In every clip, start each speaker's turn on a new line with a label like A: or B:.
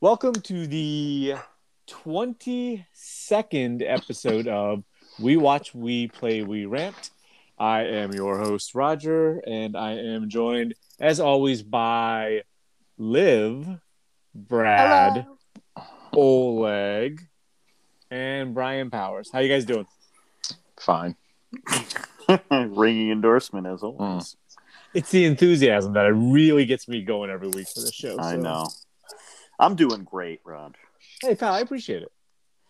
A: Welcome to the 22nd episode of We Watch, We Play, We Rant. I am your host, Roger, and I am joined, as always, by Liv, Brad, Oleg, and Brian Powers. How you guys doing?
B: Fine.
C: Ringing endorsement as
B: Mm.
C: always.
A: It's the enthusiasm that really gets me going every week for the show.
C: I
A: so-
C: know.
A: Hmm.
C: I'm doing great, Rod.
A: Hey, pal, I appreciate it.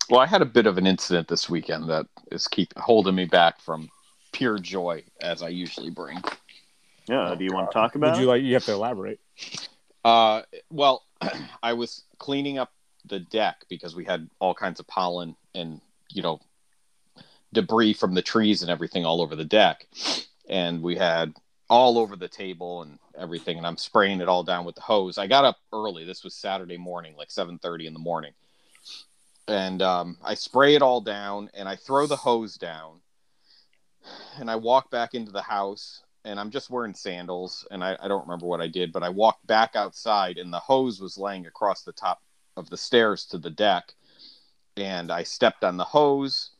B: Well, I had a bit of an incident this weekend that is keep holding me back from pure joy as I usually bring.
C: Yeah.
B: Oh,
C: do you want to talk about?
A: Would you like? You have to elaborate.
B: Uh, well, I was cleaning up the deck because we had all kinds of pollen and you know debris from the trees and everything all over the deck, and we had all over the table and everything. And I'm spraying it all down with the hose. I got up early. This was Saturday morning, like 7:30 in the morning, and um, I spray it all down and I throw the hose down, and I walk back into the house and I'm just wearing sandals and I, I don't remember what I did, but I walked back outside and the hose was laying across the top of the stairs to the deck and I stepped on the hose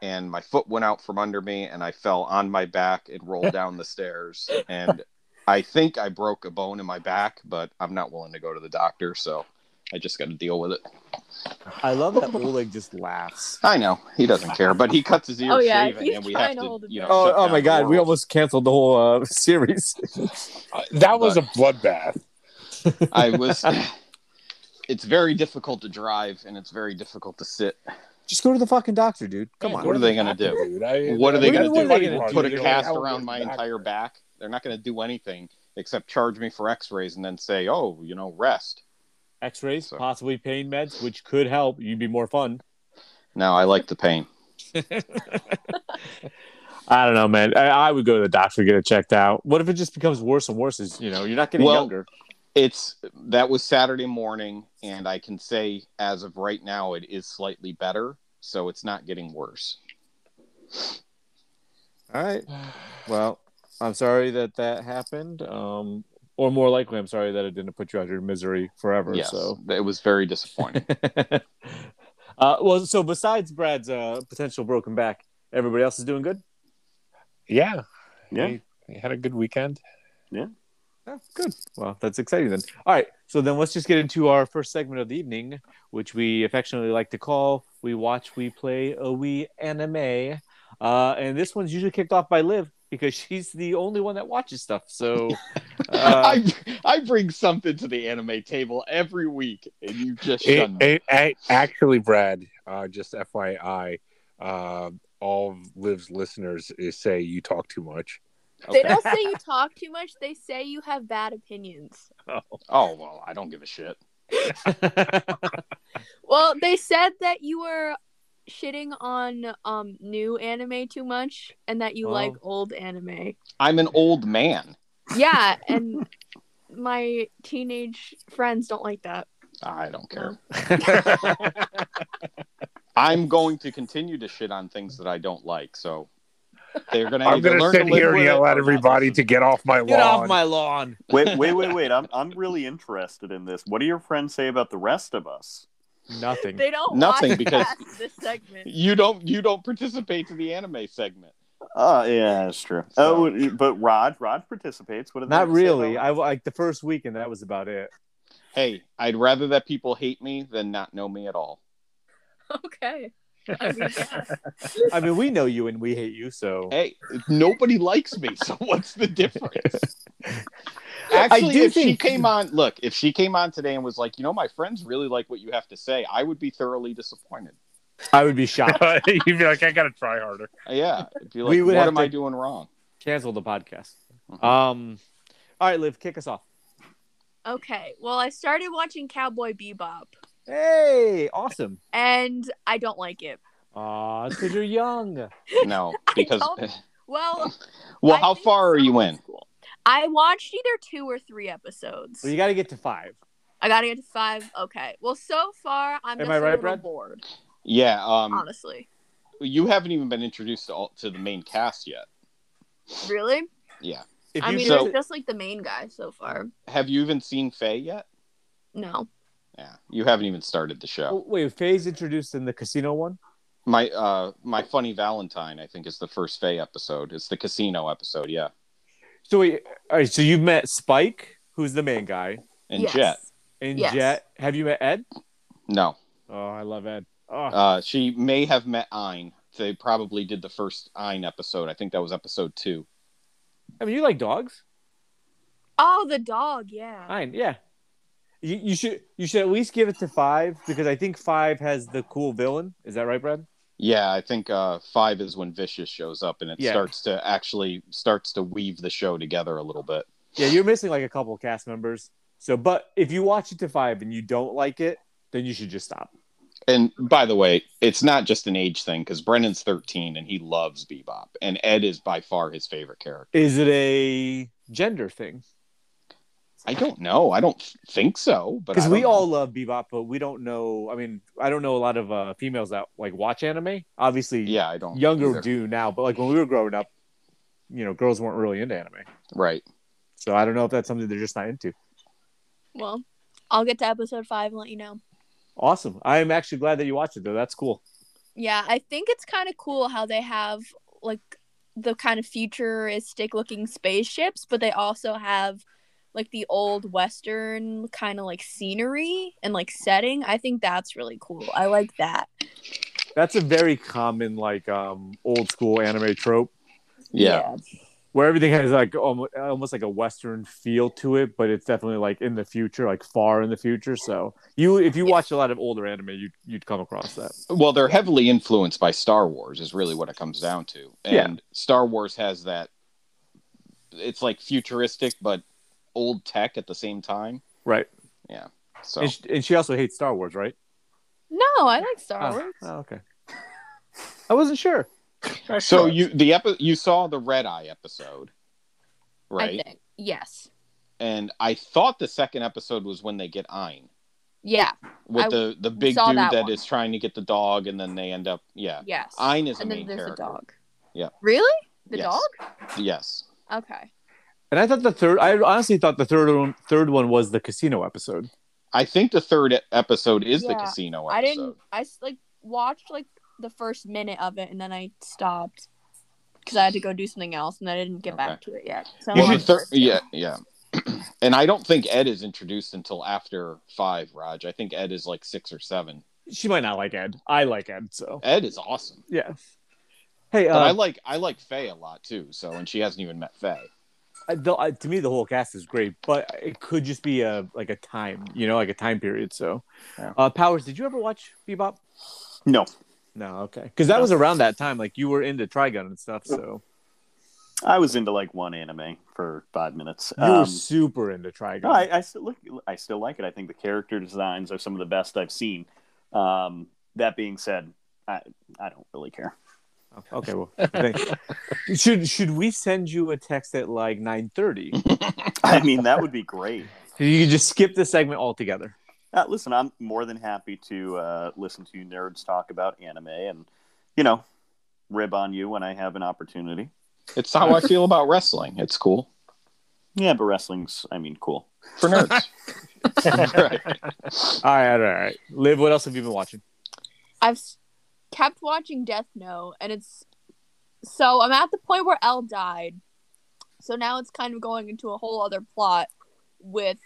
B: and my foot went out from under me and I fell on my back and rolled down the stairs and I think I broke a bone in my back, but I'm not willing to go to the doctor, so I just got to deal with it.
A: I love that Oleg just laughs.
B: I know he doesn't care, but he cuts his ear
D: Oh, yeah,
B: shaving,
D: he's
B: and we
D: trying
B: have
D: to
B: to,
D: hold it
B: you know.
D: back.
A: Oh,
B: shut
A: oh
B: down
A: my
B: the
A: God, we
B: world.
A: almost canceled the whole uh, series.
E: Uh, that was a bloodbath.
B: I was. it's very difficult to drive, and it's very difficult to sit.
A: Just go to the fucking doctor, dude. Come
B: Yeah,
A: on.
B: what are they gonna do?
E: Dude, I-
B: What are they
E: I-
B: going to
A: what
B: do?
A: are they gonna
E: Bloody
B: Put
E: hell,
B: a
E: dude.
B: cast
E: How
B: around
E: good
B: my
E: is that?
B: entire back? They're not going to do anything except charge me for X-rays and then say, "Oh, you know, rest."
A: X-rays,
B: So-
A: possibly pain meds, which could help. You'd be more fun.
B: No, I like the pain.
A: I don't know, man. I, I would go to the doctor get it checked out. What if it just becomes worse and worse? Is you know, you're not getting
B: Well-
A: younger.
B: It's that was Saturday morning, and I can say as of right now, it is slightly better, so it's not getting worse.
A: All right. Well, I'm sorry that that happened. Um, or more likely, I'm sorry that it didn't put you out of your misery forever.
B: Yes,
A: So
B: it was very disappointing.
A: uh, well, so besides Brad's uh, potential broken back, everybody else is doing good.
E: Yeah.
C: Yeah.
E: He, he had a good weekend.
A: Oh, good. Well, that's exciting then. All right. So then let's just get into our first segment of the evening, which we affectionately like to call "We Watch, We Play, a We Anime." Uh, and this one's usually kicked off by Liv because she's the only one that watches stuff. So uh,
B: I I bring something to the anime table every week, and you just
E: It,
B: shun me.
E: it, it- actually, Brad, uh, just FYI, uh, all of Liv's listeners is say you talk too much.
D: They don't say you talk too much. They say you have bad opinions.
B: Oh well, I don't give a shit.
D: Well, they said that you were shitting on um new anime too much and that you
A: Well.
D: like old anime.
B: I'm an old man.
D: Yeah, and my teenage friends don't like that.
B: I don't care. I'm going to continue to shit on things that I don't like. So they're going to.
E: I'm going to sit here and yell at everybody to get off my
A: get off
E: lawn.
A: my lawn.
C: wait, wait, wait, wait. I'm I'm really interested in this. What do your friends say about the rest of us?
A: Nothing.
D: They don't
B: Nothing,
D: watch
B: because-
D: past this segment.
B: You don't. You don't participate to the anime segment.
C: Oh, yeah, that's true. Oh, but Rod, Rod participates. What do they
A: Not
C: say
A: really.
C: about-
A: I like the first weekend. That was about it.
B: Hey, I'd rather that people hate me than not know me at all.
D: Okay. I mean, yeah.
A: I mean, we know you and we hate you, so.
B: Hey, nobody likes me, so what's the difference?
A: I
B: Actually,
A: do
B: if she
A: think-
B: came on, look, if she came on today and was like, you know, my friends really like what you have to say, I would be thoroughly disappointed.
A: I would be shocked.
E: You'd be like, I got to try harder.
B: Yeah, it'd be like,
A: We would
B: what
A: have
B: am I
A: to-
B: doing wrong?
A: Cancel the podcast. Um, all right, Liv, kick us off.
D: Okay. Well, I started watching Cowboy Bebop
A: Hey, awesome.
D: and I don't like it.
A: Aw, because you're young.
B: No, because
D: don't- Well,
B: well,
D: I
B: how
D: think
B: far are
D: so.
B: you in?
D: I watched either two or three episodes.
A: Well, you got to get to five.
D: I gotta get to five. Okay. Well, so far I'm
A: Am
D: just
A: I
D: a
A: right,
D: little
A: Brad?
D: bored,
B: Yeah, um,
D: honestly.
B: you haven't even been introduced to, all, to the main cast yet.
D: Really?
B: Yeah.
A: If
D: I
A: you
D: mean,
B: so-
D: it's just like the main guy so far.
B: Have you even seen Faye yet?
D: No.
B: Yeah. You haven't even started the show.
A: Oh, wait, Faye's introduced in the casino one.
B: My uh my funny Valentine, I think, is the first Faye episode. It's the casino episode, yeah.
A: So wait, all right. So you've met Spike, who's the main guy,
B: And
D: Yes.
B: Jet.
A: and
D: Yes.
A: Jet. Have you met Ed?
B: No.
A: Oh, I love Ed. Oh,
B: Uh she may have met Ein. They probably did the first Ein episode. I think that was episode two.
A: I mean, you like dogs?
D: Oh, the dog. Yeah.
A: Fine, yeah. You, you should you should at least give it to five because I think five has the cool villain. Is that right, Brad?
B: Yeah, I think uh five is when Vicious shows up and it
A: Yeah.
B: starts to actually starts to weave the show together a little bit.
A: Yeah, you're missing like a couple of cast members. So, but if you watch it to five and you don't like it, then you should just stop.
B: And by the way, it's not just an age thing because Brennan's 13 and he loves bebop, and Ed is by far his favorite character.
A: Is it a gender thing?
B: I don't know. I don't think so, but I
A: Because we
B: don't
A: all love Bebop, but we don't know. I mean, I don't know a lot of uh, females that like watch anime. Obviously,
B: know. yeah, I don't
A: younger
B: either.
A: do now, but like when we were growing up, you know, girls weren't really into anime.
B: right.
A: So I don't know if that's something they're just not into.
D: Well, I'll get to episode five and let you know.
A: Awesome. I am actually glad that you watched it though. That's cool.
D: Yeah, I think it's kind of cool how they have like the kind of futuristic looking spaceships, but they also have like the old western kind of like scenery and like setting. I think that's really cool. I like that.
A: That's a very common like um old school anime trope
B: Yeah.
A: where everything has like almost, almost like a western feel to it, but it's definitely like in the future, like far in the future. So you if you watch a lot of older anime, you you'd come across that.
B: Well, they're heavily influenced by Star Wars, is really what it comes down to.
A: Yeah.
B: And Star Wars has that. It's like futuristic, but old tech at the same time.
A: Right.
B: So
A: And, she, and she also hates Star Wars, right?
D: No, I like Star Wars.
A: Oh, okay. I wasn't sure.
B: so you the epi- you saw the Red Eye episode, right?
D: I think. Yes.
B: and I thought the second episode was when they get Ein
D: Yeah.
B: with
D: I
B: the the big dude
D: saw
B: that is
D: that one.
B: trying to get the dog, and then they end up yeah.
D: Yes.
B: Ein is the
D: and then
B: main
D: there's
B: character.
D: a dog.
B: Yeah.
D: Really? The
B: Yes. Yes,
D: dog? Okay.
A: And I thought the third. I honestly thought the third one, third one was the casino episode.
B: I think the third e- episode is the
D: Yeah.
B: casino episode.
D: I didn't. I s- like watched like the first minute of it, and then I stopped because I had to go do something else, and I didn't get back to it yet. So
B: You
D: I
B: should
D: watched the
B: thir-
D: first two.
B: yeah yeah. and I don't think Ed is introduced until after five. Raj, I think Ed is like six or seven.
A: She might not like Ed. I like Ed, so
B: Ed is awesome,
A: yeah. Hey,
B: but I
A: uh,
B: like I like Faye a lot too. So and she hasn't even met Faye.
A: I, though, I, to me the whole cast is great, but it could just be a like a time, you know, like a time period. So,
B: Yeah.
A: uh, Powers, did you ever watch Bebop?
C: No,
A: No, okay, because that was around that time. Like you were into Trigun and stuff, so
C: I was into like one anime for five minutes.
A: you were
C: Um,
A: super into Trigun.
C: no, I, I still look. I still like it. I think the character designs are some of the best I've seen. Um, that being said, I I don't really care.
A: okay, well, thank- should should we send you a text at like nine thirty?
C: I mean, that would be great.
A: you could just skip this segment altogether.
C: Uh, listen, I'm more than happy to uh, listen to nerds talk about anime and, you know, rib on you when I have an opportunity.
B: It's how I feel about wrestling. It's cool
C: Yeah, but wrestling's, I mean, cool.
B: for nerds. right.
A: All right, all right, all right. Liv, what else have you been watching?
D: I've s- kept watching Death Note, and it's so I'm at the point where L died, so now it's kind of going into a whole other plot with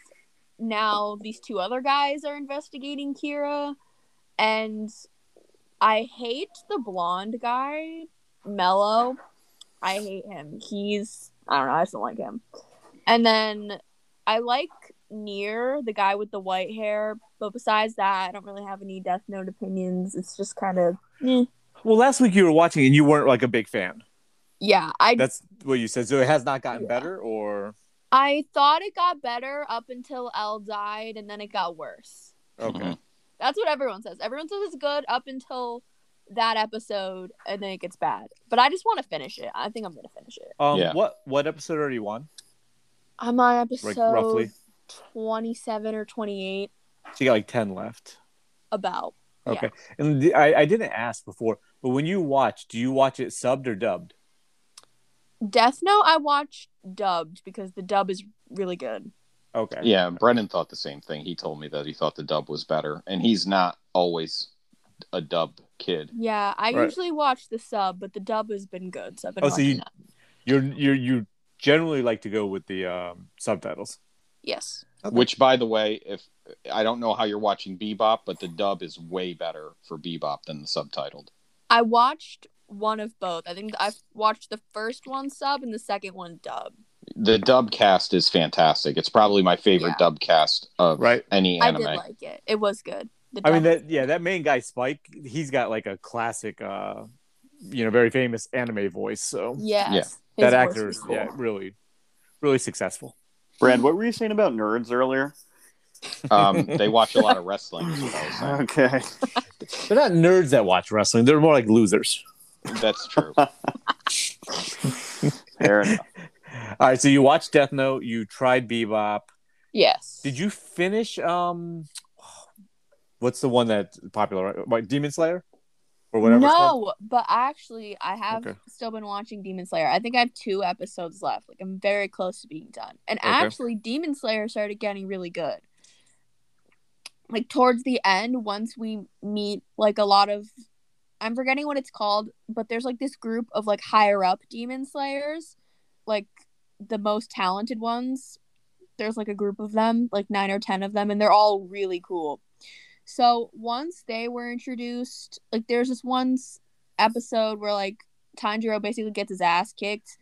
D: now these two other guys are investigating Kira, and I hate the blonde guy, Mello. I hate him. He's I don't know. I just don't like him. And then I like Near, the guy with the white hair, but besides that, I don't really have any Death Note opinions. It's just kind of eh.
A: Well, last week you were watching and you weren't like a big fan.
D: yeah. I
A: That's what you said. So it has not gotten
D: Yeah.
A: better, or
D: I thought it got better up until L died, and then it got worse.
A: okay.
B: Mhm.
D: That's what everyone says. Everyone says it's good up until that episode, and then it gets bad. But I just want to finish it. I think I'm gonna finish it.
A: Um,
B: Yeah.
A: what what episode are you on?
D: I'm on
A: Like
D: episode
A: roughly,
D: twenty-seven or twenty-eight.
A: so you got like ten left.
D: About
A: Okay, and the, I I didn't ask before. But when you watch, do you watch it subbed or dubbed?
D: Death Note I watched dubbed because the dub is really good.
A: Okay.
B: Yeah, Brennan thought the same thing. He told me that he thought the dub was better, and he's not always a dub kid.
D: Yeah, I
A: Right.
D: usually watch the sub, but the dub has been good, so I've been
A: Oh, so
D: watching
A: you-
D: that.
A: You're you you generally like to go with the um, subtitles.
D: Yes.
A: Okay.
B: Which, by the way, if I don't know how you're watching Bebop, but the dub is way better for Bebop than the subtitled.
D: I watched one of both. I think I've watched the first one sub and the second one dub.
B: The dub cast is fantastic. It's probably my favorite
D: Yeah.
B: dub cast of
A: Right.
B: any anime.
D: I did like it. It was good. The
A: I
D: dub
A: mean
D: was
A: that yeah, that main guy Spike, he's got like a classic uh you know, very famous anime voice. So
D: Yes.
A: that
D: His voice
A: actor
D: was
A: is
D: cool.
A: yeah, really really successful.
C: Brad, what were you saying about nerds earlier?
B: um, they watch a lot of wrestling. Is what I was saying.
C: Okay.
A: They're not nerds that watch wrestling. They're more like losers.
B: That's true.
C: Fair enough.
A: All right, so you watched Death Note, you tried Bebop.
D: Yes.
A: Did you finish um what's the one that's popular right? Like Demon Slayer or whatever it's called?
D: No, but actually, I have
A: Okay.
D: still been watching Demon Slayer. I think I have two episodes left. Like, I'm very close to being done. And
A: Okay.
D: actually, Demon Slayer started getting really good. Like, towards the end, once we meet, like, a lot of. I'm forgetting what it's called, but there's, like, this group of, like, higher up Demon Slayers. Like, the most talented ones. There's, like, a group of them, like, nine or ten of them, and they're all really cool. So once they were introduced, like there's this one s- episode where like Tanjiro basically gets his ass kicked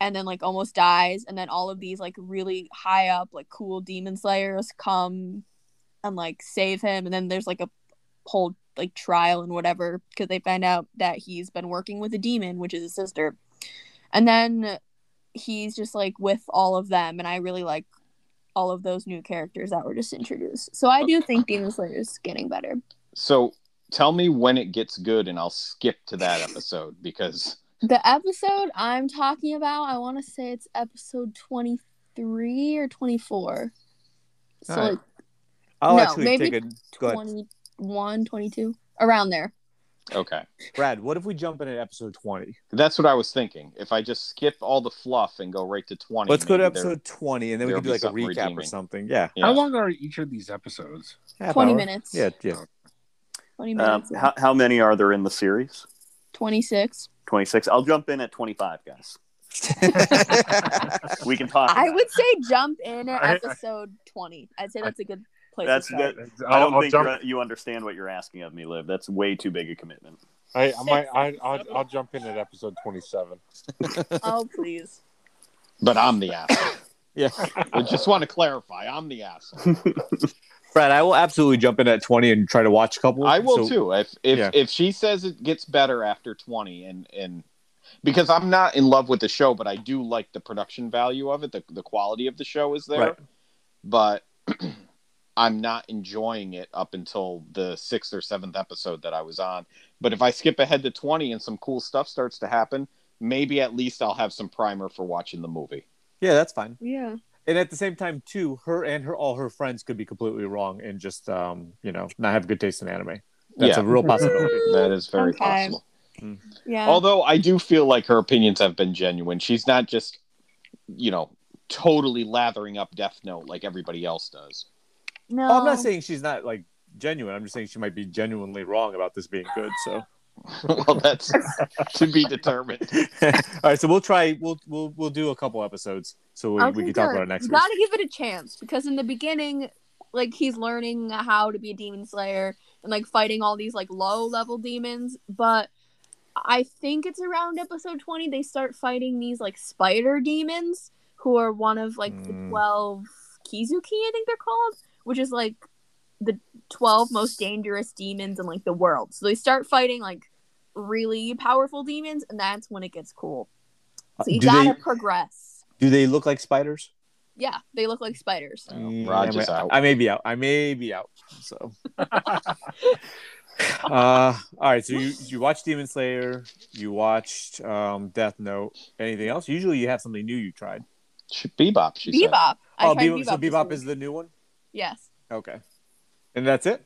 D: and then like almost dies and then all of these like really high up like cool demon slayers come and like save him and then there's like a whole like trial and whatever because they find out that he's been working with a demon which is his sister and then he's just like with all of them and i really like all of those new characters that were just introduced so i do think demon slayer is getting better
B: So tell me when it gets good, and I'll skip to that episode because
D: The episode I'm talking about, I want to say it's episode 23 or 24. So
A: All right.
D: like
A: I'll
D: No,
A: actually
D: maybe
A: take a go ahead.
D: 21, 22, around there.
B: okay,
A: Brad, what if we jump in at episode 20?
B: that's what I was thinking. If I just skip all the fluff and go right to twenty,
A: Let's go to
B: maybe there-
A: episode 20 and then we
B: there'll
A: can do
B: be
A: like a
B: something
A: recap or
B: redeeming.
A: something. Yeah.
B: Yeah.
E: How long are each of these episodes?
A: Half
D: 20
A: hour.
D: minutes.
A: Yeah, yeah.
D: 20
C: Um,
D: minutes. yeah.
C: how, how many are there in the series?
D: 26.
C: 26. I'll jump in at 25, guys. We can talk.
D: I would say jump in at
E: I- I-
D: episode 20. I'd say that's a good place.
C: That's
D: to start.
C: that- I don't think you're- you understand what you're asking of me, Liv. That's way too big a commitment.
E: I, I might. I, I'll, I'll jump in at episode twenty-seven.
D: Oh, please.
B: but I'm the asshole.
A: yeah.
B: I just want to clarify, I'm the asshole.
A: Brad, I will absolutely jump in at 20 and try to watch a couple.
B: I will
A: So-
B: too. If if
A: Yeah.
B: if she says it gets better after twenty, and and because I'm not in love with the show, but I do like the production value of it. The the quality of the show is there,
A: Right.
B: but I'm not enjoying it up until the sixth or seventh episode that I was on. But if I skip ahead to twenty and some cool stuff starts to happen, maybe at least I'll have some primer for watching the movie.
A: Yeah, that's fine.
D: Yeah.
A: And at the same time, too, her and her all her friends could be completely wrong and just, um, you know, not have good taste in anime. That's
B: yeah,
A: a real possibility.
B: that is very
D: Okay.
B: possible.
D: Yeah.
B: Although I do feel like her opinions have been genuine. She's not just, you know, totally lathering up Death Note like everybody else does.
D: no.
A: Oh, I'm not saying she's not like genuine. I'm just saying she might be genuinely wrong about this being good. So,
B: well, that's to be determined.
A: all right. So we'll try. We'll we'll we'll do a couple episodes so we,
D: Okay,
A: we can talk
D: good.
A: about it next
D: You
A: week.
D: gotta give it a chance because in the beginning, like he's learning how to be a demon slayer and like fighting all these like low level demons. But I think it's around episode twenty they start fighting these like spider demons who are one of like
A: Mm.
D: the twelve Kizuki, I think they're called, which is like the twelve most dangerous demons in like the world. So they start fighting like really powerful demons, and that's when it gets cool. So you
A: Uh, do they
D: gotta progress.
A: do they look like spiders?
D: Yeah, they look like spiders.
E: Mm-hmm.
A: Mm,
B: Raj
A: I
B: is
A: may,
B: out.
A: I may be out. I may be out. So, uh, all right. So you you watched Demon Slayer. You watched um, Death Note. Anything else? Usually you have something new you tried.
B: She, Bebop, she said.
D: Bebop. I
A: oh,
D: tried
A: Bebop, so
D: this
A: Bebop
D: week.
A: is the new one.
D: yes.
A: Okay, and that's it.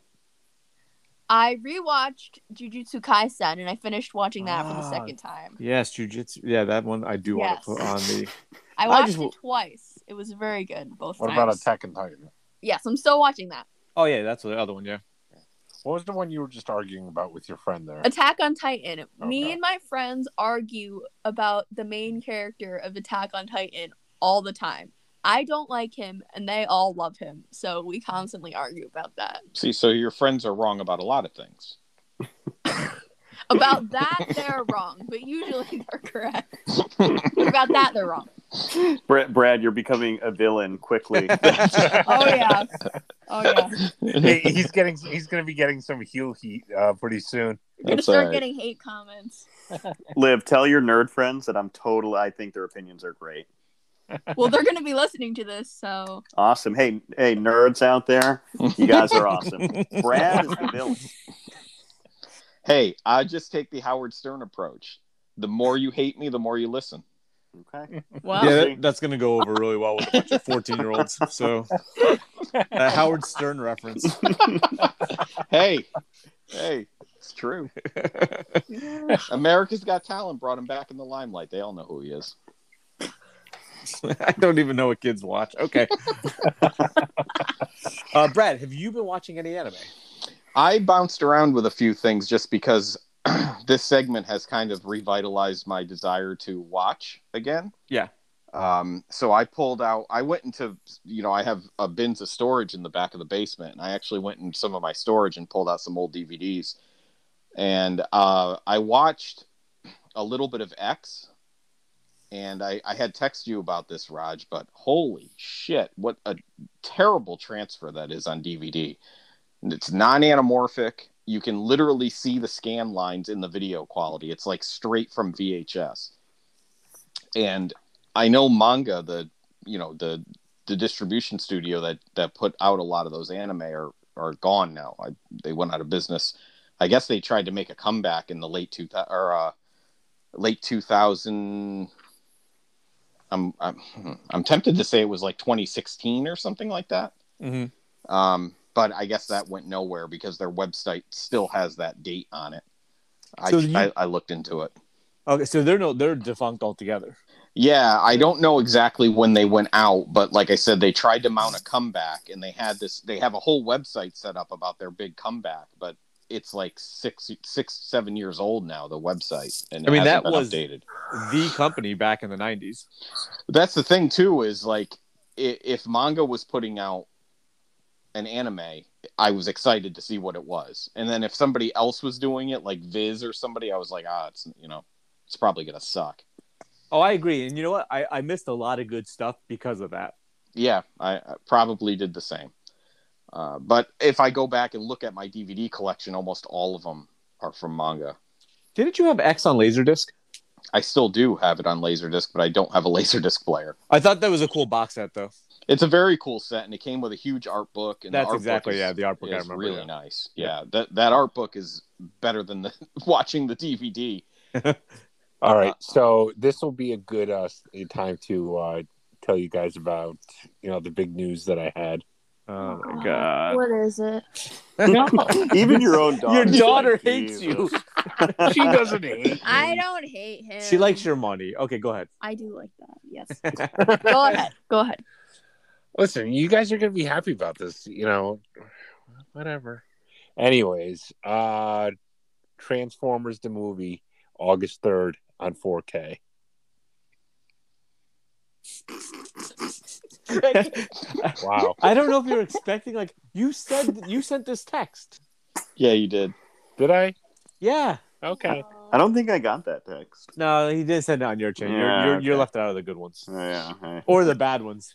D: I rewatched Jujutsu Kaisen and I finished watching that for the
A: Ah.
D: second time.
A: Yes, jujitsu. Yeah, that one I do
D: Yes.
A: want to put on the.
D: I
A: I
D: watched
A: just
D: it
A: w-
D: twice. It was very good both
E: What
D: times.
E: about Attack on Titan?
D: Yes, I'm still watching that.
A: Oh yeah, that's the other one. Yeah.
E: What was the one you were just arguing about with your friend there?
D: Attack on Titan. Me
E: Okay.
D: and my friends argue about the main character of Attack on Titan all the time. I don't like him and they all love him. So we constantly argue about that.
B: See, so your friends are wrong about a lot of things.
D: About that they're wrong, but usually they're correct. about that they're wrong.
C: Brad, Brad, you're becoming a villain quickly.
D: Oh yeah. Oh yeah.
E: He- he's getting he's going to be getting some heel heat uh, pretty soon.
D: You're gonna
B: That's
D: start
B: alright.
D: getting hate comments.
C: Liv, tell your nerd friends that I'm totally. I think their opinions are great.
D: Well, they're gonna be listening to this, so
C: Awesome. Hey, hey, nerds out there, you guys are awesome. Brad is the villain.
B: Hey, I just take the Howard Stern approach. The more you hate me, the more you listen.
C: Okay.
D: well,
A: yeah,
C: see.
A: that, that's gonna go over really well with a bunch of fourteen-year-olds. So, that Howard Stern reference.
B: Hey, hey, it's true. America's Got Talent brought him back in the limelight. They all know who he is.
A: I don't even know what kids watch. Okay. uh, Brad, have you been watching any anime?
B: I bounced around with a few things just because this segment has kind of revitalized my desire to watch again.
A: Yeah.
B: Um, so I pulled out, I went into, you know, I have a bins of storage in the back of the basement, and I actually went in some of my storage and pulled out some old DVDs. And uh, I watched a little bit of X, and I, I had texted you about this, Raj, but holy shit, what a terrible transfer that is on DVD. It's non anamorphic. You can literally see the scan lines in the video quality. It's like straight from VHS. And I know manga, the you know the the distribution studio that that put out a lot of those anime are are gone now. I, they went out of business. I guess they tried to make a comeback in the late two thousand or uh, late two thousand. I'm, I'm hmm, I'm tempted to say it was like 2016 or something like that.
A: Mm-hmm.
B: Um, but I guess that went nowhere because their website still has that date on it. I,
A: So you-
B: I, I looked into it.
A: Okay, so they're no, they're defunct altogether.
B: Yeah, I don't know exactly when they went out, but like I said, they tried to mount a comeback and they had this they have a whole website set up about their big comeback, but it's like six six, seven years old now, the website. And
A: I
B: I
A: mean,
B: mean
A: that
B: hasn't
A: was-
B: been updated.
A: The company back in the '90s.
B: that's the thing too is like i- if manga was putting out an anime i was excited to see what it was and then if somebody else was doing it like viz or somebody i was like ah it's you know it's probably gonna suck
A: Oh, I agree. And you know what? I, I missed a lot of good stuff because of that.
B: yeah i, I probably did the same uh, but if i go back and look at my dvd collection almost all of them are from manga
A: Didn't you have X on Laserdisc?
B: i still do have it on laserdisc but i don't have a laserdisc player
A: I thought that was a cool box set, though.
B: it's a very cool set and it came with a huge art book and the
A: That's
B: art book
A: exactly
B: is-
A: yeah. The art book I
B: is
A: remember.
B: really
A: yeah.
B: nice. Yeah, that that art book is better than the watching the DVD.
E: All right, so this will be a good uh, s- time to uh, tell you guys about you know the big news that I had.
A: Oh my god.
D: What is it?
C: Even your own daughter.
A: Your daughter hates you.
E: she doesn't hate.
D: I don't hate him.
A: Mm. She likes your money. Okay, go ahead.
D: I do like that. Yes. Go ahead. Go ahead.
E: Listen, you guys are going to be happy about this, you know. Whatever. Anyways, uh Transformers the movie August 3rd on 4K. Wow.
A: I don't know if you're expecting like you said you sent this text.
B: Yeah, you did.
E: Did I?
A: Yeah.
E: Okay.
C: I don't think I got that text.
A: No, he did send it on your chain.
C: Yeah,
A: you're you're, you're
C: okay.
A: left out of the good ones
C: Oh, yeah. hey.
A: or the bad ones.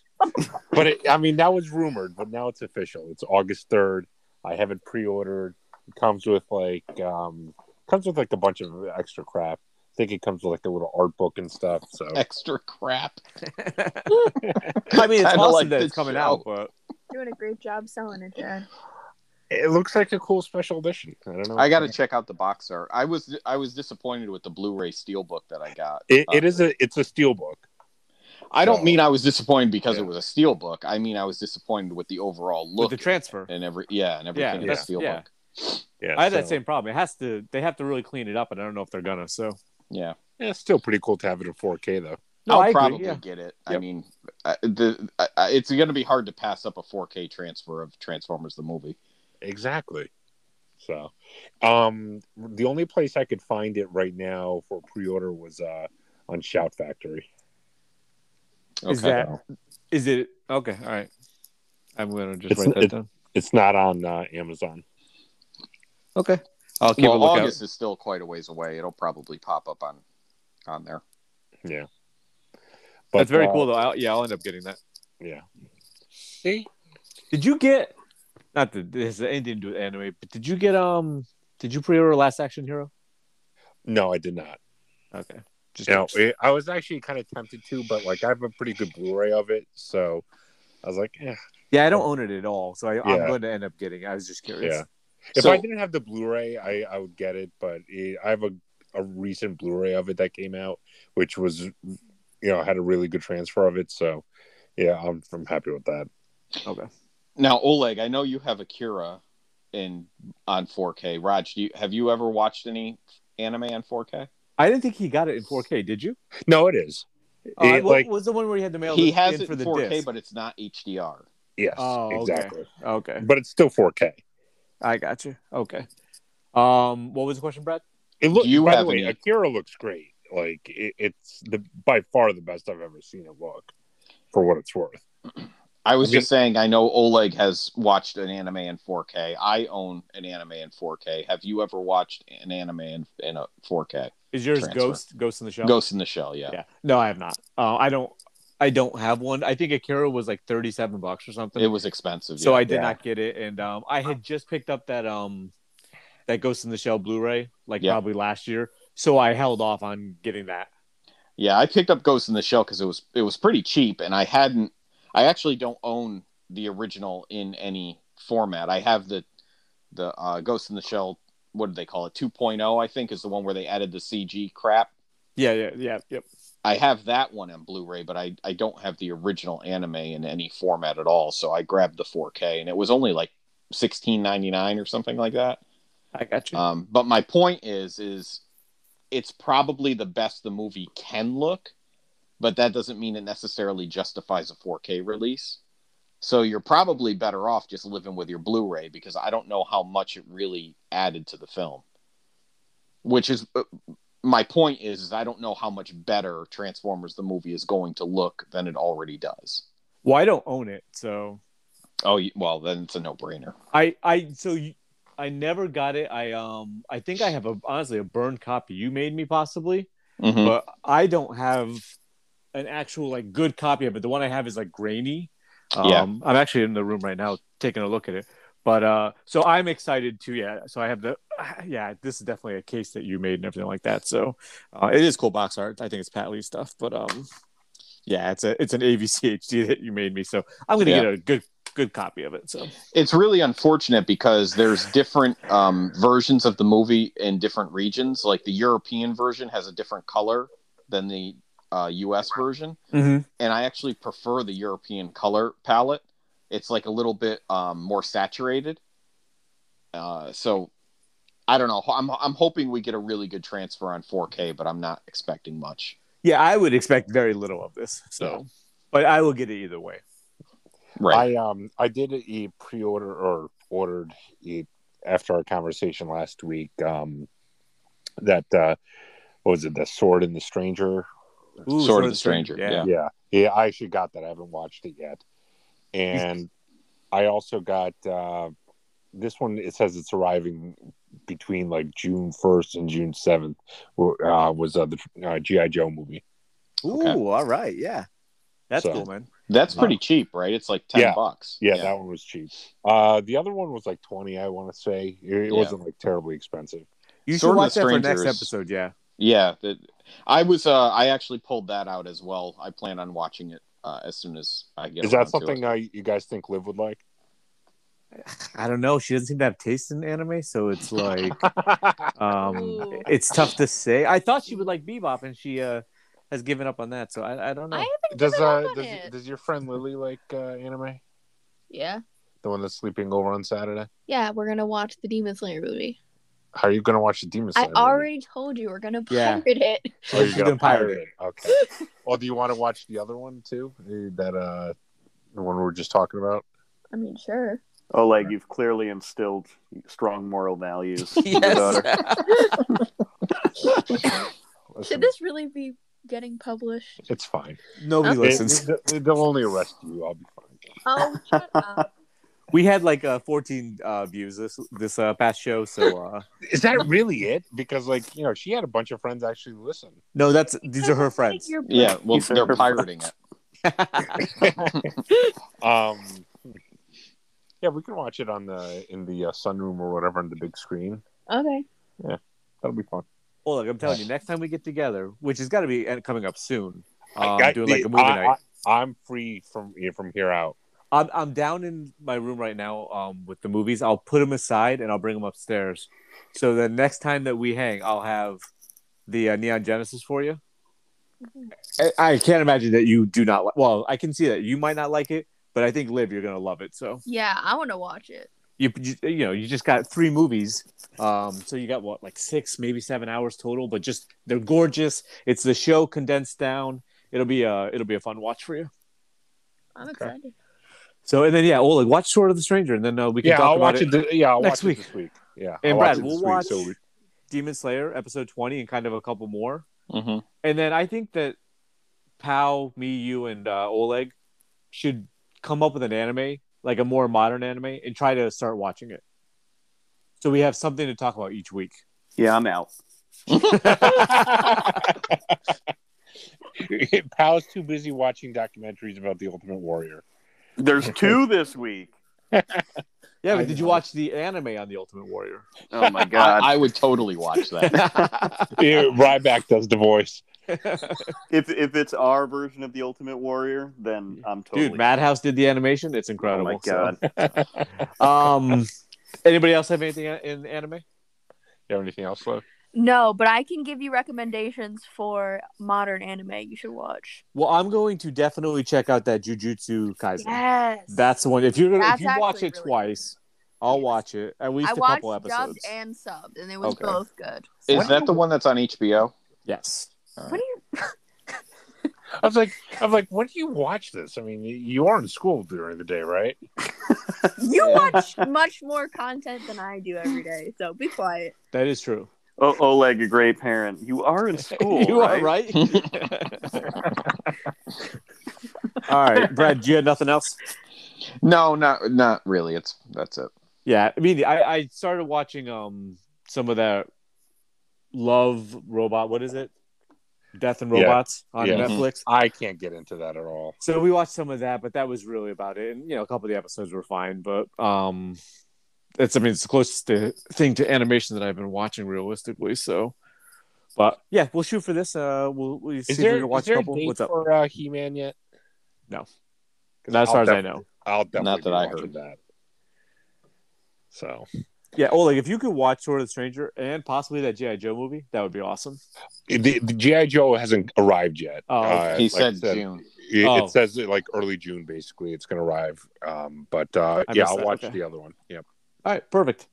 E: But it, I mean that was rumored, but now it's official. It's August 3rd. I have it pre-ordered. It comes with like um comes with like a bunch of extra crap. I think it comes with like a little art book and stuff, so
A: Oh.
B: Extra crap.
A: I mean, it's
B: Kinda
A: awesome
B: like
A: that
B: this
A: it's coming
B: show.
A: out, but
D: Doing a great job selling it, Dad.
E: it looks like a cool special edition. I
A: Oh,
E: don't know.
B: I got to check out the box art. I was I was disappointed with the Blu-ray steelbook that I got. Uh,
E: It, it is a it's a steel book.
B: I
A: Oh.
B: don't
E: so-
B: mean I was disappointed because
E: Yeah.
B: it was a steelbook. I mean I was disappointed with the overall
A: with
B: look
A: the transfer.
B: and every yeah and
A: Yeah,
B: everything in the
A: that's-
B: steelbook.
A: yeah.
E: Yeah,
A: I had that
E: so-
A: same problem. It has to. They have to really clean it up, and I don't know if they're gonna. So
B: Yeah.
E: Yeah, it's still pretty cool to have it in 4K though.
A: No,
B: I'll
A: I agree,
B: probably
A: yeah.
B: get it. I
A: Yep.
B: mean, I, the I, I- it's going to be hard to pass up a 4K transfer of Transformers the movie.
E: Exactly. So, um, the only place I could find it right now for pre-order was uh on Shout Factory.
A: is that is it okay? All right, I'm gonna just
E: It's-
A: write that
E: it-
A: down.
E: It's not on uh, Amazon.
A: Okay, I'll keep
B: well,
A: a lookout.
B: August is still quite a ways away. It'll probably pop up on on there.
E: But,
A: That's very
E: uh,
A: cool, though. I'll, yeah, I'll end up getting that.
E: Yeah. See,
A: Did you get? Not that this has anything to do with anime, but did you get um? Did you pre-order Last Action Hero?
E: no, I did not.
A: Okay, just
E: You know, it- I was actually kind of tempted to, but like I have a pretty good Blu-ray of it, so I was like, eh.
A: yeah, I don't own it at all, so I, I'm
E: Yeah.
A: going to end up getting. it. I was just curious.
E: Yeah. If
B: So-
E: I didn't have the Blu-ray, I, I would get it, but it, I have a, a recent Blu-ray of it that came out, which was, you know, had a really good transfer of it. So, yeah, I'm I'm happy with that.
A: Okay.
B: Now, Oleg, I know you have Akira in on 4K. Raj, do you, have you ever watched any anime on 4K?
A: I didn't think he got it in 4K. Did you?
E: No, it is.
A: Oh,
E: It,
A: what
E: like-
A: was the one where he had to mail
B: He
A: the-
B: has
A: in
B: it
A: for
B: in
A: the
B: 4K,
A: disc?
B: but it's not HDR.
E: Yes,
A: Oh, okay.
E: exactly.
A: Okay,
E: But it's still 4K.
A: I got you. Okay. Um, what was the question, Brad?
E: It look,
B: Do you
E: by the
B: have
E: way,
B: any-
E: Akira looks great. Like it, it's the by far the best I've ever seen it look, for what it's worth.
B: I was
E: I mean-
B: just saying, I know Oleg has watched an anime in 4K. I own an anime in 4K. Have you ever watched an anime in, in a 4K?
A: Is yours
B: Transfer.
A: Ghost? Ghost in the Shell?
B: Ghost in the Shell, yeah.
A: Yeah. No, I have not. Uh, I don't. I don't have one. I think Akira was like thirty-seven bucks or something.
B: It was expensive.
A: so
B: yeah.
A: I did
E: Yeah.
A: not get it, and um, I had just picked up that um, that Ghost in the Shell Blu-ray like
B: Yeah.
A: probably last year. So I held off on getting that.
B: Yeah, I picked up Ghost in the Shell because it was it was pretty cheap, and I hadn't. I actually don't own the original in any format. I have the the uh, Ghost in the Shell. What did they call it? 2.0, I think, is the one where they added the CG crap.
A: Yeah, yeah, yeah, yep.
B: I have that one on Blu-ray, but I I don't have the original anime in any format at all. So I grabbed the 4K, and it was only like 16.99 or something like that.
A: I got you.
B: Um, but my point is, is it's probably the best the movie can look, but that doesn't mean it necessarily justifies a 4K release. So you're probably better off just living with your Blu-ray because I don't know how much it really added to the film. Which is uh, my point is, is I don't know how much better Transformers the movie is going to look than it already does.
A: well, I don't own it, so
B: Oh you- well, then it's a no-brainer.
A: I, I, so you, I never got it. I, um, I think I have a honestly a burned copy you made me possibly,
B: Mhm.
A: but I don't have an actual like good copy of it. The one I have is like grainy. Um,
B: Yeah.
A: I'm actually in the room right now taking a look at it. But uh, so I'm excited too. Yeah. So I have the yeah. This is definitely a case that you made and everything like that. So uh, it is cool box art. I think it's Pat Lee stuff. But um, yeah, it's a it's an AVCHD that you made me. So I'm gonna
B: Yeah.
A: get a good good copy of it. So
B: it's really unfortunate because there's different um, versions of the movie in different regions. Like the European version has a different color than the uh, U.S. version, and I actually prefer the European color palette. It's like a little bit um, more saturated. Uh, so I don't know. I'm I'm hoping we get a really good transfer on 4K, but I'm not expecting much.
A: yeah, I would expect very little of this. So, but I will get it either way.
B: Right.
E: I um I did a pre-order or ordered a, after our conversation last week um that uh what was it the sword and the stranger
A: Ooh,
B: Sword of the Stranger, yeah.
E: yeah yeah I actually got that I haven't watched it yet and I also got uh this one it says it's arriving between like June 1st and June 7th w- uh, was uh, the uh, GI Joe movie
A: Ooh,
B: Okay.
A: all right, yeah, that's
E: So-
A: cool, man.
B: That's pretty cheap, right? It's like ten
E: Yeah.
B: bucks.
E: yeah, that one was cheap uh the other one was like 20 I want to say it, it
B: Yeah.
E: wasn't like terribly expensive
A: You
B: Sword
A: should
B: of the
A: watch that for
B: Stranger
A: next
B: is-
A: episode. Yeah,
B: Yeah, that I was. Uh, I actually pulled that out as well. I plan on watching it uh, as soon as I get.
E: Is that
B: around to
E: something
B: it.
E: uh, you guys think Liv would like?
A: I don't know. She doesn't seem to have taste in anime, so it's like um,
D: Ooh.
A: it's tough to say. I thought she would like Bebop, and she uh, has given up on that. So I, I don't know.
D: I haven't
E: does
D: given
E: uh
D: up on
E: does,
D: it.
E: does your friend Lily like uh, anime?
D: yeah.
E: The one that's sleeping over on Saturday.
D: Yeah, we're gonna watch the Demon Slayer movie.
E: How are you gonna watch the Demon Slayer?
D: I
E: movie?
D: already told you we're gonna
A: Yeah.
D: pirate it.
E: Oh, you're
A: She's
E: gonna
A: gonna pirate
E: pirate it. Okay. Or do you want to watch the other one too? Eh, That uh, the one we were just talking about.
D: I mean, sure.
C: Oh, like you've clearly instilled strong moral values. in your daughter.
E: Listen,
D: Should this really be getting published?
E: It's fine.
A: Nobody
D: He
E: They,
A: listens.
E: they- they'll only arrest you. I'll be fine.
D: Oh, shut up.
A: We had like uh, 14 uh, views this this uh, past show. So uh,
E: Is that really it? Because like you know, she had a bunch of friends actually listen.
A: no, that's these are her friends.
D: Your
B: Yeah, well,
C: These are
B: they're
C: her
B: pirating it.
E: Um, yeah, we can watch it on the in the uh, sunroom or whatever on the big screen.
D: Okay.
E: That'll be fun.
A: Well, look, I'm telling you, next time we get together, which is got to be uh, coming up soon,
E: I-
A: um,
E: I-
A: doing like a movie
E: I-
A: night.
E: I, am free from yeah, from here out.
A: I'm I'm down in my room right now um, with the movies. I'll put them aside and I'll bring them upstairs. So the next time that we hang, I'll have the uh, Neon Genesis for you. I, I can't imagine that you do not like. Well, I can see that you might not like it, but I think Liv, you're gonna love it. So
D: Yeah, I want to watch it.
A: you you, you know you just got three movies. Um, so you got what like six, maybe seven hours total. But just they're gorgeous. It's the show condensed down. It'll be a it'll be a fun watch for you.
D: I'm excited.
A: So and then yeah, Oleg, watch Sword of the Stranger, and then uh, we can
E: Yeah,
A: talk
E: I'll
A: about
E: watch it. th- yeah, I'll
A: next
E: watch
A: week.
E: it this week. Yeah,
A: And
E: I'll
A: Brad,
E: it
A: we'll
E: this
A: watch
E: so we-
A: Demon Slayer episode 20 and kind of a couple more.
B: hmm
A: And then I think that Pow, me, you, and uh, Oleg should come up with an anime, like a more modern anime, and try to start watching it. So we have something to talk about each week.
C: yeah, I'm out.
E: Pal's too busy watching documentaries about the Ultimate Warrior.
C: There's two this week.
A: Yeah,
E: I
A: but did you
E: know.
A: watch the anime on The Ultimate Warrior?
C: Oh my
B: I,
C: god!
B: I would totally watch that.
E: Yeah, Ryback does the voice.
C: if if it's our version of the Ultimate Warrior, then I'm totally.
A: Dude, Madhouse did the animation. It's
C: oh
A: incredible.
C: my god!
A: So, um, anybody else have anything in anime?
E: You have anything else left?
D: No, but I can give you recommendations for modern anime you should watch.
A: Well, I'm going to definitely check out that Jujutsu Kaisen.
D: Yes.
A: That's the one. If you if
D: That's
A: you watch
D: actually
A: it
D: really good.
A: twice, I'll watch it at least
D: I
A: a
D: watched
A: couple
D: dubbed
A: episodes.
D: and subbed, and they was
A: Okay.
D: both good.
B: Is that the one that's on HBO?
A: Yes.
D: What are you?
E: I was like, I was like, when do you watch this? I mean, y- you are in school during the day, right?
D: You
B: Yeah.
D: watch much more content than I do every day, so be quiet.
A: That is true.
C: O- Oh, Oleg, a great parent. You are in school.
A: you
C: right?
A: are right. All right, Brad. Do you have nothing else?
B: No, not not really. It's that's it.
A: Yeah, I mean, I, I started watching um some of that Love Robot. What is it? Death and
E: Yeah.
A: Robots on
E: Yeah.
A: Netflix.
E: I can't get into that at all.
A: So we watched some of that, but that was really about it. And you know, a couple of the episodes were fine, but um, it's I mean, it's the closest to, thing to animation that I've been watching realistically. So, but yeah, we'll shoot for this. Uh, we'll, we'll see if
E: Is there,
A: we can watch
E: is there
A: a
E: a
A: couple.
E: date
A: What's up?
E: for uh, He-Man yet?
A: No. Not as
E: I'll
A: far as I
E: def-
A: know.
E: I'll definitely
B: Not that
E: be
B: I
E: watching
B: heard.
E: that. So
A: Yeah, Oleg, if you could watch Sword of the Stranger and possibly that GI Joe movie, that would be awesome.
E: the, the GI Joe hasn't arrived yet. Uh,
A: Oh, okay.
B: He
E: like I
B: said June.
E: It,
A: Oh.
E: it says it, like early June, basically. It's going to arrive. Um, but uh,
A: I
E: yeah,
A: missed
E: I'll
A: that.
E: watch
A: Okay.
E: the other one. Yep.
A: All right, perfect.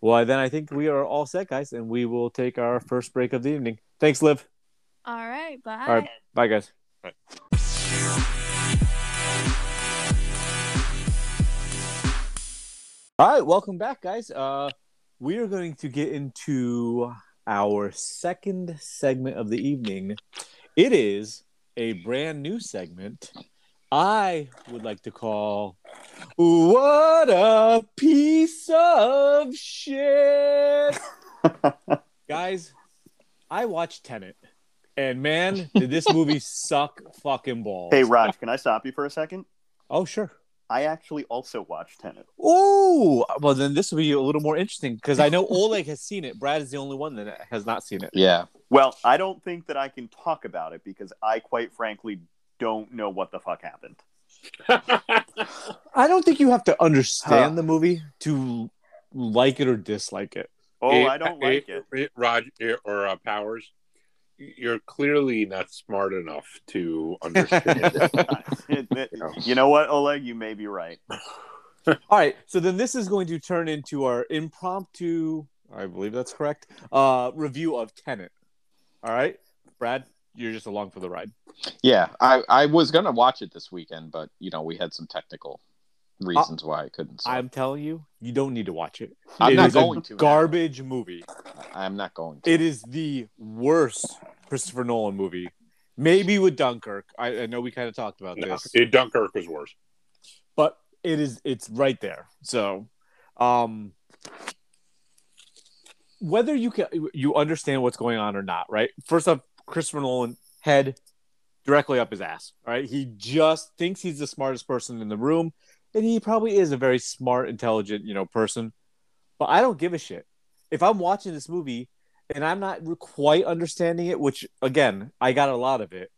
A: Well, then I think we are all set, guys, and we will take our first break of the evening. Thanks, Liv.
D: All right, bye.
A: All right, bye, guys. All right, welcome back, guys. Uh, we are going to get into our second segment of the evening. It is a brand new segment. I would like to call What a Piece of Shit. guys, I watched Tenet, and man, did this movie suck fucking balls.
C: Hey, Raj, can I stop you for a second?
A: oh, sure.
C: I actually also watched Tenet.
A: Oh, well, then this will be a little more interesting because I know Oleg has seen it. Brad is the only one that has not seen it.
B: Yeah.
C: Well, I don't think that I can talk about it because I, quite frankly, don't know what the fuck happened.
A: Oh, I don't think you have to understand
C: Huh.
A: the movie to like it or dislike it.
C: Oh,
E: Eh,
C: I don't
E: eh,
C: like it.
E: eh, Rod eh, or uh, Powers, you're clearly not smart enough to understand. it.
C: It- it- You know what, Oleg? You may be right.
A: All right. So then this is going to turn into our impromptu, I believe that's correct, uh, review of Tenant. All right. Brad, you're just along for the ride.
B: Yeah, I, I was gonna watch it this weekend, but you know we had some technical
E: Uh,
B: reasons why I couldn't. So
A: I'm telling you, you don't need to watch it.
B: I'm
A: It
B: not
A: is a
B: going to now.
A: Garbage movie.
B: I'm not going to.
A: It is the worst Christopher Nolan movie. Maybe with Dunkirk. I, I know we kind of talked about
E: No,
A: this.
E: it, Dunkirk was worse.
A: but it is it's right there so um whether you can you understand what's going on or not right first off christopher nolan head directly up his ass right he just thinks he's the smartest person in the room and he probably is a very smart intelligent you know person but i don't give a shit if i'm watching this movie and i'm not re- quite understanding it which again i got a lot of it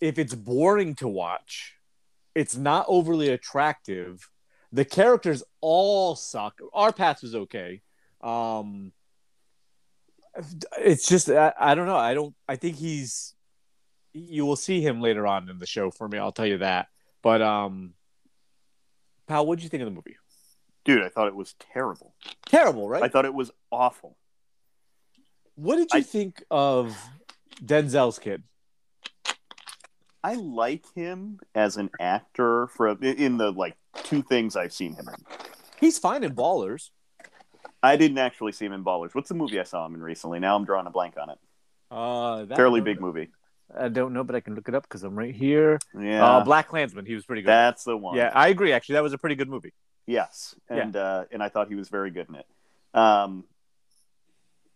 A: if it's boring to watch it's not overly attractive. The characters all suck. Our path was okay. Um, it's just I, I don't know. I don't. I think he's. You will see him later on in the show for me. I'll tell you that. But um, pal, what did you think of the movie?
C: Dude, I thought it was terrible.
A: Terrible, right?
C: I thought it was awful.
A: what did you
C: I-
A: think of Denzel's kid?
C: I like him as an actor from in the like two things I've seen him in.
A: He's fine in Ballers.
C: I didn't actually see him in Ballers. What's the movie I saw him in recently? Now I'm drawing a blank on it.
A: Uh, that
C: Fairly big movie.
A: I don't know, but I can look it up because I'm right here.
C: Yeah,
A: Uh, Black Klansman. He was pretty good.
C: that's the one.
A: yeah, I agree. Actually, that was a pretty good movie.
C: Yes, and uh, and I thought he was very good in it. Um,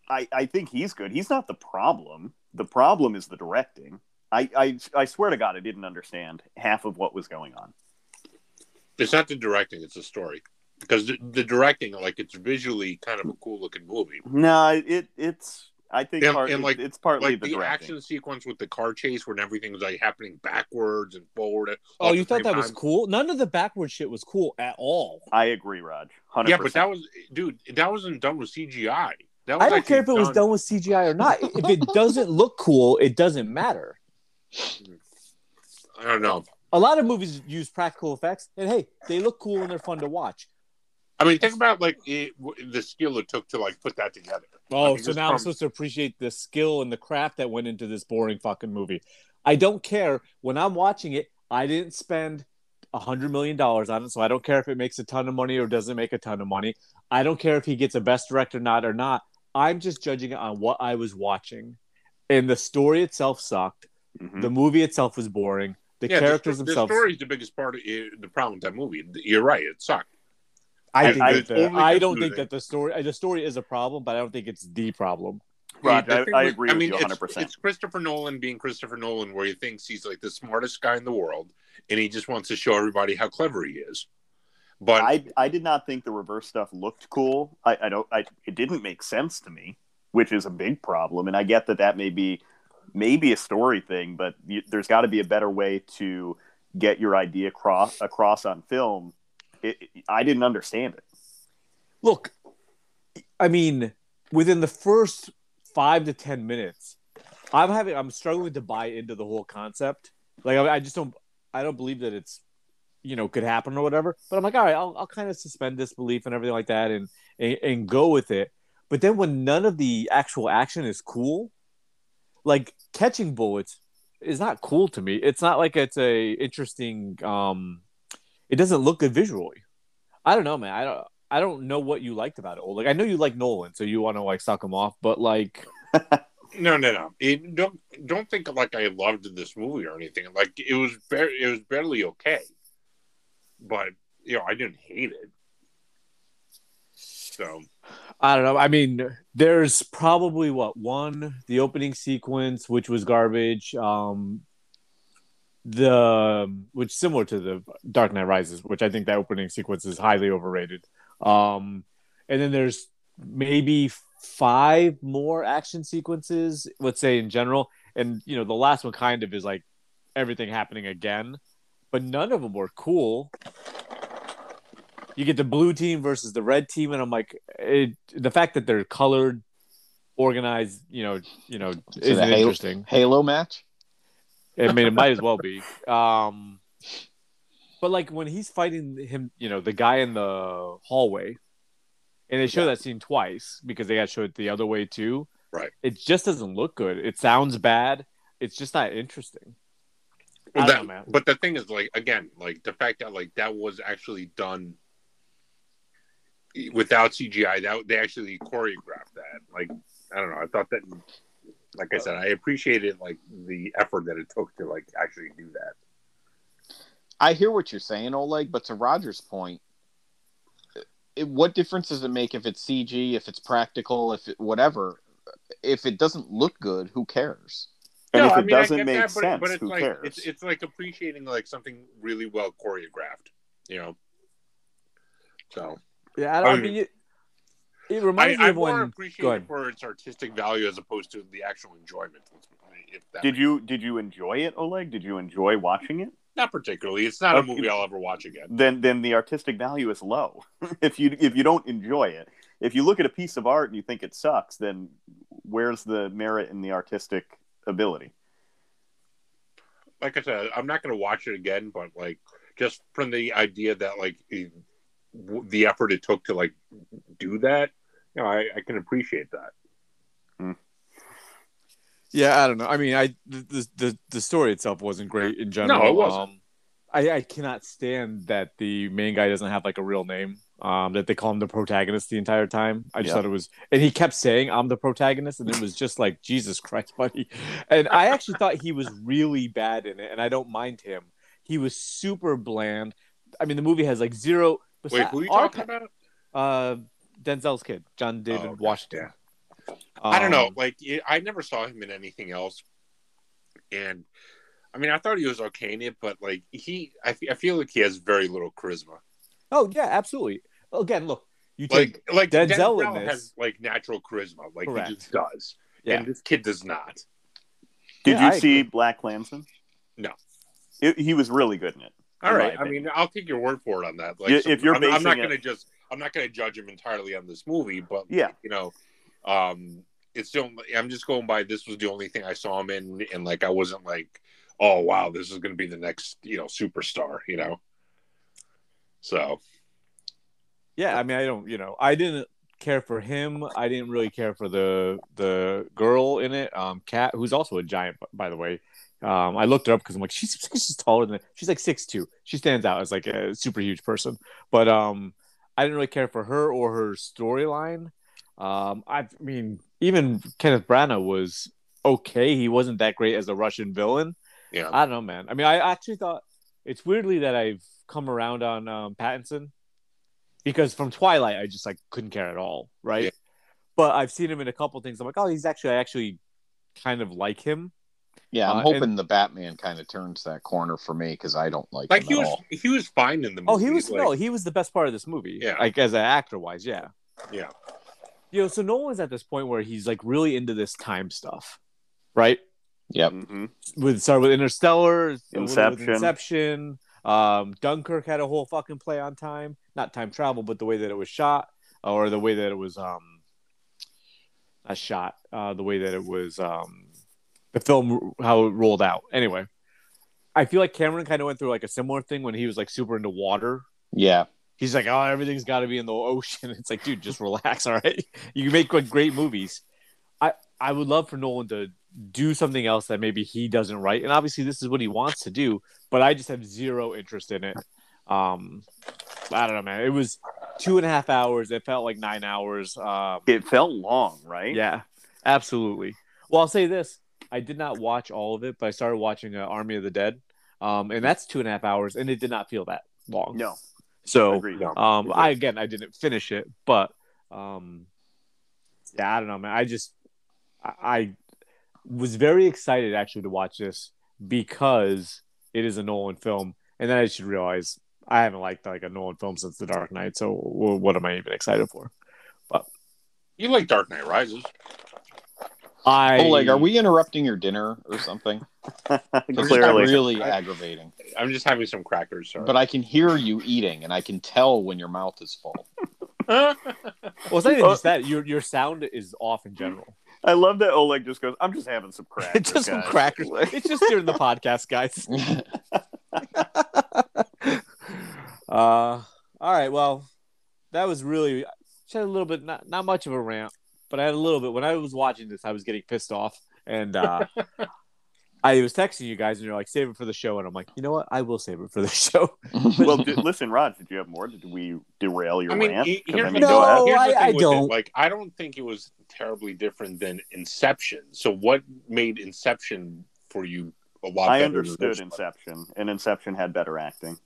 C: I I think he's good. He's not the problem. The problem is the directing. I, I I swear to God, I didn't understand half of what was going on.
E: It's not the directing; it's the story. Because the, the directing, like, it's visually kind of a cool looking movie.
C: No, it it's I think
E: And-
C: part,
E: and, like-
C: it's partly
E: Like
C: the,
E: the,
C: directing.
E: action sequence with the car chase, when everything's like happening backwards and forward. at-
A: Oh,
E: at
A: you
E: the
A: thought
E: same
A: that was
E: time.
A: cool? None of the backward shit was cool at all.
C: I agree, Raj. 100%.
E: Yeah, but that was, dude, that wasn't done with CGI. That was
A: I don't care if it
E: actually
A: was done with CGI or not. if it doesn't look cool, it doesn't matter.
E: I don't know.
A: A lot of movies use practical effects, and hey, they look cool and they're fun to watch.
E: I mean, think about like it, w- the skill it took to like put that together.
A: Oh,
E: mean,
A: so
E: just
A: now I'm
E: from-
A: supposed to appreciate the skill and the craft that went into this boring fucking movie. I don't care. When I'm watching it, I didn't spend a hundred million dollars on it, so I don't care if it makes a ton of money or doesn't make a ton of money. I don't care if he gets a best director nod or not. I'm just judging it on what I was watching. And the story itself sucked.
C: Mhm.
A: The movie itself was boring. The
E: Hmm. Yeah,
A: characters
E: the,
A: themselves.
E: The story is the biggest part of it, the problem with that movie. You're right; it sucked.
A: I
E: I-
A: think
C: I-
A: that the,
E: only
A: I don't think
E: confusing.
A: that the story the story is a problem, but I don't think it's the problem.
C: Raj,
E: The
C: I-
E: thing
C: I
E: was-
C: agree with you
E: it's-
C: 100%.
E: It's Christopher Nolan being Christopher Nolan, where he thinks he's like the smartest guy in the world, and he just wants to show everybody how clever he is. But
C: I I did not think the reverse stuff looked cool. I, I don't. I it didn't make sense to me, which is a big problem. And I get that that may be maybe a story thing, but you, there's got to be a better way to get your idea across across on film. It, it- I didn't understand it.
A: look i mean within the first five to ten minutes i'm having i'm struggling to buy into the whole concept like i, I just don't i don't believe that it's you know could happen or whatever but i'm like all right i'll, I'll kind of suspend disbelief and everything like that and, and and go with it but then when none of the actual action is cool like catching bullets is not cool to me it's not like it's a interesting um it doesn't look good visually i don't know man i don't I don't know what you liked about it. Oleg. I know you like Nolan, so you want to like suck him off, but like,
E: No, no, no. It, don't don't think like I loved this movie or anything. Like it was bar- it was barely okay, but you know I didn't hate it. So
A: I don't know. I mean, there's probably what one the opening sequence, which was garbage. Um, the um, which similar to the Dark Knight Rises, which I think that opening sequence is highly overrated. Um, and then there's maybe five more action sequences, let's say in general, and you know the last one kind of is like everything happening again, but none of them were cool. You get the blue team versus the red team, and I'm like, it, the fact that they're colored, organized, you know, you know,
B: it
A: is
B: a Halo-
A: interesting.
B: Halo match.
A: I mean, it might as well be. Um, But like when he's fighting him, you know, the guy in the hallway, and they show that scene twice because they got to show it the other way too.
E: Right.
A: It just doesn't look good. It sounds bad. It's just not interesting. I
E: Well,
A: don't
E: that-
A: know, man.
E: but the thing is, like again, like the fact that like that was actually done without CGI. That they actually choreographed that. Like I don't know. I thought that, like I said, I appreciated like the effort that it took to like actually do that.
B: I hear what you're saying, Oleg, but to Roger's point, it, what difference does it make if it's CG, if it's practical, if it, whatever? If it doesn't look good, who cares?
C: And if it
E: I mean, I
C: doesn't
E: get
C: make
E: that, but-
C: sense,
E: but it's
C: who
E: like,
C: cares?
E: It's, it's like appreciating like something really well choreographed. You know. So
A: Yeah, I don't. I
E: I
A: mean,
E: mean-
A: it, it
E: I,
A: reminds me
E: I
A: of
E: more
A: when.
E: appreciate
A: go
E: it
A: ahead.
E: for its artistic value as opposed to the actual enjoyment. If that
C: Did you did you enjoy it, Oleg? Did you enjoy watching it?
E: Not particularly. It's not a
C: Okay.
E: movie I'll ever watch again.
C: Then then the artistic value is low. if you if you don't enjoy it, if you look at a piece of art and you think it sucks, then where's the merit in the artistic ability?
E: Like I said, I'm not going to watch it again, but like just from the idea that like it- w- the effort it took to like do that, you know, I, I can appreciate that.
A: Yeah, I don't know. I mean, I the the- the, the story itself wasn't great in general.
E: No, it wasn't.
A: Um, I, I cannot stand that the main guy doesn't have like a real name. Um, that they call him the protagonist the entire time. I just
C: Yeah.
A: thought it was, and he kept saying, "I'm the protagonist," and it was just like Jesus Christ, buddy. And I actually thought he was really bad in it, and I don't mind him. He was super bland. I mean, the movie has like zero.
E: Wait, who are you
A: our-
E: talking about?
A: Uh, Denzel's kid, John David
E: okay.
A: Washington.
E: I don't know.
A: Um,
E: Like it, I never saw him in anything else, and I mean, I thought he was okay in it, but like he, I, fe- I feel like he has very little charisma.
A: Oh yeah, absolutely. Again, look, you take
E: Like like
A: Denzel
E: Denzel,
A: in this-
E: has like natural charisma, like
A: Correct.
E: he just does,
A: Yeah.
E: and this kid does not.
C: Did
A: Yeah,
C: you
A: I
C: see Black Klansman?
E: No.
C: It, he was really good in it.
E: All
C: in
E: right.
C: my
E: I mean, I'll take your word for it on that. Like,
C: Yeah, if you're
E: I'm, I'm not
C: basing it-
E: going to just, I'm not going to judge him entirely on this movie, but
C: Yeah.
E: you know, um, it's the only, I'm just going by this was the only thing I saw him in, and like I wasn't like, oh wow, this is going to be the next you know superstar, you know. So
A: yeah i mean i don't you know i didn't care for him i didn't really care for the the girl in it um cat who's also a giant b- by the way um i looked her up because i'm like she's she's taller than she's like six two she stands out as like a super huge person but um i didn't really care for her or her storyline um i mean even kenneth branagh was okay he wasn't that great as a russian villain
E: Yeah.
A: i don't know man i mean i actually thought it's weirdly that i've come around on um, pattinson because from Twilight I just like couldn't care at all, right?
E: Yeah.
A: But I've seen him in a couple things. I'm like, oh, he's actually I actually kind of like him.
B: Yeah, I'm
A: Uh,
B: hoping the Batman kind of turns that corner for me because I don't like,
E: like
B: him
E: he
B: at
E: was,
B: all.
E: he was fine in the movie.
A: Oh, he was
E: like,
A: no, he was the best part of this movie.
E: Yeah.
A: like as an actor wise, yeah,
E: Yeah.
A: You know, so Nolan's at this point where he's like really into this time stuff, right?
B: Yep.
C: Mm-hmm.
A: With start with Interstellar, a little with
C: Inception.
A: Inception. Um, Dunkirk had a whole fucking play on time, not time travel, but the way that it was shot, or the way that it was um, a shot, uh, the way that it was um, the film how it rolled out. Anyway, I feel like Cameron kind of went through like a similar thing when he was like super into water.
B: Yeah.
A: He's like, oh, everything's got to be in the ocean. It's like, dude, just relax, all right? You can make like, great movies. I I would love for Nolan to do something else that maybe he doesn't write, and obviously this is what he wants to do. But I just have zero interest in it. Um, I don't know, man. It was two and a half hours. It felt like nine hours. Um,
C: It felt long, right?
A: yeah, absolutely. Well, I'll say this: I did not watch all of it, but I started watching uh, Army of the Dead, um, and that's two and a half hours, and it did not feel that long.
C: No.
A: So,
C: Agreed.
E: no.
A: um, I again, I didn't finish it, but um, yeah, I don't know, man. I just, I, I was very excited actually to watch this because it is a Nolan film, and then I should realize I haven't liked like a Nolan film since The Dark Knight. So, w- what am I even excited for?
E: You like Dark Knight Rises?
A: I
B: Oleg, Oh, are we interrupting your dinner or something? 'Cause it's
C: Clearly.
B: really aggravating.
E: I'm just having some crackers. Sorry.
B: But I can hear you eating, and I can tell when your mouth is full.
A: Well, it's not even just that. Your your sound is off in general.
C: I love that Oleg just goes, I'm just having some crackers.
A: It's just some
C: guys."
A: crackers. It's just during the podcast, guys. Uh, all right. Well, that was really she had a little bit not not much of a rant, but I had a little bit when I was watching this. I was getting pissed off, and uh, I was texting you guys, and you're like, "Save it for the show," and I'm like, "You know what? I will save it for the show."
C: well, d- listen, Rod, did you have more? Did we derail your
F: I mean,
C: rant?
F: he-
C: 'Cause,
F: here's,
C: I
F: the,
C: mean, go ahead.
A: No,
F: here's the thing
A: I- I
F: with
A: don't.
F: It. Like, I don't think it was terribly different than Inception. So, what made Inception for you a lot?
C: I
F: better
C: understood
F: Than
C: Inception, and Inception had better acting.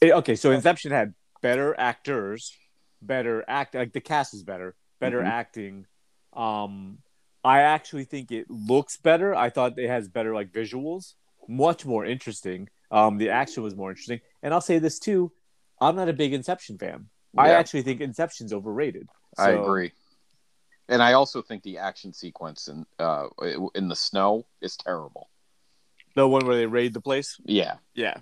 A: Eh, okay, so Inception had better actors, better act like the cast was better, better
C: Mhm.
A: acting. Um, I actually think it looks better. I thought it has better like visuals, much more interesting. Um, the action was more interesting, and I'll say this too: I'm not a big Inception fan. I
B: Yeah.
A: actually think Inception's overrated.
B: I
A: So-
B: agree. And I also think the action sequence in uh, in the snow is terrible.
A: The one where they raid the place.
B: Yeah,
A: Yeah,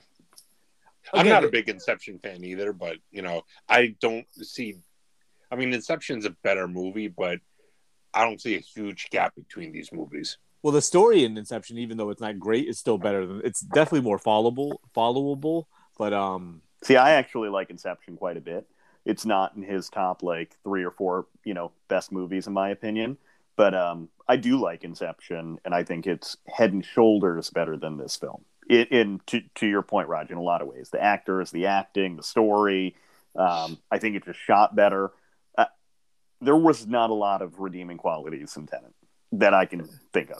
F: I'm
A: Again,
F: not a big Inception fan either, but you know, I don't see. I mean, Inception's a better movie, but I don't see a huge gap between these movies.
A: Well, the story in Inception, even though it's not great, is still better than it's definitely more followable, followable. But um,
C: See, I actually like Inception quite a bit. It's not in his top like three or four, you know, best movies in my opinion. But um, I do like Inception, and I think it's head and shoulders better than this film. It, in to, to your point, Raj, in a lot of ways, the actors, the acting, the story. Um, I think it just shot better. Uh, there was not a lot of redeeming qualities in Tenet that I can think of.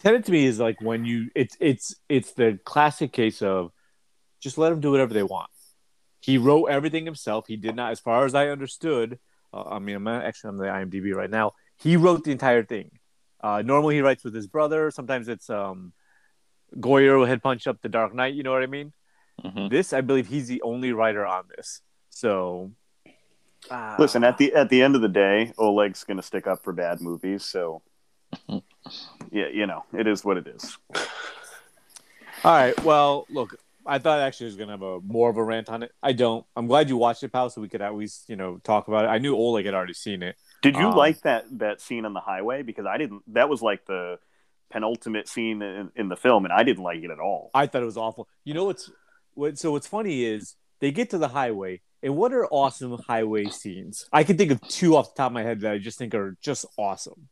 A: Tenet to me is like when you it's it's it's the classic case of just let him do whatever they want. He wrote everything himself. He did not, as far as I understood. Uh, I mean, I'm not- actually on the IMDb right now. He wrote the entire thing. Uh, normally, he writes with his brother. Sometimes it's um, Goyer had punched up the Dark Knight. You know what I mean?
B: Mm-hmm.
A: This, I believe, he's the only writer on this. So, uh,
C: Listen, at the at the end of the day, Oleg's going to stick up for bad movies, so yeah, you know, it is what it is.
A: All right. Well, look, I thought actually I was gonna have a more of a rant on it. I don't. I'm glad you watched it, pal, so we could at least you know talk about it. I knew Oleg had already seen it.
C: Did you
A: Um,
C: like that that scene on the highway? Because I didn't. That was like the penultimate scene in, in the film, and I didn't like it at all.
A: I thought it was awful. You know what's what? So what's funny is they get to the highway, and what are awesome highway scenes? I can think of two off the top of my head that I just think are just awesome.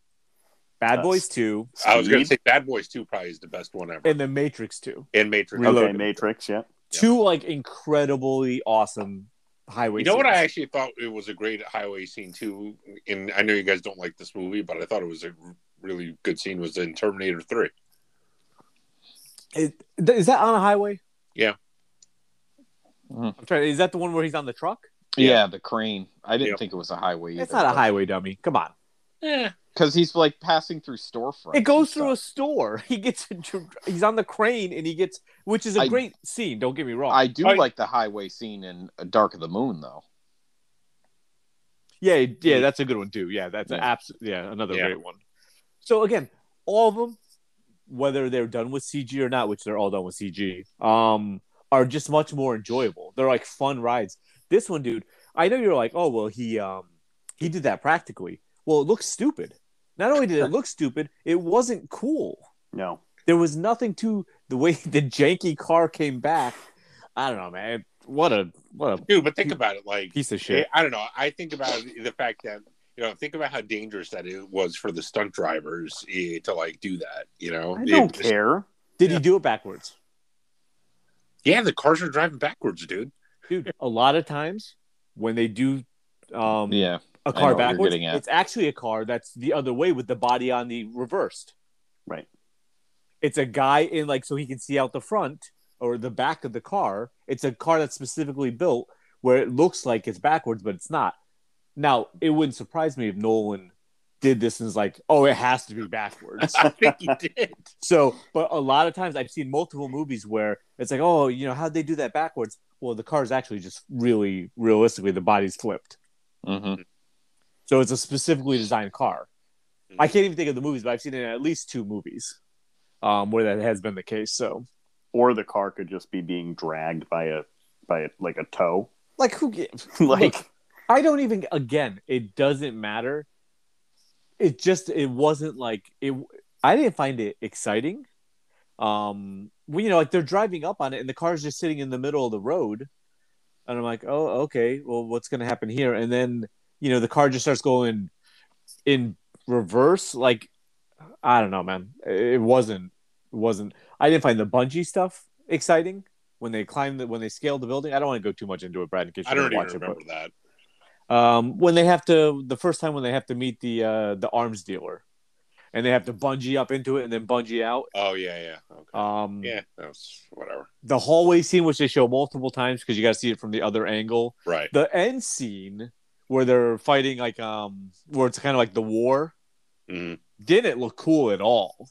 A: Bad
C: Uh,
A: Boys Two
F: I was going to
C: Speed?
F: say Bad Boys Two probably is the best one ever,
A: and The Matrix Two.
F: and Matrix.
A: Reloaded.
C: Okay, Matrix. Yeah,
F: Yeah.
A: Two like incredibly awesome highway.
F: You know what? I
A: scenes.
F: actually thought it was a great highway scene too. And I know you guys don't like this movie, but I thought it was a really good scene. Was in Terminator Three?
A: Is, is that on a highway?
F: Yeah.
B: Mhm.
A: I'm trying. Is that the one where he's on the truck?
B: Yeah, the crane. I didn't
F: Yeah.
B: think it was a highway. Either,
A: It's not a highway dummy. Come on.
F: Yeah,
B: because he's like passing through storefronts.
A: It goes
B: and
A: through a
B: stuff.
A: store. He gets a, dr- he's on the crane and he gets which is a
B: I-
A: great scene, don't get me wrong.
B: I do
F: I-
B: like the highway scene in uh, Dark of the Moon, though.
A: yeah, yeah, that's a good one too. Yeah, that's
B: Yeah.
A: absolutely yeah, another
F: Yeah.
A: great one. So again, all of them whether they're done with CG or not, which they're all done with CG, um are just much more enjoyable. They're like fun rides. This one dude, I know you're like, "Oh, well, he um he did that practically." Well, it looks stupid. Not only did it look stupid, it wasn't cool.
C: no,
A: there was nothing to the way the janky car came back. I don't know, man. What a what a
F: dude. But think about it. Like
A: piece of shit.
F: I don't know. I think about the fact that you know, think about how dangerous that it was for the stunt drivers eh, to like do that. You know,
C: I don't
F: It-
C: care.
A: Did he do it backwards,
F: yeah, the cars are driving backwards, dude.
A: dude? A lot of times when they do um,
B: Yeah,
A: a
B: know what
A: car
B: you're
A: backwards,
B: getting at.
A: it's actually a car that's the other way with the body on the reversed.
C: Right.
A: It's a guy in like so he can see out the front or the back of the car. It's a car that's specifically built where it looks like it's backwards, but it's not. Now, it wouldn't surprise me if Nolan did this and is like, oh, it has to be backwards.
F: I think he did.
A: So, but a lot of times I've seen multiple movies where it's like, oh, you know, how'd they do that backwards? Well, the car's actually just really realistically the body's flipped.
B: hmm
A: mm-hmm. So it's a specifically designed car. I can't even think of the movies, but I've seen it in at least two movies um, where that has been the case. So,
C: Or the car could just be being dragged by a by a, like a toe.
A: like, who? gi-
C: like
A: I don't even. Again, it doesn't matter. It just it wasn't like it. I didn't find it exciting. Um, well, you know, like they're driving up on it, and the car's just sitting in the middle of the road. and I'm like, oh, okay. Well, what's going to happen here? And then you know the car just starts going in reverse. Like I don't know, man. It wasn't. It wasn't. I didn't find the bungee stuff exciting when they climbed the, when they scaled the building. I don't want to go too much into it, Brad. In case you
E: I don't
A: didn't
E: even
A: watch it, but-
E: remember that.
A: um, when they have to the first time when they have to meet the uh, the arms dealer, and they have to bungee up into it and then bungee out.
E: Oh yeah, yeah. Okay.
A: Um,
E: yeah, that was whatever.
A: The hallway scene, which they show multiple times because you got to see it from the other angle.
E: Right.
A: The end scene where they're fighting, like um, where it's kind of like the war,
F: Mm-hmm.
E: Mhm.
A: didn't look cool at all.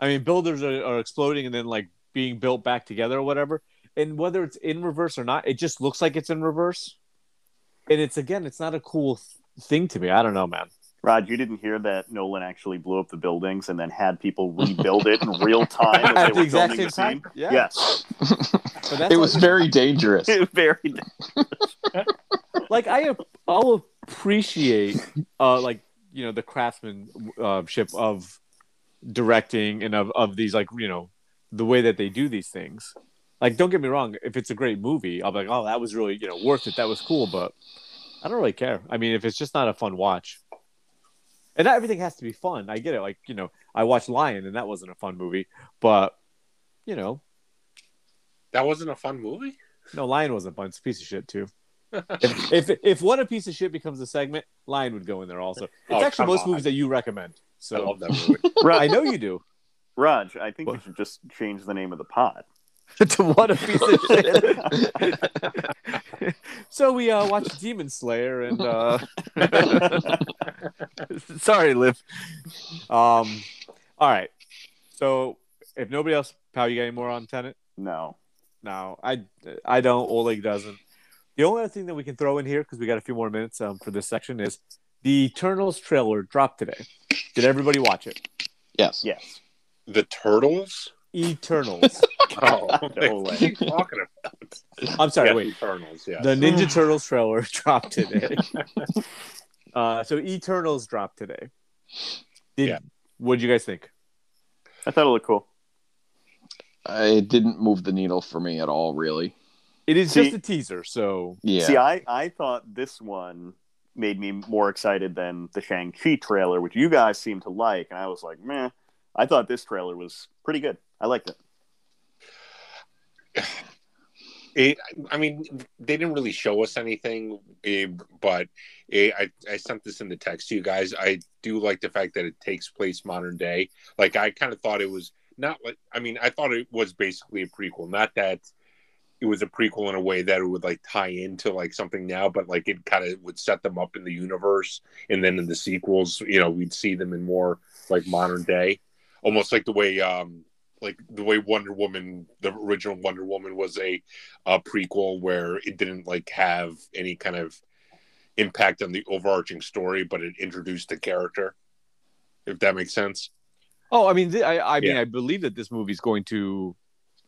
A: I mean, builders are, are exploding and then like being built back together or whatever. And whether it's in reverse or not, it just looks like it's in reverse. And it's again, it's not a cool th- thing to me. I don't know, man.
C: Rod, you didn't hear that Nolan actually blew up the buildings and then had people rebuild it in real time as they
A: At the
C: were
A: exact
C: filming
A: same
C: the
A: time.
C: scene.
A: Yeah.
C: Yes,
A: But that's
B: it was very dangerous.
C: very.
A: like I I'll appreciate uh like you know the craftsmanship of directing and of of these like you know the way that they do these things. Like don't get me wrong, if it's a great movie, I'll be like, "Oh, that was really, you know, worth it. That was cool," but I don't really care. I mean, if it's just not a fun watch. And not everything has to be fun. I get it. Like, you know, I watched Lion and that wasn't a fun movie, but you know,
E: That wasn't a fun movie.
A: no, Lion wasn't fun. It's a piece of shit too. if, if if what a piece of shit becomes a segment, Lion would go in there also. It's
E: Oh,
A: actually
E: come
A: most
E: on.
A: movies that you recommend.
E: I
A: So
E: love that movie.
A: I
C: Raj,
A: know you do.
C: Raj, I think we
A: What?
C: should just change the name of the pod.
A: to what a piece of shit. so we uh, watched Demon Slayer and uh... sorry, Liv. Um, all right. So if nobody else, pal, you got any more on Tenant?
C: No,
A: No, I I don't. Oleg doesn't. The only other thing that we can throw in here because we got a few more minutes um, for this section is the Eternals trailer dropped today. Did everybody watch it?
B: Yes.
C: yes,
E: the Turtles.
A: Eternals.
E: Oh,
C: No way.
E: what are you talking about?
A: I'm sorry.
E: Yeah,
A: wait.
E: the Turtles. Yeah.
A: The Ninja Turtles trailer dropped today. uh, so Eternals dropped today. Did,
E: Yeah.
A: What do you guys think?
C: I thought it looked cool.
B: Uh, It didn't move the needle for me at all, really.
A: It is
C: See-
A: just a teaser, so
B: Yeah.
C: See, I, I thought this one made me more excited than the Shang Chi trailer, which you guys seem to like, and I was like, meh. I thought this trailer was pretty good. I liked it.
E: It, I mean, they didn't really show us anything, eh, but eh, I, I sent this in the text to you guys. I do like the fact that it takes place modern day. Like, I kind of thought it was not like, I mean, I thought it was basically a prequel. Not that it was a prequel in a way that it would like tie into like something now, but like it kind of would set them up in the universe. And then in the sequels, you know, we'd see them in more like modern day, almost like the way, um, like the way Wonder Woman, the original Wonder Woman was a a prequel where it didn't like have any kind of impact on the overarching story, but it introduced the character. If that makes sense.
A: Oh, I mean, th- I, I mean,
E: Yeah.
A: I believe that this movie's going to,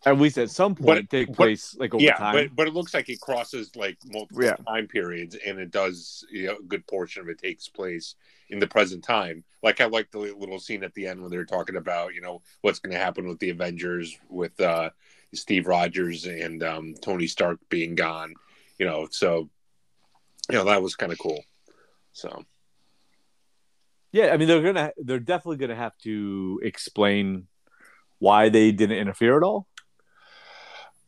A: at least at some point, take
E: but-
A: place like over
E: yeah,
A: time.
E: but but it looks like it crosses like multiple
A: Yeah.
E: time periods, and it does. You know, a good portion of it takes place in the present time. Like I like the little scene at the end when they're talking about you know what's going to happen with the Avengers with uh, Steve Rogers and um, Tony Stark being gone. You know, so you know that was kind of cool. So
A: Yeah, I mean they're gonna they're definitely gonna have to explain why they didn't interfere at all.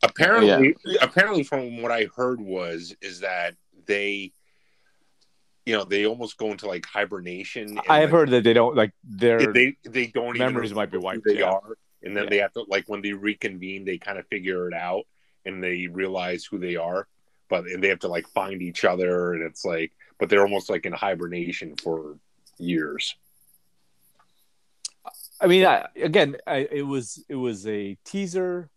E: apparently apparently from what i heard was is that they you know they almost go into like hibernation and,
A: I have
E: like,
A: heard that they don't like their
E: they they don't
A: memories
E: even
A: might be
E: who
A: wiped,
E: they
A: yeah.
E: are and then
A: Yeah.
E: they have to like when they reconvene they kind of figure it out and they realize who they are but and they have to like find each other and it's like but they're almost like in hibernation for years
A: I mean, I, again, I, it was it was a teaser.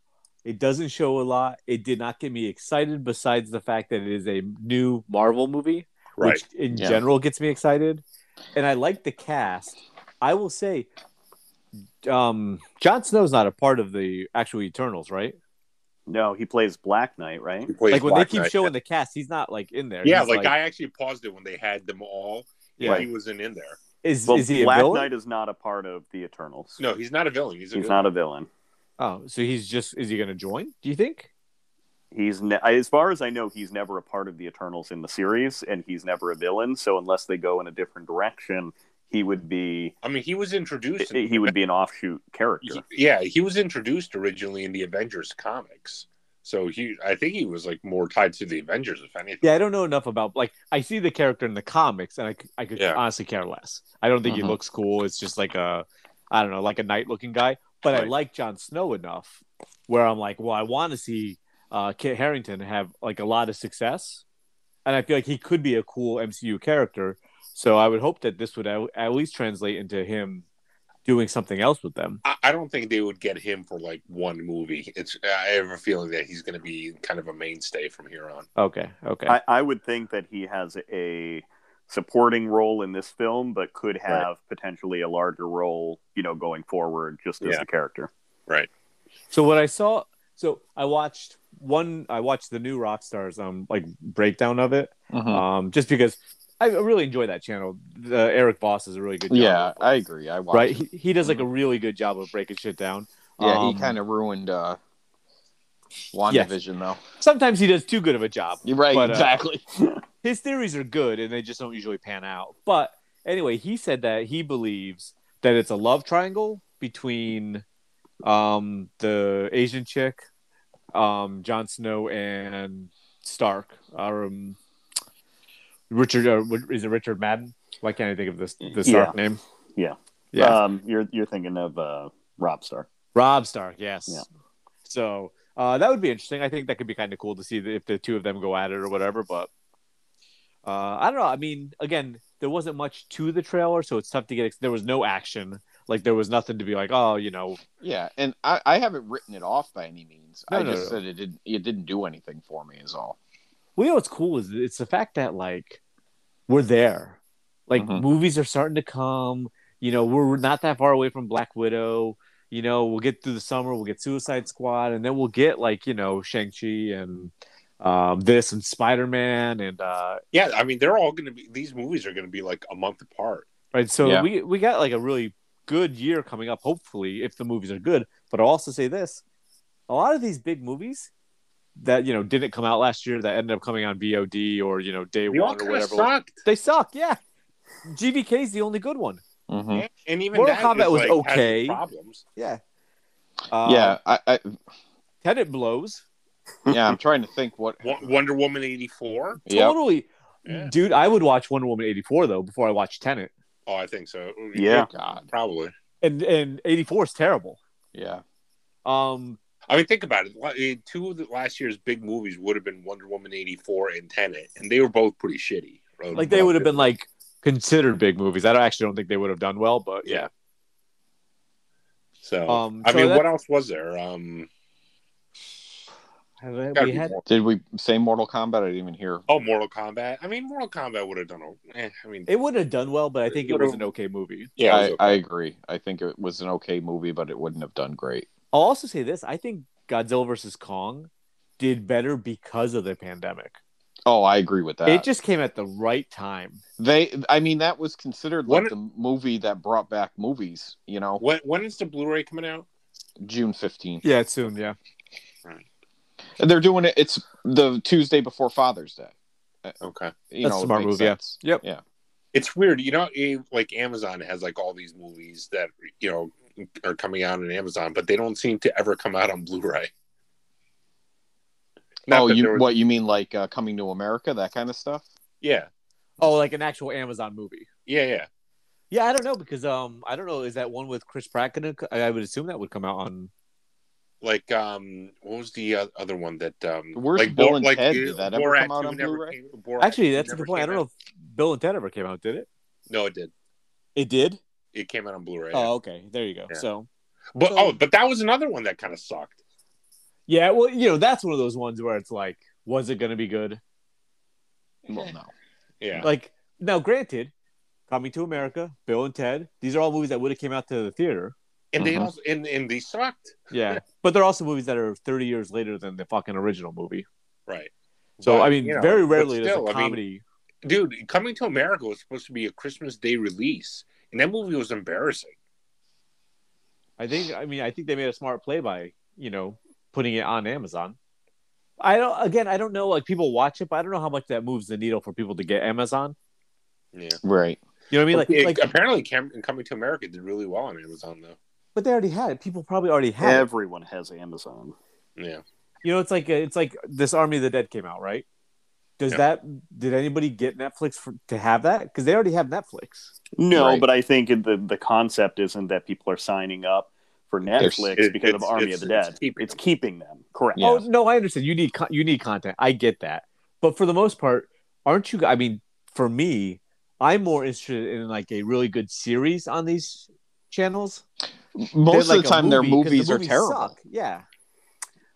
A: It doesn't show a lot. It did not get me excited, besides the fact that it is a new Marvel movie,
E: right
A: which in
B: Yeah.
A: general gets me excited. And I like the cast. I will say, um, Jon Snow's not a part of the actual Eternals, right?
C: No, he plays Black Knight, right?
E: He plays
A: like when
E: Black
A: they keep
E: Knight.
A: showing the cast, he's not like in there.
E: yeah
A: He's,
E: like, i actually paused it when they had them all yeah he wasn't in there
A: is
C: Well,
A: is he a
C: Black
A: villain?
C: Knight is not a part of the Eternals.
E: no he's not a villain he's a
C: he's
E: villain.
C: not a villain.
A: Oh, so he's just is he going to join? Do you think?
C: He's ne- I- as far as I know, he's never a part of the Eternals in the series, and he's never a villain. So unless they go in a different direction, he would be
E: I mean, he was introduced. in-
C: he would be an offshoot character.
E: He- yeah, he was introduced originally in the Avengers comics. So he, I think he was like more tied to the Avengers, if anything.
A: Yeah, I don't know enough about like I see the character in the comics, and I, c- I could
E: Yeah.
A: honestly care less. I don't think
B: Mhm.
A: he looks cool. It's just like a I don't know, like a knight looking guy. But I
E: Right.
A: like Jon Snow enough where I'm like, well, I want to see uh, Kit Harrington have like a lot of success, and I feel like he could be a cool MCU character. So I would hope that this would at at least translate into him doing something else with them.
E: I, I don't think they would get him for like one movie. It's I have a feeling that he's going to be kind of a mainstay from here on.
A: Okay, okay,
C: I, I would think that he has a supporting role in this film, but could have potentially a larger role, you know, going forward, just as
E: Yeah.
C: the character.
A: So what I saw, so I watched one. I watched the new Rockstars um like breakdown of it,
B: Mm-hmm. Hmm.
A: um just because I really enjoy that channel. The Eric Boss is a really good. Job
B: Yeah,
A: of-
B: I agree. I watched.
A: right.
B: it.
A: He, he does like a really good job of breaking shit down.
B: Yeah,
A: Um,
B: he kind of ruined uh, WandaVision, though.
A: sometimes he does too good of a job.
B: You're right,
A: But, uh,
B: exactly.
A: his theories are good and they just don't usually pan out. But anyway, he said that he believes that it's a love triangle between um, the Asian chick, um, Jon Snow, and Stark. Or, um, Richard uh, what- is it Richard Madden? Why can't I think of this the Stark name?
C: Yeah.
A: yeah.
C: Um, you're you're thinking of uh, Rob Star.
A: Rob Stark, yes.
C: Yeah.
A: So uh, that would be interesting. I think that could be kind of cool to see if the two of them go at it or whatever. But uh, I don't know. I mean, again, there wasn't much to the trailer, so it's tough to get. There was no action. Like there was nothing to be like, oh, you know,
B: Yeah, and I, I haven't written it off by any means.
A: No,
B: I
A: no,
B: just
A: no.
B: said it didn't. It didn't do anything for me, is all.
A: well, you know what's cool is it's the fact that like we're there. Like
B: Mhm.
A: movies are starting to come. You know, we're not that far away from Black Widow. You know, we'll get through the summer, we'll get Suicide Squad, and then we'll get like, you know, Shang-Chi and um, this and Spider-Man and uh
E: Yeah, I mean, they're all going to be. These movies are going to be like a month apart.
A: right. So
B: Yeah.
A: we we got like a really good year coming up, hopefully, if the movies are good. But I'll also say this a lot of these big movies that you know didn't come out last year that ended up coming on VOD or you know day
E: They all
A: one or
E: kind of
A: whatever
E: sucked.
A: They suck, yeah. GBK is the only good one.
B: Mm-hmm.
E: And- And even
A: Mortal
E: that
A: Kombat
E: is,
A: was
E: like, has its
A: okay.
E: Problems.
A: Yeah. Uh,
B: yeah, I, I,
A: Tenet blows.
B: yeah. I'm trying to think what.
E: Wo- Wonder Woman eighty four.
B: Yep.
A: Totally.
E: Yeah.
A: Dude, I would watch Wonder Woman 84, though, before I watch Tenet.
E: Oh, I think so.
C: Yeah.
B: God.
E: probably.
A: And and 84 is terrible.
B: Yeah.
A: Um,
E: I mean, think about it. Li- Two of the last year's big movies would have been Wonder Woman eighty four and Tenet, and they were both pretty shitty.
A: Like, they would have been, like, considered big movies. I don't, actually don't think they would have done well, but
E: Yeah. So
A: Um,
E: I
A: so
E: mean, what
A: that's-
E: else was there? Um, gotta
A: We
E: be
A: had,
E: more-
B: Did we say Mortal Kombat? I didn't even hear.
E: oh, Mortal Kombat. I mean, Mortal Kombat would have done. A, eh, I mean,
A: it would have done well, but I think it was an okay movie.
E: yeah, it was
B: I,
E: okay.
B: I agree. I think it was an okay movie, but it wouldn't have done great.
A: I'll also say this I think Godzilla versus Kong did better because of the pandemic.
B: Oh, I agree with that.
A: It just came at the right time.
B: They, I mean, that was considered like
E: What-
B: the movie that brought back movies. You know,
E: when when is the Blu-ray coming out?
B: June fifteenth.
A: Yeah, it's soon, yeah.
B: They're doing it. It's the Tuesday before Father's Day.
E: Okay,
B: You
A: That's
B: know,
A: a smart
B: it makes
A: move, yeah.
B: sense.
A: Yep.
B: Yeah.
E: it's weird. You know, eh, like Amazon has like all these movies that you know are coming out on Amazon, but they don't seem to ever come out on Blu-ray. Not
B: oh,
E: that
B: you
E: there was-
B: what you mean like uh, Coming to America, that kind of stuff?
E: Yeah,
A: Oh, like an actual Amazon movie.
E: yeah, yeah.
A: Yeah, I don't know because um, I don't know. Is that one with Chris Pratt gonna? I I would assume that would come out on.
E: Like um, what was the uh, other one that um,
B: Where's
E: like
B: Bill
E: Bor-
B: and
E: like,
B: Ted?
E: eh,
B: Did that ever
E: Borat
B: come out
E: 2
B: on
E: never
B: Blu-ray?
E: came- Borat
A: Actually,
E: 2
A: that's a
E: never
A: good point. I
E: came
A: don't
E: out.
A: know if Bill and Ted ever came out, did it?
E: No, it did.
A: It did.
E: It came out on Blu-ray. yeah.
A: Oh, okay. There you go.
E: Yeah.
A: So
E: But
A: So-
E: oh, but that was another one that kind of sucked.
A: yeah, well, you know, that's one of those ones where it's like, was it gonna be good?
B: Well, no.
E: Yeah,
A: Like now, granted, Coming to America, Bill and Ted, these are all movies that would have came out to the theater.
E: and they
B: Mhm.
E: also and, and they sucked.
A: Yeah, but they're also movies that are thirty years later than the fucking original movie.
E: Right.
A: So
E: But,
A: I mean,
E: you know,
A: very
E: but
A: rarely
E: still,
A: does
E: I
A: a
E: mean,
A: comedy.
E: dude, Coming to America was supposed to be a Christmas Day release, and that movie was embarrassing.
A: I think. I mean, I think they made a smart play by you know putting it on Amazon. I don't. Again, I don't know. Like people watch it, but I don't know how much that moves the needle for people to get Amazon.
F: Yeah.
B: Right.
A: You know what I mean? Like,
F: It-
A: like,
F: apparently, Cam- Coming to America did really well on Amazon, though.
A: but they already had it. People probably already had it.
C: Everyone has Amazon.
F: Yeah.
A: You know, it's like it's like this Army of the Dead came out, right? Does
F: Yeah.
A: that did anybody get Netflix for, to have that? Because they already have Netflix.
C: No,
B: Right.
C: but I think the the concept isn't that people are signing up for Netflix
F: it-
C: because of
F: it's-
C: Army
F: it's-
C: of the
F: it's
C: Dead.
F: keeping
C: it's
F: them.
C: keeping them. Correct.
B: Yeah.
A: Oh no, I understand. You need con- you need content. I get that. But for the most part, aren't you? I mean, for me, I'm more interested in like a really good series on these channels. than,
B: Most
A: like,
B: of
A: a
B: the time, their
A: movie, 'cause the
B: movies are terrible.
A: suck. Yeah,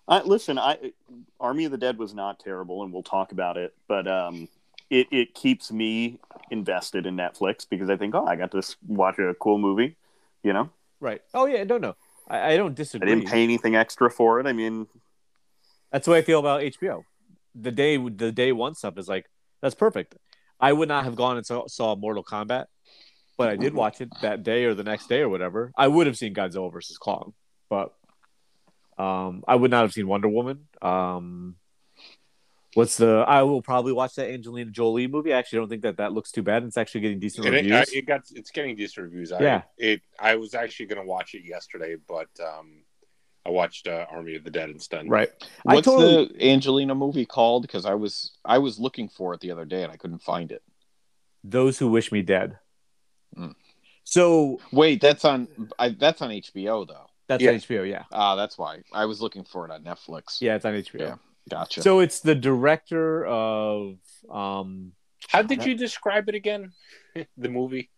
C: I, listen, I Army of the Dead was not terrible, and we'll talk about it. But um, it it keeps me invested in Netflix because I think, oh, I got to s- watch a cool movie. You know,
A: right. Oh yeah, no, no, I, I don't
C: I
A: disagree.
C: didn't pay anything extra for it. I mean,
A: That's the way I feel about HBO. The day the day one stuff is like that's perfect. I would not have gone and saw, saw Mortal Kombat, but I did watch it that day or the next day or whatever. I would have seen Godzilla versus Kong, but um, I would not have seen Wonder Woman. Um, what's the? I will probably watch that Angelina Jolie movie. I actually don't think that that looks too bad. It's actually getting decent
F: And it,
A: reviews.
F: I, it got it's getting decent reviews. I,
A: Yeah.
F: It. I was actually going to watch it yesterday, but um, I watched uh, Army of the Dead instead.
A: right. I
B: What's
A: totally-
B: the Angelina movie called? Because I was I was looking for it the other day and I couldn't find it.
A: Those who wish me dead.
B: Mm.
A: So
B: Wait, that's on I, that's on HBO though.
A: that's
F: Yeah.
A: on HBO. Yeah,
B: Ah, that's why I was looking for it on Netflix.
A: yeah, it's on HBO.
B: Yeah. Gotcha.
A: So it's the director of um
F: How did you describe it again? the movie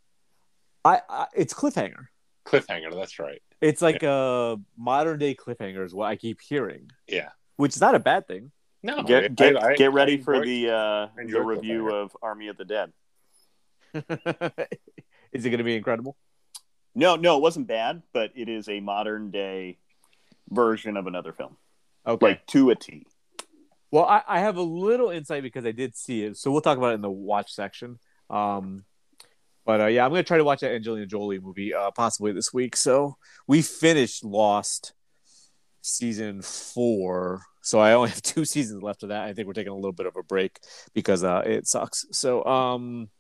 A: I, I it's cliffhanger.
F: cliffhanger. That's right.
A: It's like a modern day cliffhanger is what I keep hearing,
F: Yeah.
A: which is not a bad thing.
F: No. I-
C: get get,
F: I- I-
C: get ready
F: I
C: for
F: enjoyed-
C: the uh,
F: I
C: the
F: enjoyed
C: review
F: Cliffhanger.
C: of Army of the Dead.
A: is it going to be incredible?
C: No, no, it wasn't bad, but it is a modern day version of another film,
A: Okay.
C: like to a T.
A: well, I, I have a little insight because I did see it, so we'll talk about it in the watch section. Um, but uh, yeah, I'm going to try to watch that Angelina Jolie movie uh, possibly this week. So we finished Lost season four. So I only have two seasons left of that. I think we're taking a little bit of a break because uh, it sucks. So, um,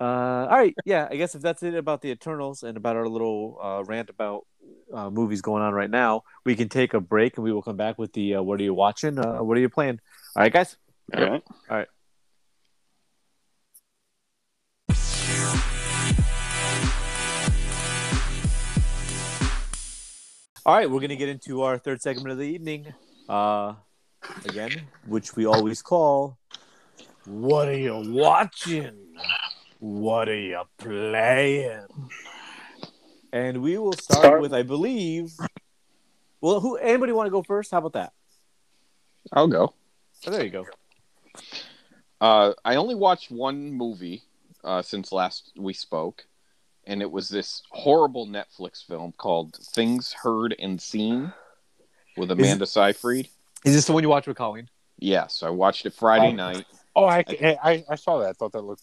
A: uh, all right, yeah, I guess if that's it about the Eternals and about our little uh, rant about uh, movies going on right now, we can take a break and we will come back with the uh, what are you watching? Uh, what are you playing? All right, guys.
C: All right.
A: All right, we're gonna get into our third segment of the evening, uh, again, which we always call "What are you watching? What are you playing?" And we will start,
F: Start.
A: with, I believe. Well, who? Anybody want to go first? How about that?
B: I'll go.
A: Oh, there you go.
B: Uh, I only watched one movie uh, since last we spoke, and it was this horrible Netflix film called Things Heard and Seen with Amanda Seyfried.
A: Is this the one you watch with Colleen?
B: Yes, I watched it
F: Oh.
B: Friday night.
E: Oh, I, I I saw that. I thought that looked.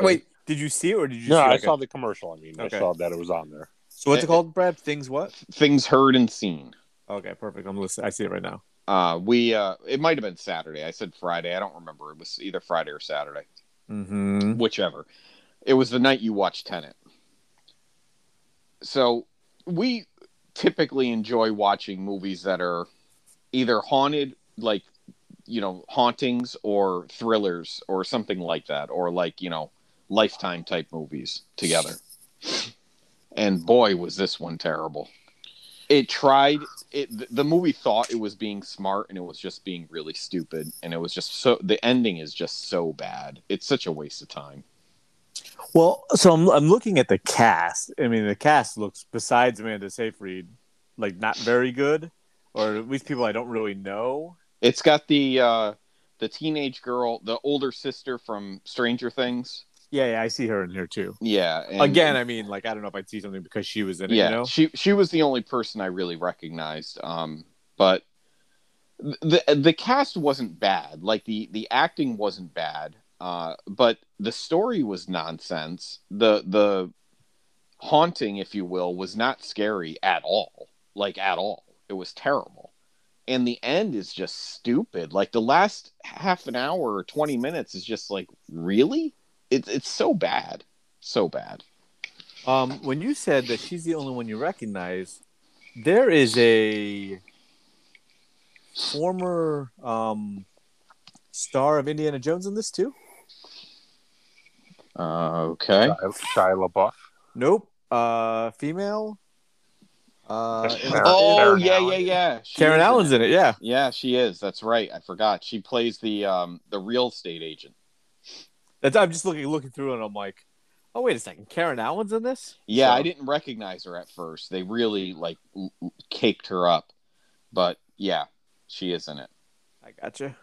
A: Wait, did you see it or did you?
E: no,
A: see
E: I
A: like a-
E: saw the commercial. I mean,
A: Okay.
E: I saw that it was on there.
A: So what's it called, Brad? Things what?
B: Things Heard and Seen.
A: Okay, perfect. I'm listening. I see it right now.
B: Uh, we uh, it might have been Saturday. I said Friday. I don't remember. It was either Friday or Saturday.
A: Mm-hmm.
B: whichever. It was the night you watched Tenet. So we typically enjoy watching movies that are either haunted, like you know, hauntings or thrillers or something like that, or like you know, lifetime type movies together. And boy, was this one terrible! It tried it. th- The movie thought it was being smart, and it was just being really stupid. And it was just so. The ending is just so bad. It's such a waste of time.
A: Well, so I'm I'm looking at the cast. I mean, the cast looks besides Amanda Seyfried, like not very good, or at least people I don't really know.
B: It's got the uh, the teenage girl, the older sister from Stranger Things.
A: Yeah, yeah, I see her in here too.
B: Yeah. and-
A: Again, I mean, like I don't know if I'd see something because she was in it.
B: yeah.
A: You know?
B: She she was the only person I really recognized. Um, but the the cast wasn't bad. Like the the acting wasn't bad. Uh, but the story was nonsense. The the haunting, if you will, was not scary at all. Like at all. It was terrible. and the end is just stupid. Like the last half an hour or 20 minutes is just like, really? It, it's so bad. So bad.
A: Um, when you said that she's the only one you recognize, there is a former um, star of Indiana Jones in this too.
B: Uh, okay.
E: Shia, Shia LaBeouf.
A: Nope. Uh, female. Uh,
E: That's
A: in-
E: Karen-
B: oh,
E: Karen
B: yeah,
E: Allen.
B: yeah, yeah. She
A: Karen
B: is in
A: Allen's
B: it.
A: in it. Yeah.
B: Yeah, she is. That's right. I forgot. She plays the um the real estate agent.
A: That's, I'm just looking looking through, and I'm like, oh wait a second, Karen Allen's in this.
B: Yeah,
A: So-
B: I didn't recognize her at first. They really like l- l- caked her up, but yeah, she is in it.
A: I gotcha.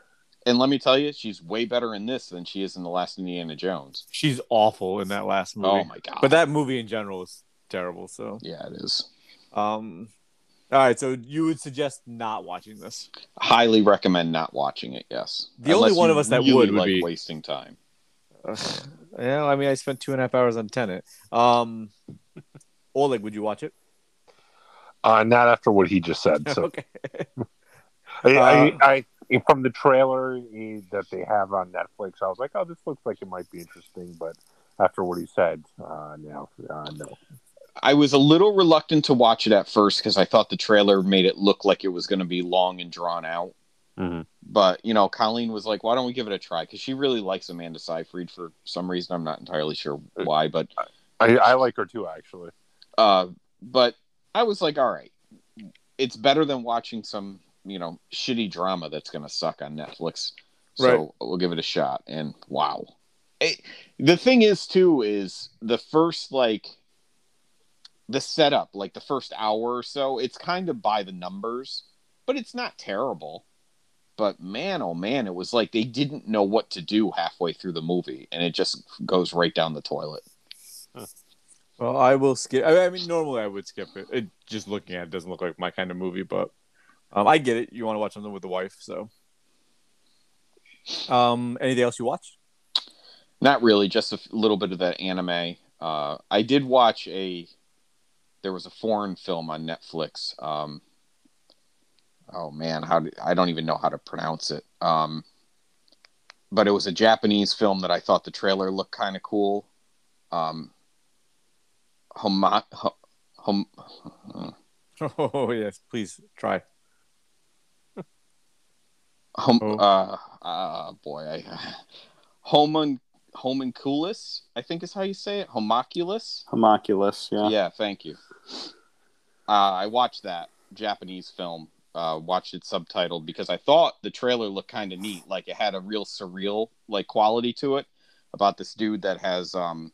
B: And let me tell you, she's way better in this than she is in the last Indiana Jones.
A: She's awful in that last movie.
B: Oh my god!
A: But that movie in general is terrible. So,
B: yeah, it is
A: um, all right. So you would suggest not watching this?
B: highly recommend not watching it. Yes,
A: The only
B: Unless
A: one
B: you
A: of us that
B: really
A: would would
B: like
A: be-
B: wasting time.
A: yeah. I mean, I spent two and a half hours on Tenet. Um, Oleg, would you watch it?
E: Uh, not after what he just said. So
A: okay.
E: I,
A: Uh,
E: I, I, from the trailer eh, that they have on Netflix, I was like, "Oh, this looks like it might be interesting," but after what he said, uh, now uh, no.
B: I was a little reluctant to watch it at first because I thought the trailer made it look like it was going to be long and drawn out.
E: Mhm.
B: But you know, Colleen was like, "Why don't we give it a try?" Because she really likes Amanda Seyfried for some reason. I'm not entirely sure why, but
E: I, I like her too, actually.
B: uh, but I was like, "All right, it's better than watching some you know shitty drama that's going to suck on Netflix." So
A: Right.
B: we'll give it a shot. And wow, It- the thing is too is the first like the setup like the first hour or so it's kind of by the numbers but it's not terrible but man oh man it was like they didn't know what to do halfway through the movie and it just goes right down the toilet
A: Well, I will skip. I I mean, normally I would skip it. it. Just looking at it doesn't look like my kind of movie, but um, I get it. You want to watch something with the wife, so. Um, anything else you watch?
B: not really just a f- little bit of that anime uh, i did watch a there was a foreign film on netflix um, oh man how did, i don't even know how to pronounce it um, but it was a japanese film that i thought the trailer looked kind of cool um, Homa, ho, hom,
A: Oh yes, please try.
B: hom,
A: Oh.
B: uh, uh, boy i homon homunculus i think is how you say it homunculus
C: Homoculus, yeah.
B: Yeah, thank you. Uh, I watched that Japanese film. Uh, watched it subtitled because I thought the trailer looked kind of neat. Like it had a real surreal like quality to it about this dude that has um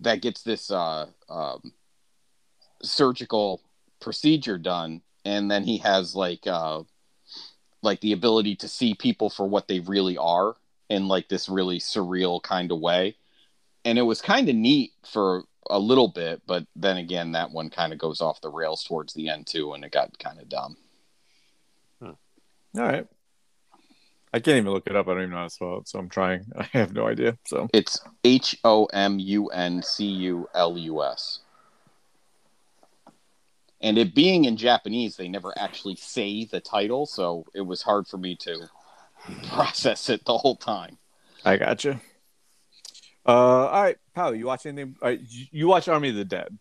B: that gets this uh um surgical procedure done, and then he has like uh like the ability to see people for what they really are in like this really surreal kind of way. And it was kind of neat for a little bit, but then again, that one kind of goes off the rails towards the end too, and it got kind of dumb.
A: All right. I can't even look it up. I don't even know how to spell it, so I'm trying. I have no idea. So
B: It's H O M U N C U L U S. And it being in Japanese, they never actually say the title, so it was hard for me to process it the whole time.
A: I gotcha. Uh, all right, Powell, you watch anything? Uh, you you watch Army of the Dead?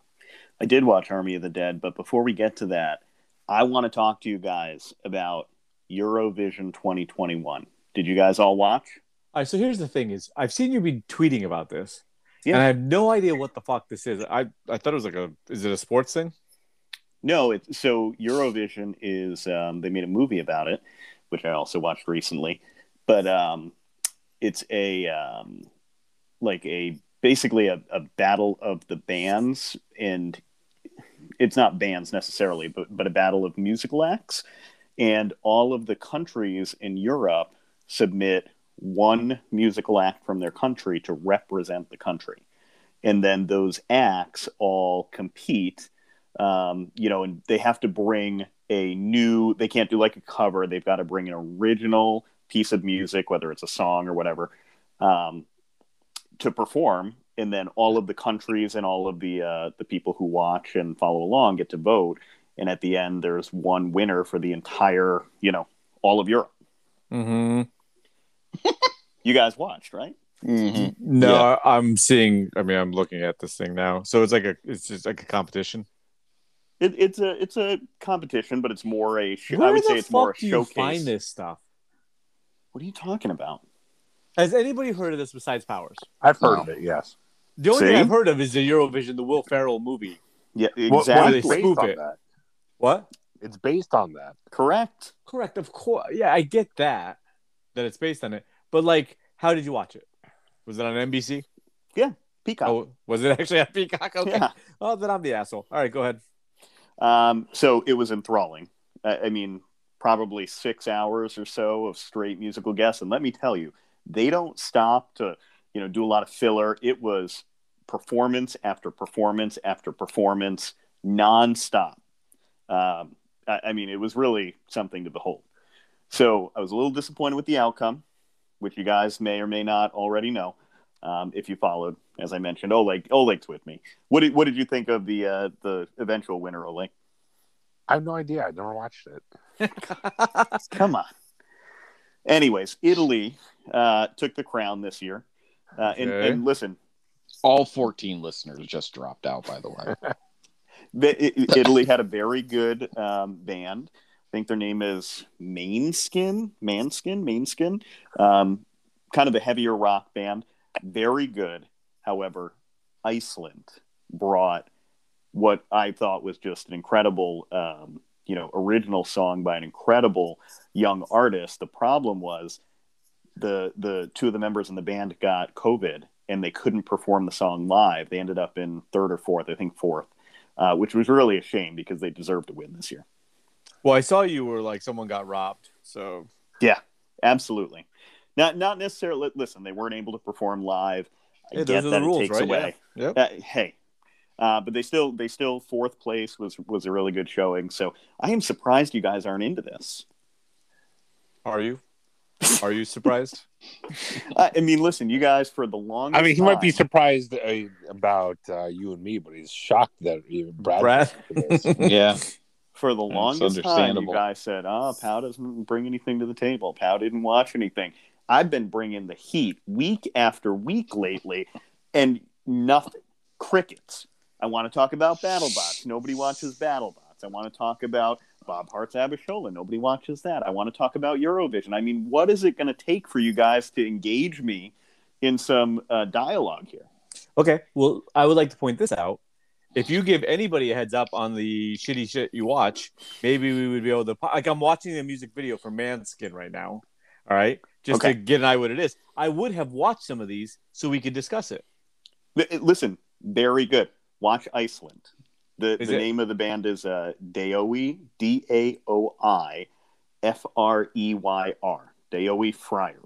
C: I did watch Army of the Dead, but before we get to that, I want to talk to you guys about Eurovision 2021. Did you guys all watch?
A: All right. So here's the thing: is I've seen you be tweeting about this,
C: Yeah.
A: and I have no idea what the fuck this is. I I thought it was like a is it a sports thing?
C: No, it, so Eurovision is um, they made a movie about it, which I also watched recently. But um, it's a um, like a basically a, a battle of the bands, and it's not bands necessarily, but but a battle of musical acts, and all of the countries in Europe submit one musical act from their country to represent the country, and then those acts all compete um, you know, and they have to bring a new. They can't do like a cover. They've got to bring an original piece of music, whether it's a song or whatever, um, to perform. And then all of the countries and all of the uh, the people who watch and follow along get to vote. and at the end there's one winner for the entire you know all of Europe.
A: Mm-hmm.
C: You guys watched right? Mm-hmm.
B: Mhm.
A: No,
B: Yeah.
A: I, I'm seeing. I mean, I'm looking at this thing now. So it's like a, it's just like a competition.
C: It, it's a it's a competition, but it's more a sh- I
A: Where
C: would
A: the
C: say it's more a
A: fuck do you
C: showcase.
A: find this stuff?
C: What are you talking about?
A: Has anybody heard of this besides Powers?
E: I've heard
B: No.
E: of it. Yes.
A: The only
C: See?
A: thing I've heard of is the Eurovision, the Will Ferrell movie.
C: Yeah,
E: What- what
C: exactly.
E: do they
A: Exactly.
E: spoof
A: Spoof it.
E: that?
A: What?
E: It's based on that.
C: Correct.
A: Correct, of course. Yeah, I get that that it's based on it, but like, how did you watch it? Was it on NBC?
C: Peacock.
A: Oh, was it actually on Peacock? Okay.
C: Yeah.
A: Oh, then I'm the asshole. All right, go ahead.
C: Um, so it was enthralling. I, I mean, probably six hours or so of straight musical guests. And let me tell you, they don't stop to, you know, do a lot of filler. It was performance after performance after performance, nonstop. Um, I, I mean, it was really something to behold. So I was a little disappointed with the outcome, which you guys may or may not already know. Um, if you followed, as I mentioned, Oleg, Oleg's with me. What did, what did you think of the uh, the eventual winner, Oleg?
E: I have no idea. I never watched it.
C: Come on. Anyways, Italy uh, took the crown this year. Uh, and,
A: Okay.
C: and listen,
B: All 14 listeners just dropped out, by the way.
C: the, I- Italy had a very good um, band. I think their name is Mainskin, Manskin, Mainskin. Um, kind of a heavier rock band. Very good. However, Iceland brought what I thought was just an incredible, um, you know, original song by an incredible young artist. The problem was the the two of the members in the band got COVID and they couldn't perform the song live. They ended up in third or fourth, I think fourth, uh, which was really a shame because they deserved to win this year.
A: Well, I saw you were like someone got robbed. So
C: Absolutely, not not necessarily. Listen, they weren't able to perform live. I
A: Yeah,
C: get
A: those are
C: that
A: the rules,
C: it takes
A: right?
C: away.
A: Yeah. Yep.
C: Uh, hey, uh, but they still they still fourth place was was a really good showing. So I am surprised you guys aren't into this.
A: are you? Are you surprised?
C: Uh, I, I mean, listen, you guys for the longest.
E: I mean, he might be
C: time-
E: surprised uh, about uh, you and me, but he's shocked that even Brad.
A: Brad?
B: yeah.
C: for the
B: That's
C: longest time, you
B: understandable.
C: guys said, "Oh, Pow doesn't bring anything to the table. Pow didn't watch anything." I've been bringing the heat week after week lately, and nothing, crickets. I want to talk about BattleBots. Nobody watches BattleBots. I want to talk about Bob Hart's Abishola. Nobody watches that. I want to talk about Eurovision. I mean, what is it going to take for you guys to engage me in some uh, dialogue here?
A: Okay. Well, I would like to point this out. If you give anybody a heads up on the shitty shit you watch, maybe we would be able to. Like, I'm watching the music video for Manskin right now. All right. Just
C: Okay.
A: to get an eye what it is. I would have watched some of these so we could discuss it.
C: Th- Listen, very good. Watch Iceland. The,
A: Is
C: the
A: it-
C: name of the band is uh, Daoi, D A O I F R E Y R, Daoi Friar.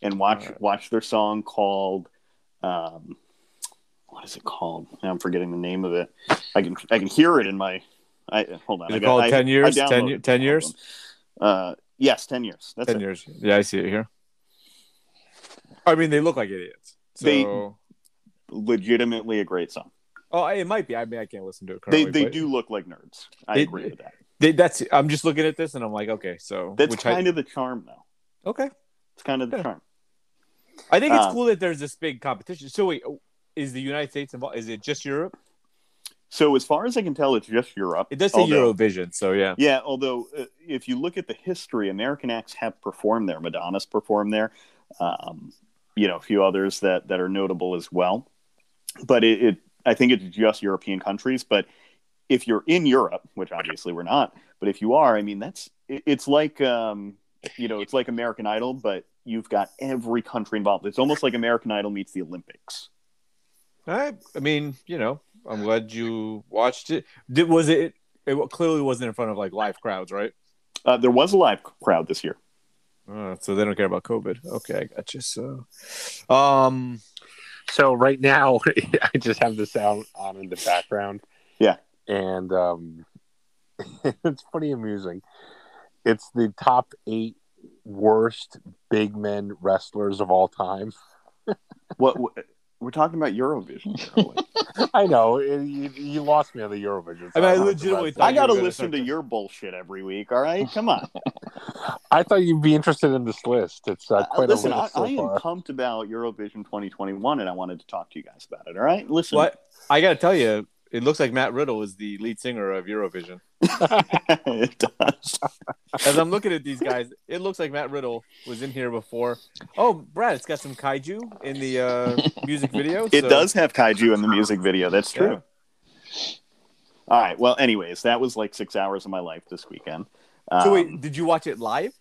C: And watch
A: Alright.
C: watch their song called um, what is it called? Now I'm forgetting the name of it. I can I can hear it in my I hold on.
A: Is
C: I
A: it called
C: I-
A: 10 years?
C: I
A: 10,
C: downloaded
A: ye-
C: the
A: 10 years?
C: album. Uh, yes, ten years. That's
A: 10
C: it.
A: years. Yeah, I see it here. I mean, they look like idiots. So,
C: They- Legitimately a great song.
A: oh, it might be. I mean, I can't listen to it
C: They
A: currently.
C: they
A: but
C: do look like nerds. I
A: They-
C: agree with that.
A: They, that's. I'm just looking at this and I'm like, okay, so
C: That's
A: which
C: kind of the charm though.
A: I, okay.
C: It's kind of the
A: Yeah.
C: charm.
A: I think it's
C: Um,
A: cool that there's this big competition. So wait, oh, is the United States involved? Is it just Europe?
C: So as far as I can tell, it's just Europe.
A: It does say
C: Although-
A: Eurovision, so yeah.
C: Yeah, although uh, if you look at the history, American acts have performed there. Madonna's performed there. Um, you know, a few others that that are notable as well. But it, it, I think it's just European countries. But if you're in Europe, which obviously we're not, but if you are, I mean, that's it, it's like um, you know, it's like American Idol, but you've got every country involved. It's almost like American Idol meets the Olympics.
A: All right. I mean, you know, I'm glad you watched it. Did, was it? It wa- clearly wasn't in front of like live crowds, right?
C: Uh, there was a live crowd this year.
A: Uh, so they don't care about COVID. Okay, I got you. So, um,
E: So right now, I just have the sound on in the background.
C: Yeah.
E: and um, it's pretty amusing. It's the top eight worst big men wrestlers of all time.
C: What, what We're talking about Eurovision. Oh, Charlie.
E: I know it- you, you lost me on the Eurovision.
A: I
E: so
A: mean, I
E: don't have to
A: legitimately
E: brag.
A: thought
C: I
A: you
C: got to
A: were gonna
C: listen
A: start
C: to
A: to-
C: your bullshit every week. All right, come on.
E: I thought you'd be interested in this list. It's uh,
C: Uh,
E: quite
C: listen,
E: a
C: I,
E: list so
C: I am
E: far.
C: pumped about Eurovision 2021, and I wanted to talk to you guys about it. All right, listen.
A: What I gotta tell you, it looks like Matt Riddle is the lead singer of Eurovision.
C: it does.
A: As I'm looking at these guys, it looks like Matt Riddle was in here before. Oh, Brad, it's got some kaiju in the uh, music video.
C: It
A: so-
C: does have kaiju in the music video. That's true.
A: Yeah.
C: All right. Well, anyways, that was like six hours of my life this weekend. Um,
A: So wait, did you watch it live?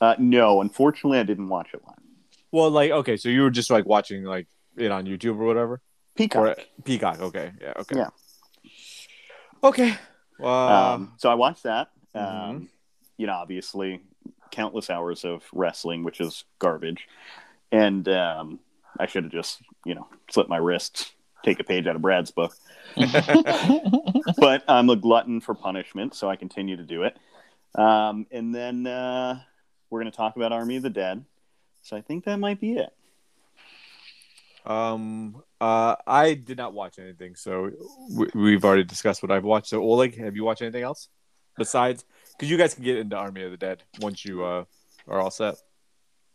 C: uh, no, unfortunately, I didn't watch it live.
A: Well, like okay, so you were just like watching like it on YouTube or whatever,
C: Peacock.
A: or Peacock. Okay, yeah, okay,
C: Yeah.
A: okay. Um,
C: um, so I watched that. Um,
A: Mhm.
C: You know, obviously, countless hours of wrestling, which is garbage. And um, I should have just, you know, slipped my wrists, take a page out of Brad's book. but I'm a glutton for punishment, so I continue to do it. Um, and then uh, we're going to talk about Army of the Dead. So I think that might be it.
A: um, uh, I did not watch anything, so we, we've already discussed what I've watched. So Oleg, have you watched anything else besides? Because you guys can get into Army of the Dead once you uh, are all set.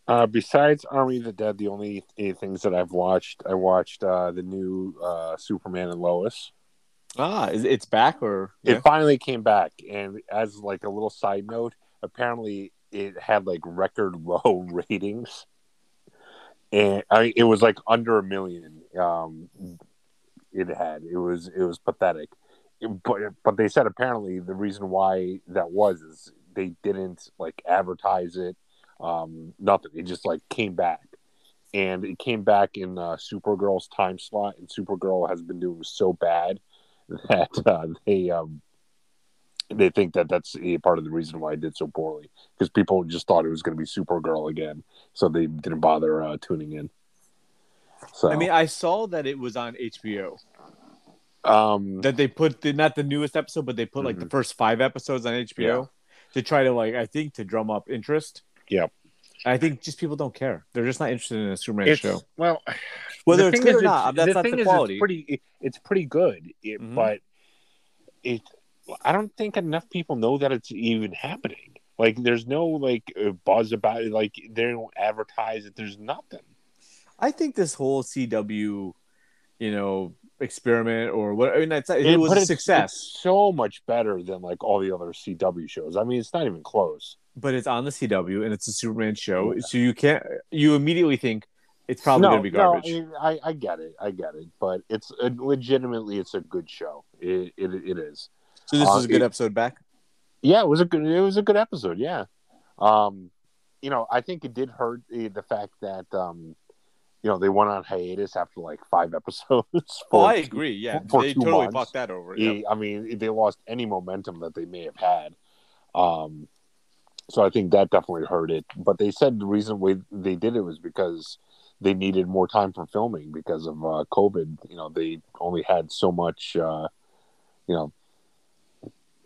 E: Uh, besides Army of the Dead, the only eh, things that I've watched, I watched uh, the new uh, Superman and Lois.
A: Ah, is, it's back or
E: It finally came back, and as like a little side note, apparently it had like record low ratings, and I mean, it was like under a million. Um, it had it was it was pathetic, It- but but they said apparently the reason why that was is they didn't like advertise it, um, nothing. It just like came back. And it came back in uh, Supergirl's time slot, and Supergirl has been doing so bad that uh, they um, they think that that's a part of the reason why it did so poorly because people just thought it was going to be Supergirl again, so they didn't bother uh, tuning in. So
A: I mean, I saw that it was on HBO.
E: um,
A: That they put the, not the newest episode, but they put like the
E: Mm-hmm.
A: first five episodes on HBO to try to like I think to drum up interest.
E: Yeah.
A: I think just people don't care. They're just not interested in a Superman
E: it's,
A: show,
E: well,
A: whether it's
E: the thing
A: good
E: is,
A: or not.
E: it's-
A: That's not
E: thing
A: the
E: is,
A: quality.
E: It's pretty, it- it's pretty good, it,
A: Mhm.
E: but it. I don't think enough people know that it's even happening. Like, there's no like uh, buzz about it. Like, they don't advertise it. There's nothing.
A: I think this whole CW, you know, experiment or what I mean, it's, it,
E: And-
A: was
E: but
A: a
E: it's-
A: success,
E: it's so much better than like all the other CW shows. I mean, it's not even close.
A: but it's on the CW and it's a Superman show, so you can't. You immediately think it's probably
E: no,
A: going to be garbage.
E: No, I, mean, I, I get it. I get it. But it's it, legitimately, it's a good show. It, it, it is.
A: so this
E: uh,
A: was a good
E: it-
A: episode back.
E: Yeah, it was a good. It was a good episode. Yeah. Um, you know, I think it did hurt the, the fact that um, you know, they went on hiatus after like five episodes.
A: Oh,
E: for-
A: I agree. Yeah,
E: for
A: they
E: two
A: totally
E: months.
A: fucked that over.
E: Yeah,
A: Yeah.
E: I mean, they lost any momentum that they may have had. Um, so I think that definitely hurt it. But they said the reason why they did it was because they needed more time for filming because of uh, COVID. You know, they only had so much, uh, you know,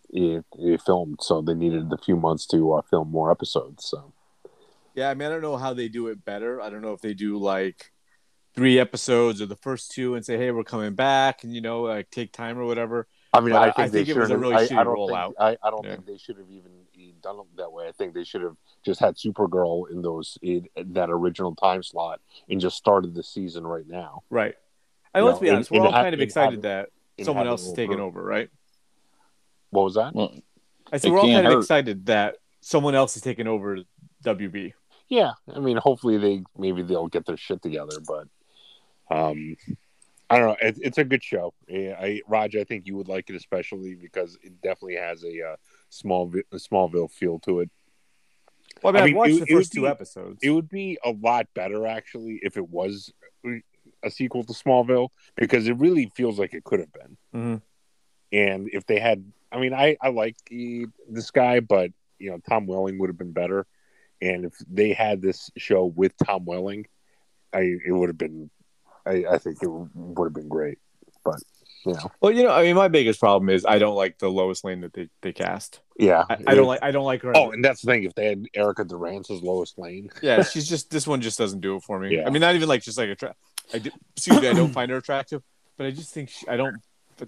E: it, it filmed, so they needed the few months to uh, film more episodes. So
A: Yeah, I mean, I don't know how they do it better. I don't know if they do like three episodes or the first two and say, "Hey, we're coming back," and you know, like take time or whatever.
E: I mean,
A: But
E: I
A: I
E: think, they
A: think it was a
E: should've-
A: really
E: I, I
A: shitty
E: don't
A: rollout.
E: Think, I, I don't
A: Yeah.
E: think they should have even done it that way. I think they should have just had Supergirl in those in that original time slot and just started the season right now.
A: Right. And
E: No,
A: let's be
E: and-
A: honest, we're
E: and
A: all
E: ha-
A: kind of
E: and
A: excited
E: have-
A: that
E: and
A: someone
E: have
A: else
E: it
A: is
E: all
A: taking
E: through.
A: over, right?
E: What was that?
B: well,
A: I said
B: It
A: we're all
B: can't
A: kind of
B: hurt.
A: excited that someone else is taking over WB.
E: Yeah, I mean, hopefully they maybe they'll get their shit together, but um, I don't know. It, it's a good show. Yeah, I Raj, I think you would like it especially because it definitely has a uh, small vi- a Smallville feel to it.
A: Well, I mean, I
E: I mean,
A: watched
E: it-
A: the
E: it would
A: first two
E: be-
A: episodes.
E: It would be a lot better actually if it was a sequel to Smallville because it really feels like it could have been.
A: Mhm.
E: And if they had, I mean, I I like the, this guy, but you know, Tom Welling would have been better. And if they had this show with Tom Welling, I it would have been, I, I think it would have been great. But you know,
A: Well, you know, I mean, my biggest problem is I don't like the lowest lane that they, they cast.
E: yeah,
A: I, I don't like I don't like her.
E: Oh, and that's the thing. If they had Erica Durant's as Lois Lane,
A: yeah, she's just this one just doesn't do it for me.
E: Yeah.
A: I mean, not even like just like a tra- I do, excuse me, I don't find her attractive, but I just think she, I don't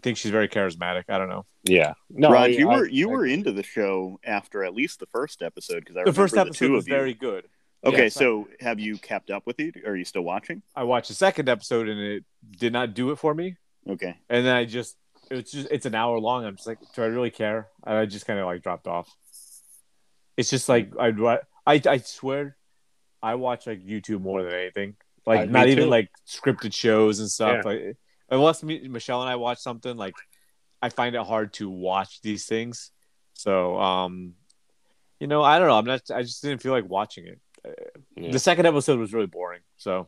A: think she's very charismatic. I don't know.
E: Yeah. No,
C: Rod,
E: I-
C: you
E: I-
C: were you
E: I-
C: were into the show after at least the first episode because I
A: The first
C: remember
A: episode
C: two
A: was
C: of you.
A: very good.
C: Okay,
A: yes.
C: so have you kept up with it? Are you still watching?
A: I watched the second episode and it did not do it for me.
C: Okay,
A: And then I just it's just it's an hour long. I'm just like, do I really care? And I just kind of like dropped off. It's just like I'd ri- I I swear I watch like YouTube more than anything. Like
E: Uh, me
A: not even
E: too.
A: like scripted shows and stuff.
E: Yeah.
A: Like unless me, Michelle and I watch something, like I find it hard to watch these things. So um, you know, I don't know. I'm not. I just didn't feel like watching it.
E: Yeah.
A: The second episode was really boring. So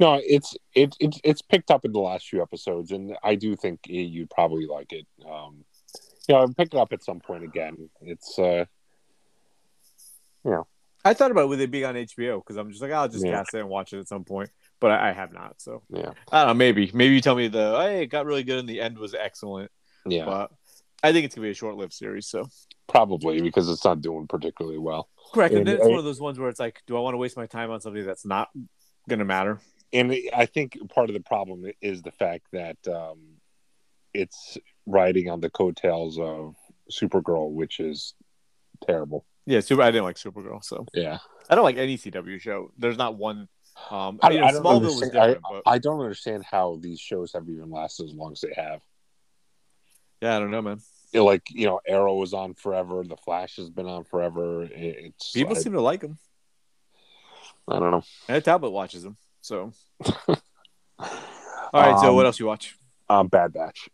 E: No, it's it, it's it's picked up in the last few episodes, and I do think eh, you'd probably like it. Um, you know, I'll pick it up at some point again. It's uh,
A: I thought about with it being on HBO because I'm just like, I'll just
E: Yeah.
A: cast it and watch it at some point. But I, I have not. So
E: Yeah.
A: I don't know. Maybe maybe you tell me the hey, it got really good and the end was excellent.
E: yeah,
A: But I think it's gonna be a short-lived series. So
E: probably because it's not doing particularly well.
A: correct. And,
E: And
A: then it's
E: I-
A: one of those ones where it's like, do I want to waste my time on something that's not gonna matter?
E: and I think part of the problem is the fact that um, it's riding on the coattails of Supergirl, which is terrible.
A: Yeah, super. I didn't like Supergirl, so
E: Yeah,
A: I don't like any CW show. There's not one. Um,
E: I,
A: you know,
E: I don't
A: Smallville was
E: understand. I,
A: different, but
E: I don't understand how these shows have even lasted as long as they have.
A: yeah, I don't know, man.
E: It, like you know, Arrow was on forever. The Flash has been on forever. It, it's
A: People
E: I,
A: seem to like him.
E: I don't know.
A: And Talbot watches him. So all right. so
E: Um,
A: what else you watch?
E: Um, Bad Batch.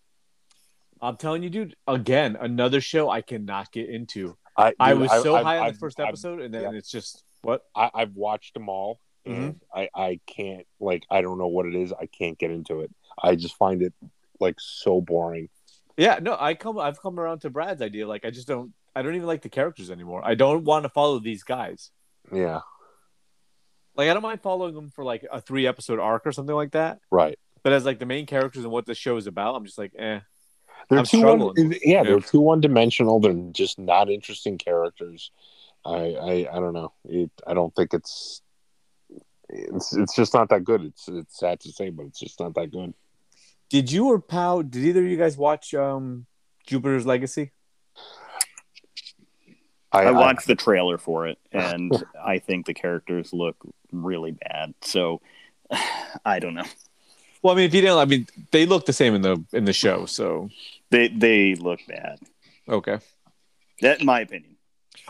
A: I'm telling you, dude. Again, another show I cannot get into.
E: I
A: I
E: dude,
A: was so
E: I've-
A: high on
E: I've-
A: the first
E: I've-
A: episode, and then
E: yeah.
A: it's just what?
E: I, I've watched them all,
A: Mm-hmm.
E: and I, I can't like I don't know what it is. I can't get into it. I just find it like so boring.
A: Yeah, no, I come, I've come around to Brad's idea. Like, I just don't, I don't even like the characters anymore. I don't want to follow these guys.
E: Yeah,
A: Like, I don't mind following them for like a three episode arc or something like that.
E: right.
A: But as like the main characters and what the show is about, I'm just like, eh.
E: They're
A: I'm
E: too one,
A: struggling.
E: yeah, they're
A: Yeah.
E: too one dimensional. They're just not interesting characters. I I, I don't know. It, I don't think it's it's it's just not that good. It's it's sad to say, but it's just not that good.
A: Did you or Pow? Did either of you guys watch um Jupiter's Legacy?
C: I watched the trailer for it, and I think the characters look really bad. So I don't know.
A: Well, I mean, if you didn't, I mean, they look the same in the in the show. So
C: They they look bad.
A: okay.
C: That, in my opinion,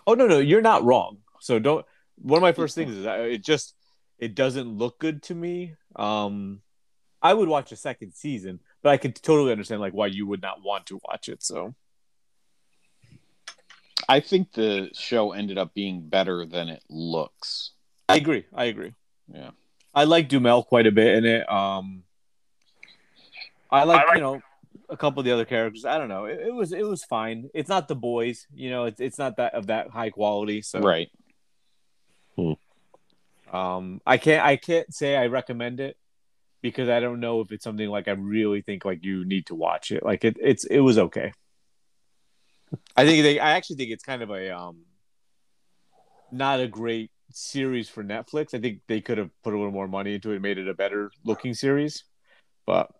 A: Oh no, no, you're not wrong. So don't. One of my first things is I, it just it doesn't look good to me. Um, I would watch a second season, but I could totally understand like why you would not want to watch it. So
B: I think the show ended up being better than it looks.
A: I agree. I agree.
B: Yeah.
A: I like Dumel quite a bit in it. Um, I like,
F: I like-
A: you know a couple of the other characters. I don't know. It, it was it was fine. It's not the boys. You know, it's it's not that of that high quality. So
B: Right.
A: Um, I can't I can't say I recommend it because I don't know if it's something like I really think like you need to watch it. Like it it's it was okay. I think they I actually think it's kind of a um not a great series for Netflix. I think they could have put a little more money into it and made it a better looking series. But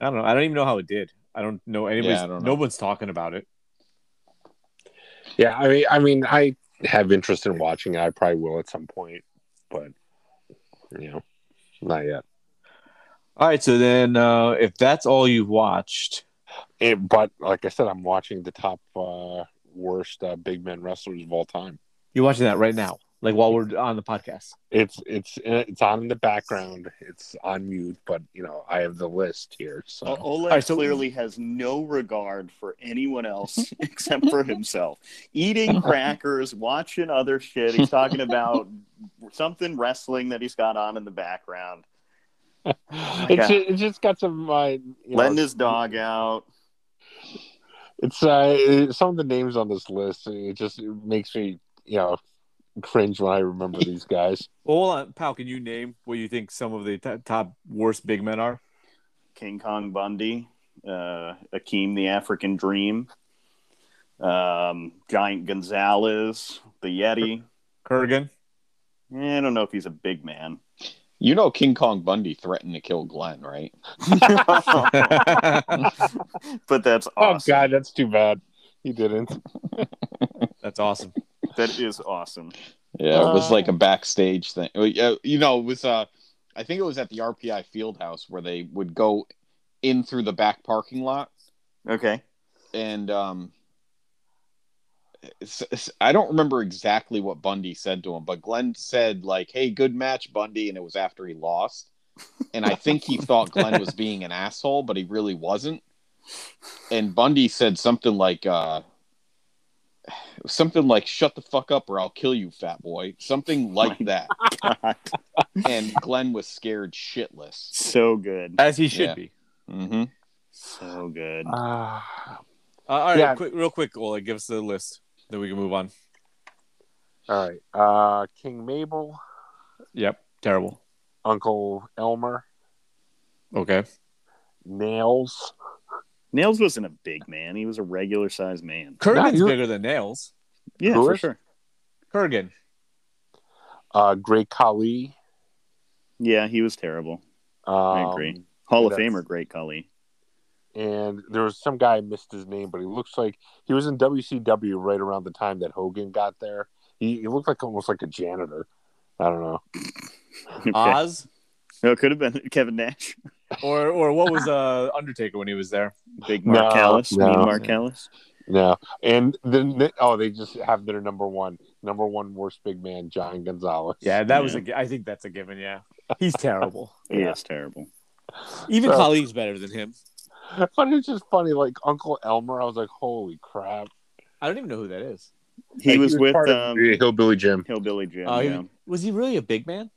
A: I don't know. I don't even know how it did. I don't know anybody's
B: I don't
A: no
B: know.
A: one's talking about it.
E: Yeah, I mean, I mean, I have interest in watching. it. I probably will at some point, but you know, not yet.
A: All right, so then uh if that's all you've watched,
E: It, Eh, but like I said, I'm watching the top uh, worst uh, big men wrestlers of all time.
A: you're watching that right now, like while we're on the podcast.
E: It's it's eh, it's on in the background. It's on mute, but you know, I have the list here. So
C: O- Oleg
A: right, so-
C: clearly has no regard for anyone else except for himself. Eating crackers, watching other shit. He's talking about something wrestling that he's got on in the background.
E: it's ju- it's just got some uh, you know,
C: Letting his dog out.
E: It's uh, some of the names on this list. It just it makes me you know cringe when I remember these guys.
A: Well, hold on, Pal. Can you name what you think some of the t- top worst big men are?
C: King Kong Bundy, uh, Akeem the African Dream, um, Giant Gonzalez, the Yeti.
A: Kurgan.
C: Eh, I don't know if he's a big man.
B: You know, King Kong Bundy threatened to kill Glenn, right?
C: but that's
E: Oh
C: awesome.
E: God, that's too bad. He didn't.
A: That's awesome.
C: That is awesome.
B: Yeah, it was
E: Uh.
B: like a backstage thing. Uh, yeah, You know, it was uh I think it was at the RPI Fieldhouse where they would go in through the back parking lot
C: Okay.
B: and um s- s- I don't remember exactly what Bundy said to him, but Glenn said like, "Hey, good match, Bundy," and it was after he lost. And I think he thought Glenn was being an asshole, but he really wasn't. And Bundy said something like uh something like shut the fuck up or I'll kill you, fat boy. Something like that. and Glenn was scared shitless.
C: So good.
A: As he should
B: Yeah.
A: be.
B: Mhm.
C: So good.
E: Ah.
A: Uh, all right,
E: Yeah.
A: quick, real quick, Ola, give us the list, then we can move on.
E: all right. Uh, King Mabel,
A: Yep, terrible.
E: Uncle Elmer,
A: Okay,
E: Nails.
C: Nails wasn't a big man. He was a regular sized man.
A: Kurgan's
E: you're-
A: bigger than nails.
C: Yeah,
E: Who
C: for
E: is?
C: sure.
A: Kurgan.
E: uh, Great Khali.
C: Yeah, he was terrible.
E: Um,
C: agree. Hall of
E: That's-
C: Famer, great Cully.
E: And there was some guy I missed his name, but he looks like he was in WCW right around the time that Hogan got there. He, he looked like almost like a janitor. I don't know.
C: Okay.
A: Oz,
C: no, it could have been Kevin Nash,
A: or or what was uh, Undertaker when he was there?
C: Big Mark
E: No,
C: Callis,
E: no.
C: Mean Mark Callis.
E: No. And then the, oh, they just have their number one, number one worst big man, John Gonzalez.
A: Yeah, that was a. gi- I think that's a given. Yeah, he's terrible.
C: He is terrible.
A: Even
E: So-
A: Kali's better than him.
E: But it's just funny, like Uncle Elmer. I was like, holy crap.
A: I don't even know who that is.
C: He
E: Like,
C: was, with
E: part of
C: um,
E: the Hillbilly Jim.
C: Hillbilly Jim.
A: Oh, he-
C: yeah.
A: Was he really a big man?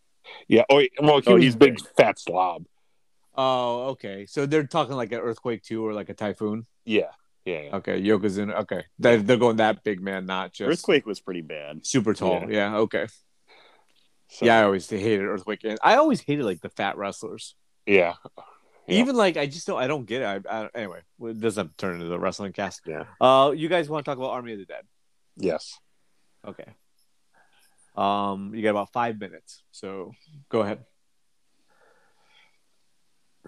E: Yeah. Oh, he- well, he
C: Oh,
E: was
C: he's
E: big, fat slob.
A: Oh, okay. So they're talking like an earthquake too, or like a typhoon.
E: Yeah. Yeah. yeah.
A: Okay, Yokozuna. Okay, they're, they're going that big man, not just
C: Earthquake was pretty bad.
A: super tall.
E: Yeah.
A: Yeah. okay.
E: So-
A: Yeah, I always hated earthquake. And I always hated like the fat wrestlers.
E: Yeah. Yeah.
A: Even like I just don't. I don't get it. I, I, anyway, well, it doesn't turn into the wrestling cast.
E: Yeah.
A: Uh, you guys want to talk about Army of the Dead?
E: Yes.
A: Okay. Um, you got about five minutes, so go ahead.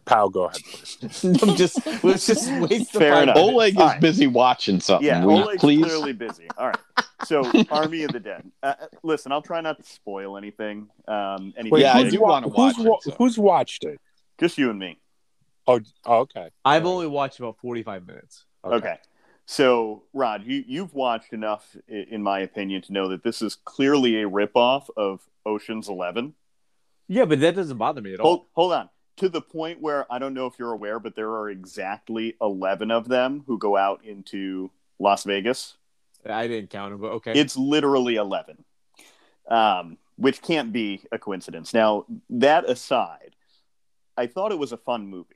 E: Pal, go ahead.
A: I'm just let's just waste the
C: Fair
A: five
C: enough.
A: minutes.
B: Oleg is
C: All right.
B: busy watching something.
C: Yeah,
B: Will you
C: Oleg's
B: please.
C: clearly busy. All right. So, Army of the Dead. Uh, uh, listen, I'll try not to spoil anything. Um, anything
B: Wait, yeah, I
E: who's
B: do
E: wa-
B: wanna watch
E: who's,
B: it,
E: wa-
B: so.
E: Who's watched it?
C: Just you and me.
E: Oh, oh, okay.
A: I've only watched about forty-five minutes.
C: Okay. So, Rod, you, you've watched enough, i- in my opinion, to know that this is clearly a ripoff of Ocean's Eleven.
A: Yeah, but that doesn't bother me at all.
C: Hold, hold on. To the point where I don't know if you're aware, but there are exactly 11 of them who go out into Las Vegas.
A: I didn't count them, but okay.
C: It's literally 11, um, which can't be a coincidence. Now, that aside, I thought it was a fun movie.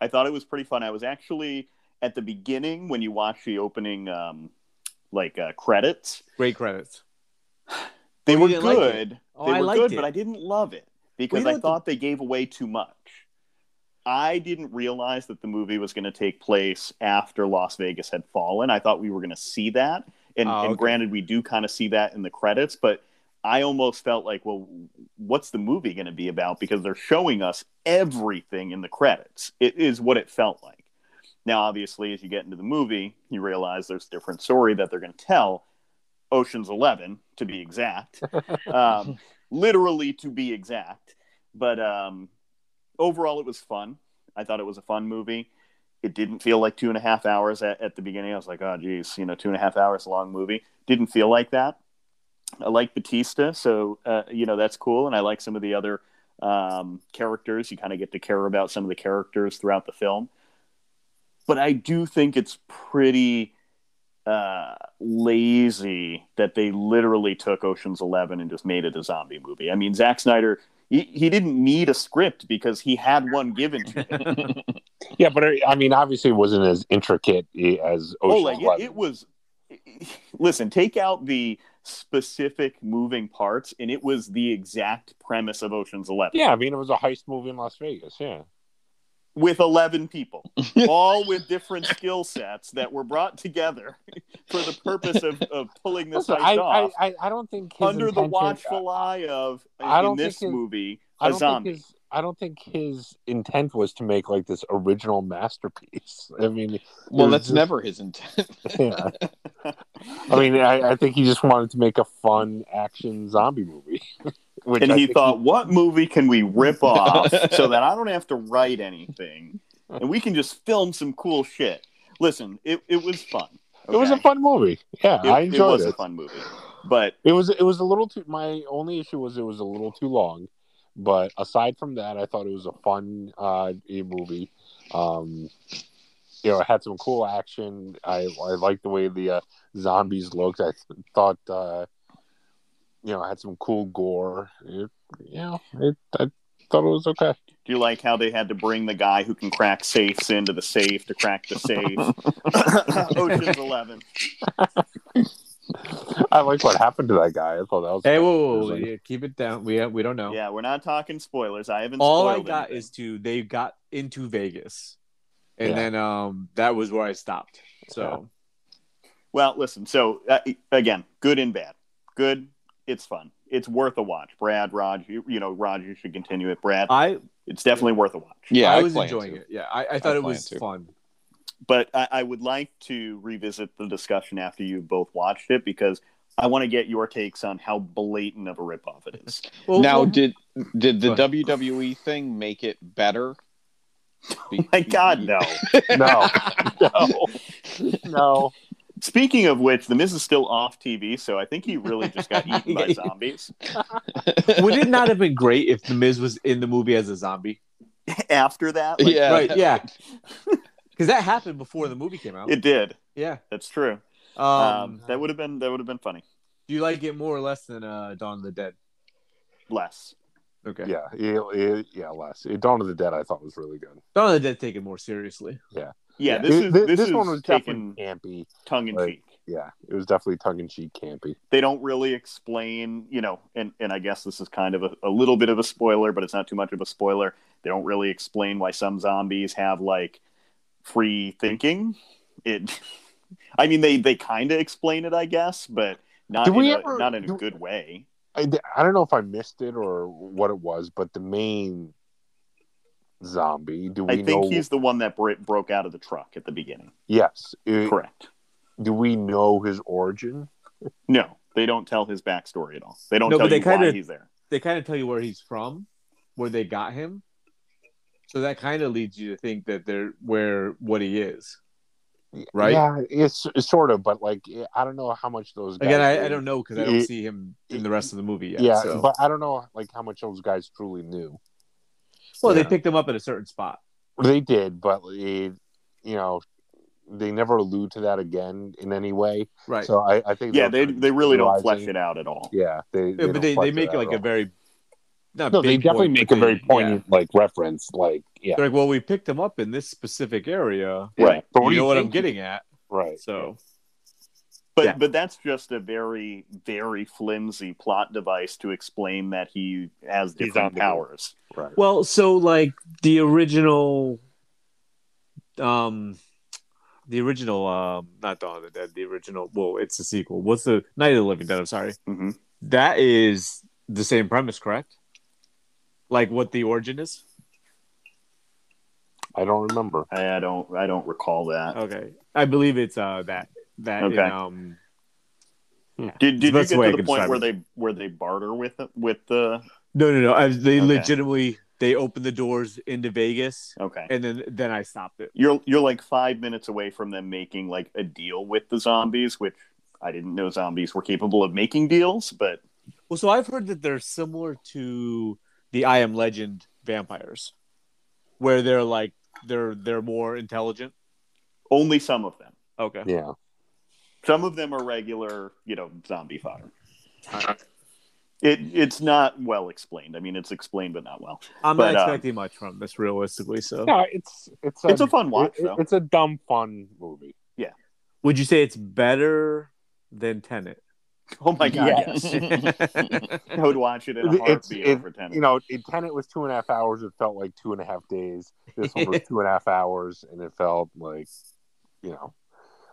C: I thought it was pretty fun. I was actually at the beginning when you watch the opening, um, like uh, credits.
A: Great credits.
C: They
A: Oh, you
C: were
A: didn't like it?
C: good.
A: Oh,
C: they
A: I
C: were
A: liked
C: good,
A: it.
C: but I didn't love it because
A: know
C: I
A: what the-
C: thought they gave away too much. I didn't realize that the movie was going to take place after Las Vegas had fallen. I thought we were going to see that. And,
A: Oh,
C: and
A: okay.
C: granted, we do kind of see that in the credits, but I almost felt like, well, what's the movie going to be about? Because they're showing us everything in the credits. It is what it felt like. Now, obviously, as you get into the movie, you realize there's a different story that they're going to tell. Ocean's Eleven, to be exact, um, literally to be exact. But um, overall, it was fun. I thought it was a fun movie. It didn't feel like two and a half hours at, at the beginning. I was like, oh, geez, you know, two and a half hours long movie. Didn't feel like that. I like Batista, so uh, you know that's cool, and I like some of the other um, characters. You kind of get to care about some of the characters throughout the film, but I do think it's pretty uh, lazy that they literally took Ocean's Eleven and just made it a zombie movie. I mean, Zack Snyder. He, he didn't need a script because he had one given to him.
E: Yeah, but uh, I, I mean, obviously, it wasn't as intricate eh, as Ocean's
C: Oleg, it,
E: Eleven.
C: it was. Listen, take out the specific moving parts, and it was the exact premise of Ocean's Eleven.
E: yeah, I mean, it was a heist movie in Las Vegas. Yeah.
C: with 11 people, all with different skill sets that were brought together for the purpose of, of pulling this
E: Listen,
C: heist
E: I,
C: off
E: I, I, I don't think his
C: under the
E: watchful.
C: watchful eye of,
E: I
C: in
E: don't
C: this
E: think his-
C: movie,
E: uh, I
C: A
E: don't
C: zombie.
E: think his I don't think his intent was to make like this original masterpiece. I mean,
B: Well,
E: There's
B: that's
E: just-
B: never his intent.
E: yeah. I mean, I, I think he just wanted to make a fun action zombie movie, which
C: and
E: I
C: he
E: think
C: thought, what movie can we rip off so that I don't have to write anything and we can just film some cool shit? Listen, it, it was fun.
E: it was a
C: okay?
E: fun movie. Yeah,
C: It-
E: I
C: it
E: enjoyed
C: was
E: it.
C: a fun movie. But
E: It was it was a little too. My only issue was it was a little too long, but aside from that, I thought it was a fun uh, eh, movie. Um, you know, it had some cool action. I I liked the way the uh, zombies looked. I thought uh, you know it had some cool gore. It, you know, it, I thought it was okay.
C: do you like how they had to bring the guy who can crack safes into the safe to crack the safe? Ocean's Eleven.
E: I like what happened to that guy. I thought that was
A: Hey, whoa, whoa, whoa,
E: It was like-
A: yeah, keep it down. We we don't know.
C: Yeah, we're not talking spoilers. I haven't.
A: All I
C: spoiled
A: got
C: anything.
A: is to they got into Vegas, and
E: Yeah.
A: then um that was where I stopped. So
C: Well, listen. So uh, again, good and bad. Good, it's fun. It's worth a watch. Brad, Raj, you, you know, Raj, you should continue it. Brad,
A: I
C: it's definitely worth a watch.
B: yeah,
A: I, was
B: plan
A: enjoying
B: to.
A: it. Yeah, I, I thought it
B: plan
A: was
B: to.
A: fun.
C: But I, I would like to revisit the discussion after you both watched it because I want to get your takes on how blatant of a ripoff it is.
A: Well,
B: now,
A: well,
B: did did the
A: Go ahead.
B: WWE thing make it better?
A: Oh
B: Be-
C: My God, no.
E: no, no, no.
C: Speaking of which, the Miz is still off TV, so I think he really just got eaten by zombies
A: would it not have been great if the Miz was in the movie as a zombie?
C: after that. like,
B: yeah,
A: Right? Yeah, because that happened before the movie came out.
C: it did.
A: yeah.
C: That's true.
A: Um,
C: Um, that would have been that would have been funny.
A: do you like it more or less than uh, Dawn of the Dead?
C: Less.
A: Okay.
E: Yeah, it, it, yeah. Last Dawn of the Dead, I thought was really good.
A: Dawn of the Dead taken more seriously.
C: Yeah,
A: Yeah.
C: this is this, is
E: one was
C: taken
E: definitely campy.
C: tongue in
E: like-
C: cheek.
E: Yeah, it was definitely tongue in cheek campy.
C: they don't really explain, you know, and, and I guess this is kind of a, a little bit of a spoiler, but it's not too much of a spoiler. They don't really explain why some zombies have like free thinking. It, I mean, they they kind of explain it, I guess, but not
E: Do
C: in
E: we
C: a,
E: ever-
C: not in a
E: do-
C: good way.
E: I, I don't know if I missed it or what it was, but the main zombie. Do we
C: I think
E: know?
C: he's the one that br- broke out of the truck at the beginning.
E: yes. it-
C: Correct.
E: do we know his origin?
C: No, they don't tell his backstory at all. They don't
A: No,
C: tell
A: but
C: you
A: they kinda-
C: why he's there.
A: They kind of tell you where he's from, where they got him. So that kind of leads you to think that they're where what he is. Right.
E: Yeah, it's, it's sort of, but like I don't know how much those guys
A: Again, I, I
E: really-
A: don't know because I don't
E: It-
A: see him in the rest of the movie yet.
E: yeah,
A: so.
E: but I don't know like how much those guys truly knew.
A: well,
E: Yeah.
A: they picked him up at a certain spot.
E: They did, but it, you know, they never allude to that again in any way.
A: Right.
E: So I, I think
C: Yeah,
E: they're
C: they they really don't
E: realizing-
C: flesh it out at all.
E: Yeah, they,
A: Yeah, but they,
E: don't
A: they
E: flesh
A: make
E: it out
A: like
E: at
A: a
E: all.
A: very not
E: no. They
A: big
E: definitely
A: point,
E: make
A: but
E: a very
A: they-
E: poignant
A: yeah.
E: like reference. Like yeah,
A: They're like, well, we picked him up in this specific area.
C: Right.
E: But what do
A: you know
E: you
A: what
E: think-
A: I'm getting at.
E: right.
A: So
C: But
A: Yeah.
C: but that's just a very very flimsy plot device to explain that he has
E: He's
C: different
E: on the-
C: powers.
E: Right.
A: well, so like the original, um, the original, um, not Dawn of the Dead, the original. Well, it's a sequel. What's the Night of the Living Dead? I'm sorry.
C: hmm
A: That is the same premise, correct? Like what the origin is.
E: I don't remember.
C: I, I don't I don't recall that.
A: Okay, I believe it's uh that that in,
C: Okay.
A: um
C: Did, did you
A: That's
C: get
A: the way I
C: to the
A: can
C: point
A: describe
C: where
A: it.
C: they where they barter with it- with the
A: no no no I, they
C: Okay.
A: legitimately they opened the doors into Vegas
C: okay.
A: and then then I stopped it.
C: You're you're like five minutes away from them making like a deal with the zombies, which I didn't know zombies were capable of making deals, but
A: Well, so I've heard that they're similar to the I Am Legend vampires, where they're like they're they're more intelligent.
C: only some of them.
A: Okay.
E: Yeah.
C: Some of them are regular, you know, zombie fodder. It it's not well explained. I mean, it's explained but not well.
A: I'm
C: But,
A: not
C: um,
A: expecting much from this realistically. So,
E: No, it's it's a,
C: It's a fun watch
E: it-
C: though.
E: It's a dumb fun movie.
A: would you say it's better than Tenet?
C: Oh my god,
E: Yes.
C: yes. I would watch it in a
E: It's-
C: heartbeat
E: it-
C: over ten.
E: You know, it, Tenet was two and a half hours. It felt like two and a half days. This one was two and a half hours, and it felt like you know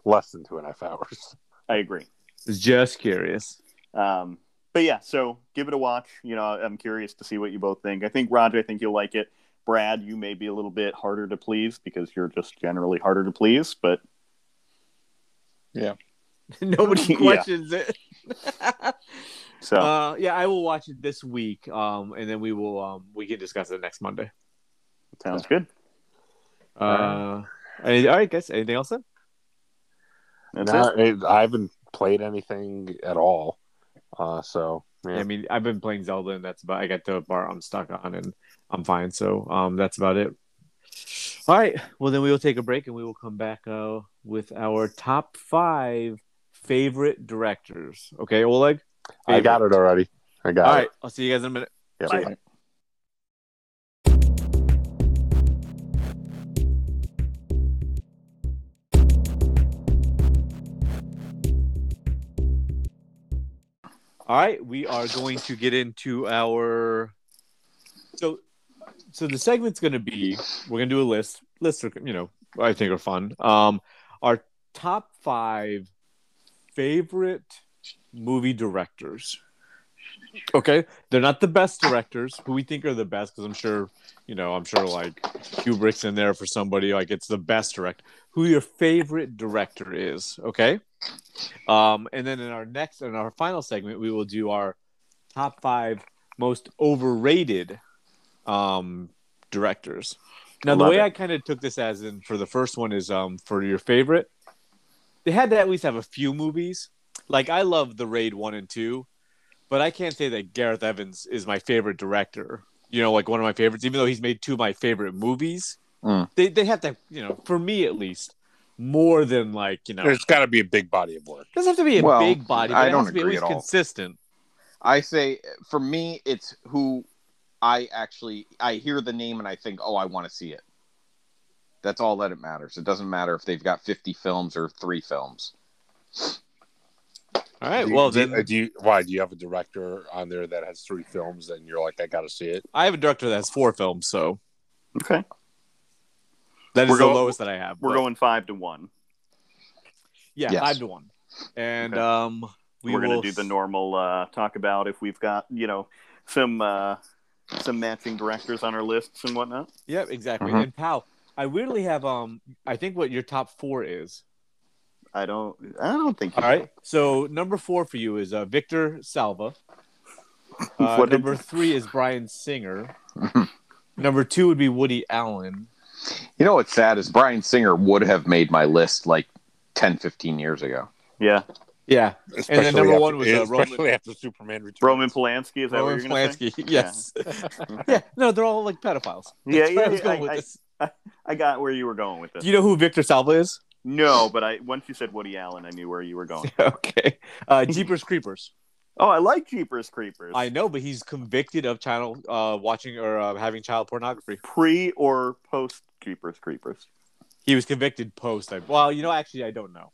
E: less than two and a half hours.
C: I agree.
A: Just curious.
C: Um, but yeah, so give it a watch. You know, I'm curious to see what you both think. I think Roger, I think you'll like it. Brad, you may be a little bit harder to please because you're just generally harder to please, but
A: Nobody
C: Yeah.
A: questions it.
C: so
A: Uh, yeah, I will watch it this week, um, and then we will um, we can discuss it next Monday.
C: sounds good.
A: Uh, any- all right, guys. Anything else? Then?
C: That's
E: Nah,
C: it.
E: it- I haven't played anything at all. Uh, so yeah.
A: I mean, I've been playing Zelda, and that's about. I got the bar I'm stuck on, and I'm fine. So, um, that's about it. All right. Well, then we will take a break, and we will come back uh, with our top five favorite directors. Okay, Oleg.
E: I got it already. I got
A: All
E: it.
A: right. I'll see you guys in a minute.
E: Yeah.
A: Bye. All right, we are going to get into our so so the segment's going to be we're going to do a list. Lists are you know I think are fun. Um, our top five favorite movie directors. Okay, they're not the best directors who we think are the best because I'm sure you know I'm sure like Kubrick's in there for somebody like it's the best director. Who your favorite director is? Okay. Um, and then in our next in our final segment, we will do our top five most overrated um, directors. Now, the
C: Love
A: way
C: it.
A: I kind of took this as in for the first one is um, for your favorite, they had to at least have a few movies. Like I love the Raid one and two, but I can't say that Gareth Evans is my favorite director. You know, like one of my favorites, even though he's made two of my favorite movies.
B: Mm.
A: They they have to, you know, for me at least, more than like you know
E: There's got to be a big body of work.
A: doesn't have to be a
B: Well,
A: big body. But
B: I
A: it
B: don't
A: has to be
B: agree
A: at
B: at
A: least
B: all.
A: consistent.
B: I say for me, it's who I actually I hear the name and I think, oh, I want to see it. That's all that it matters. It doesn't matter if they've got fifty films or three films.
A: All right.
E: Do you-
A: Well,
E: do you-
A: then
E: uh, do you why do you have a director on there that has three films and you're like, I got to see it?
A: I have a director that has four films, so
C: Okay.
A: that is
C: We're
A: the
C: go-
A: lowest that I have.
C: We're
A: but-
C: going five to one.
A: yeah,
B: Yes.
A: five to one, and
C: Okay.
A: um, we
C: We're
A: will
C: going to do the normal uh, talk about if we've got, you know, some uh, some matching directors on our lists and whatnot.
A: Yep, exactly.
B: Mhm.
A: And pal, I weirdly have um, I think what your top four is.
C: I don't I don't think
A: All right. So number four for you is uh, Victor Salva. Uh,
C: What did-
A: number three is Brian Singer. number two would be Woody Allen.
B: You know what's sad is Brian Singer would have made my list like 10, 15 years ago.
C: Yeah.
A: Yeah,
E: Especially
A: number
E: after-
A: one was, uh,
E: especially
A: Roman-
E: after Superman Returns.
C: Roman Polanski, is that
A: Roman
C: what you're going to say?
A: Polanski. Yes. yeah. No, they're all like pedophiles.
C: Yeah,
A: That's where
C: yeah,
A: I was
C: yeah,
A: going
C: I-
A: with
C: I-
A: this.
C: I got where you were going with this.
A: Do you know who Victor Salva is?
C: No, but I once you said Woody Allen, I knew where you were going.
A: okay. Uh, Jeepers Creepers.
C: Oh, I like Jeepers Creepers.
A: I know, but he's convicted of child uh, watching or uh, having child pornography.
C: pre or post Jeepers Creepers.
A: He was convicted post. I, well, you know, actually, I don't know.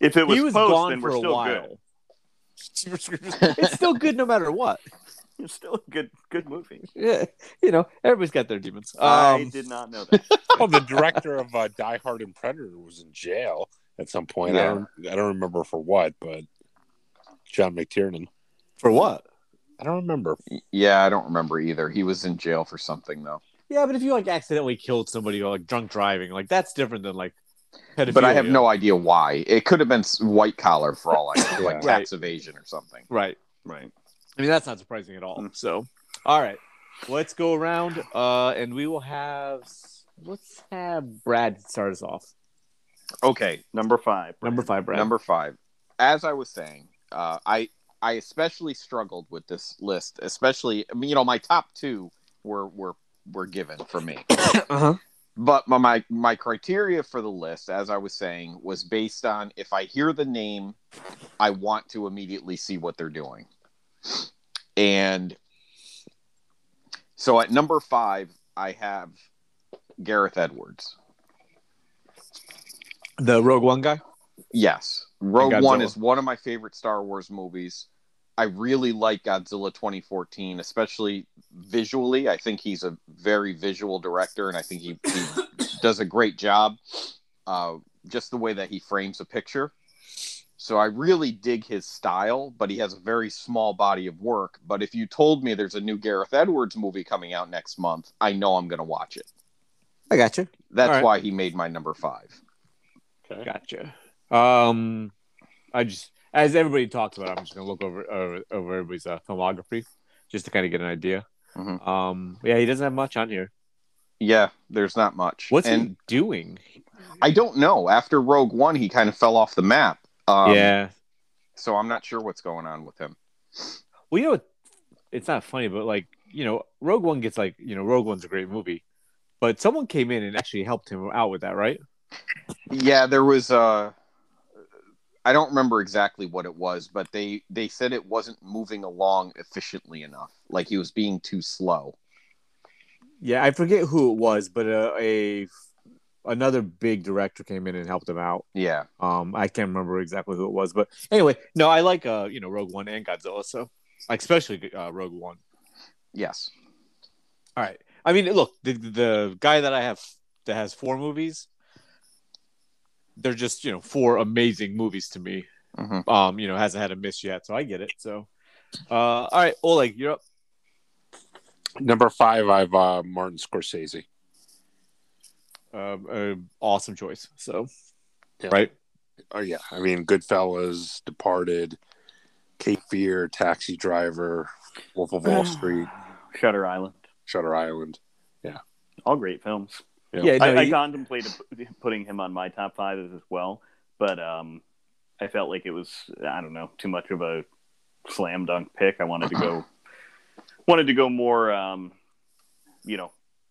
C: If it was,
A: he was
C: post,
A: gone
C: then
A: for
C: we're
A: a
C: still
A: while.
C: good.
A: Jeepers Creepers. it's still good no matter what.
C: It's still a good good movie.
A: Yeah, you know, everybody's got their demons. Um,
C: I did not know that.
E: Well, Oh, the director of uh, Die Hard and Predator was in jail at some point. I
B: Yeah.
E: don't I don't remember for what, but John McTiernan.
A: for what?
E: I don't remember.
B: Yeah, I don't remember either. He was in jail for something though.
A: Yeah, but if you like accidentally killed somebody or like drunk driving, like that's different than like.
B: But I have
A: pedophilia.
B: no idea why. It could have been s- white collar for all I know, like
A: Yeah.
B: tax evasion or something.
A: Right.
C: right.
A: I mean, that's not surprising at all.
C: Mm.
A: So, all right, let's go around, uh, and we will have let's have Brad start us off.
B: Okay,
C: Number five. Brad.
A: Number five, Brad.
B: Number five. As I was saying, uh, I I especially struggled with this list, especially I mean, you know my top two were were were given for me,
A: uh-huh.
B: but my, my my criteria for the list, as I was saying, was based on if I hear the name, I want to immediately see what they're doing, and so at number five, I have Gareth Edwards.
A: the Rogue One guy.
B: Yes. Rogue One
A: Godzilla.
B: is one of my favorite Star Wars movies. I really like Godzilla 2014, especially visually. I think he's a very visual director, and I think he, he does a great job. Uh, just the way that he frames a picture. So I really dig his style, but he has a very small body of work. But if you told me there's a new Gareth Edwards movie coming out next month, I know I'm going to watch it.
A: I gotcha.
B: That's
A: All right.
B: why he made my number five.
F: Okay.
A: Gotcha. Um, I just as everybody talks about, I'm just gonna look over over, over everybody's uh, filmography just to kind of get an idea.
B: Mhm.
A: Um, yeah, he doesn't have much on here.
B: Yeah, there's not much.
A: What's
B: and
A: he doing?
B: I don't know. After Rogue One, he kind of fell off the map. Um,
A: yeah.
B: So I'm not sure what's going on with him.
A: Well, you know, it's not funny, but like you know, Rogue One gets like you know, Rogue One's a great movie, but someone came in and actually helped him out with that, right?
B: Yeah, there was. Uh, I don't remember exactly what it was, but they they said it wasn't moving along efficiently enough. Like he was being too slow.
A: Yeah, I forget who it was, but uh, a another big director came in and helped him out.
B: Yeah.
A: Um, I can't remember exactly who it was, but anyway, no, I like uh, you know, Rogue One and Godzilla, so like especially uh, Rogue One.
B: Yes.
A: All right, I mean, look, the the guy that I have that has four movies, they're just you know four amazing movies to me.
B: Mhm.
A: Um, you know, hasn't had a miss yet, so I get it. So, uh, all right, Oleg, you're up.
E: Number five, I have uh, Martin Scorsese.
A: Um, uh, awesome choice. So,
E: Yeah.
A: right,
E: Oh yeah, I mean Goodfellas, Departed, Cape Fear, Taxi Driver, Wolf of Wall Street,
C: Shutter Island.
E: Shutter Island.
C: All great films.
E: Yeah.
A: yeah, no,
C: I, I
A: you-
C: contemplated p- putting him on my top five as well, but um, I felt like it was I don't know too much of a slam dunk pick. I wanted to go wanted to go more um, you know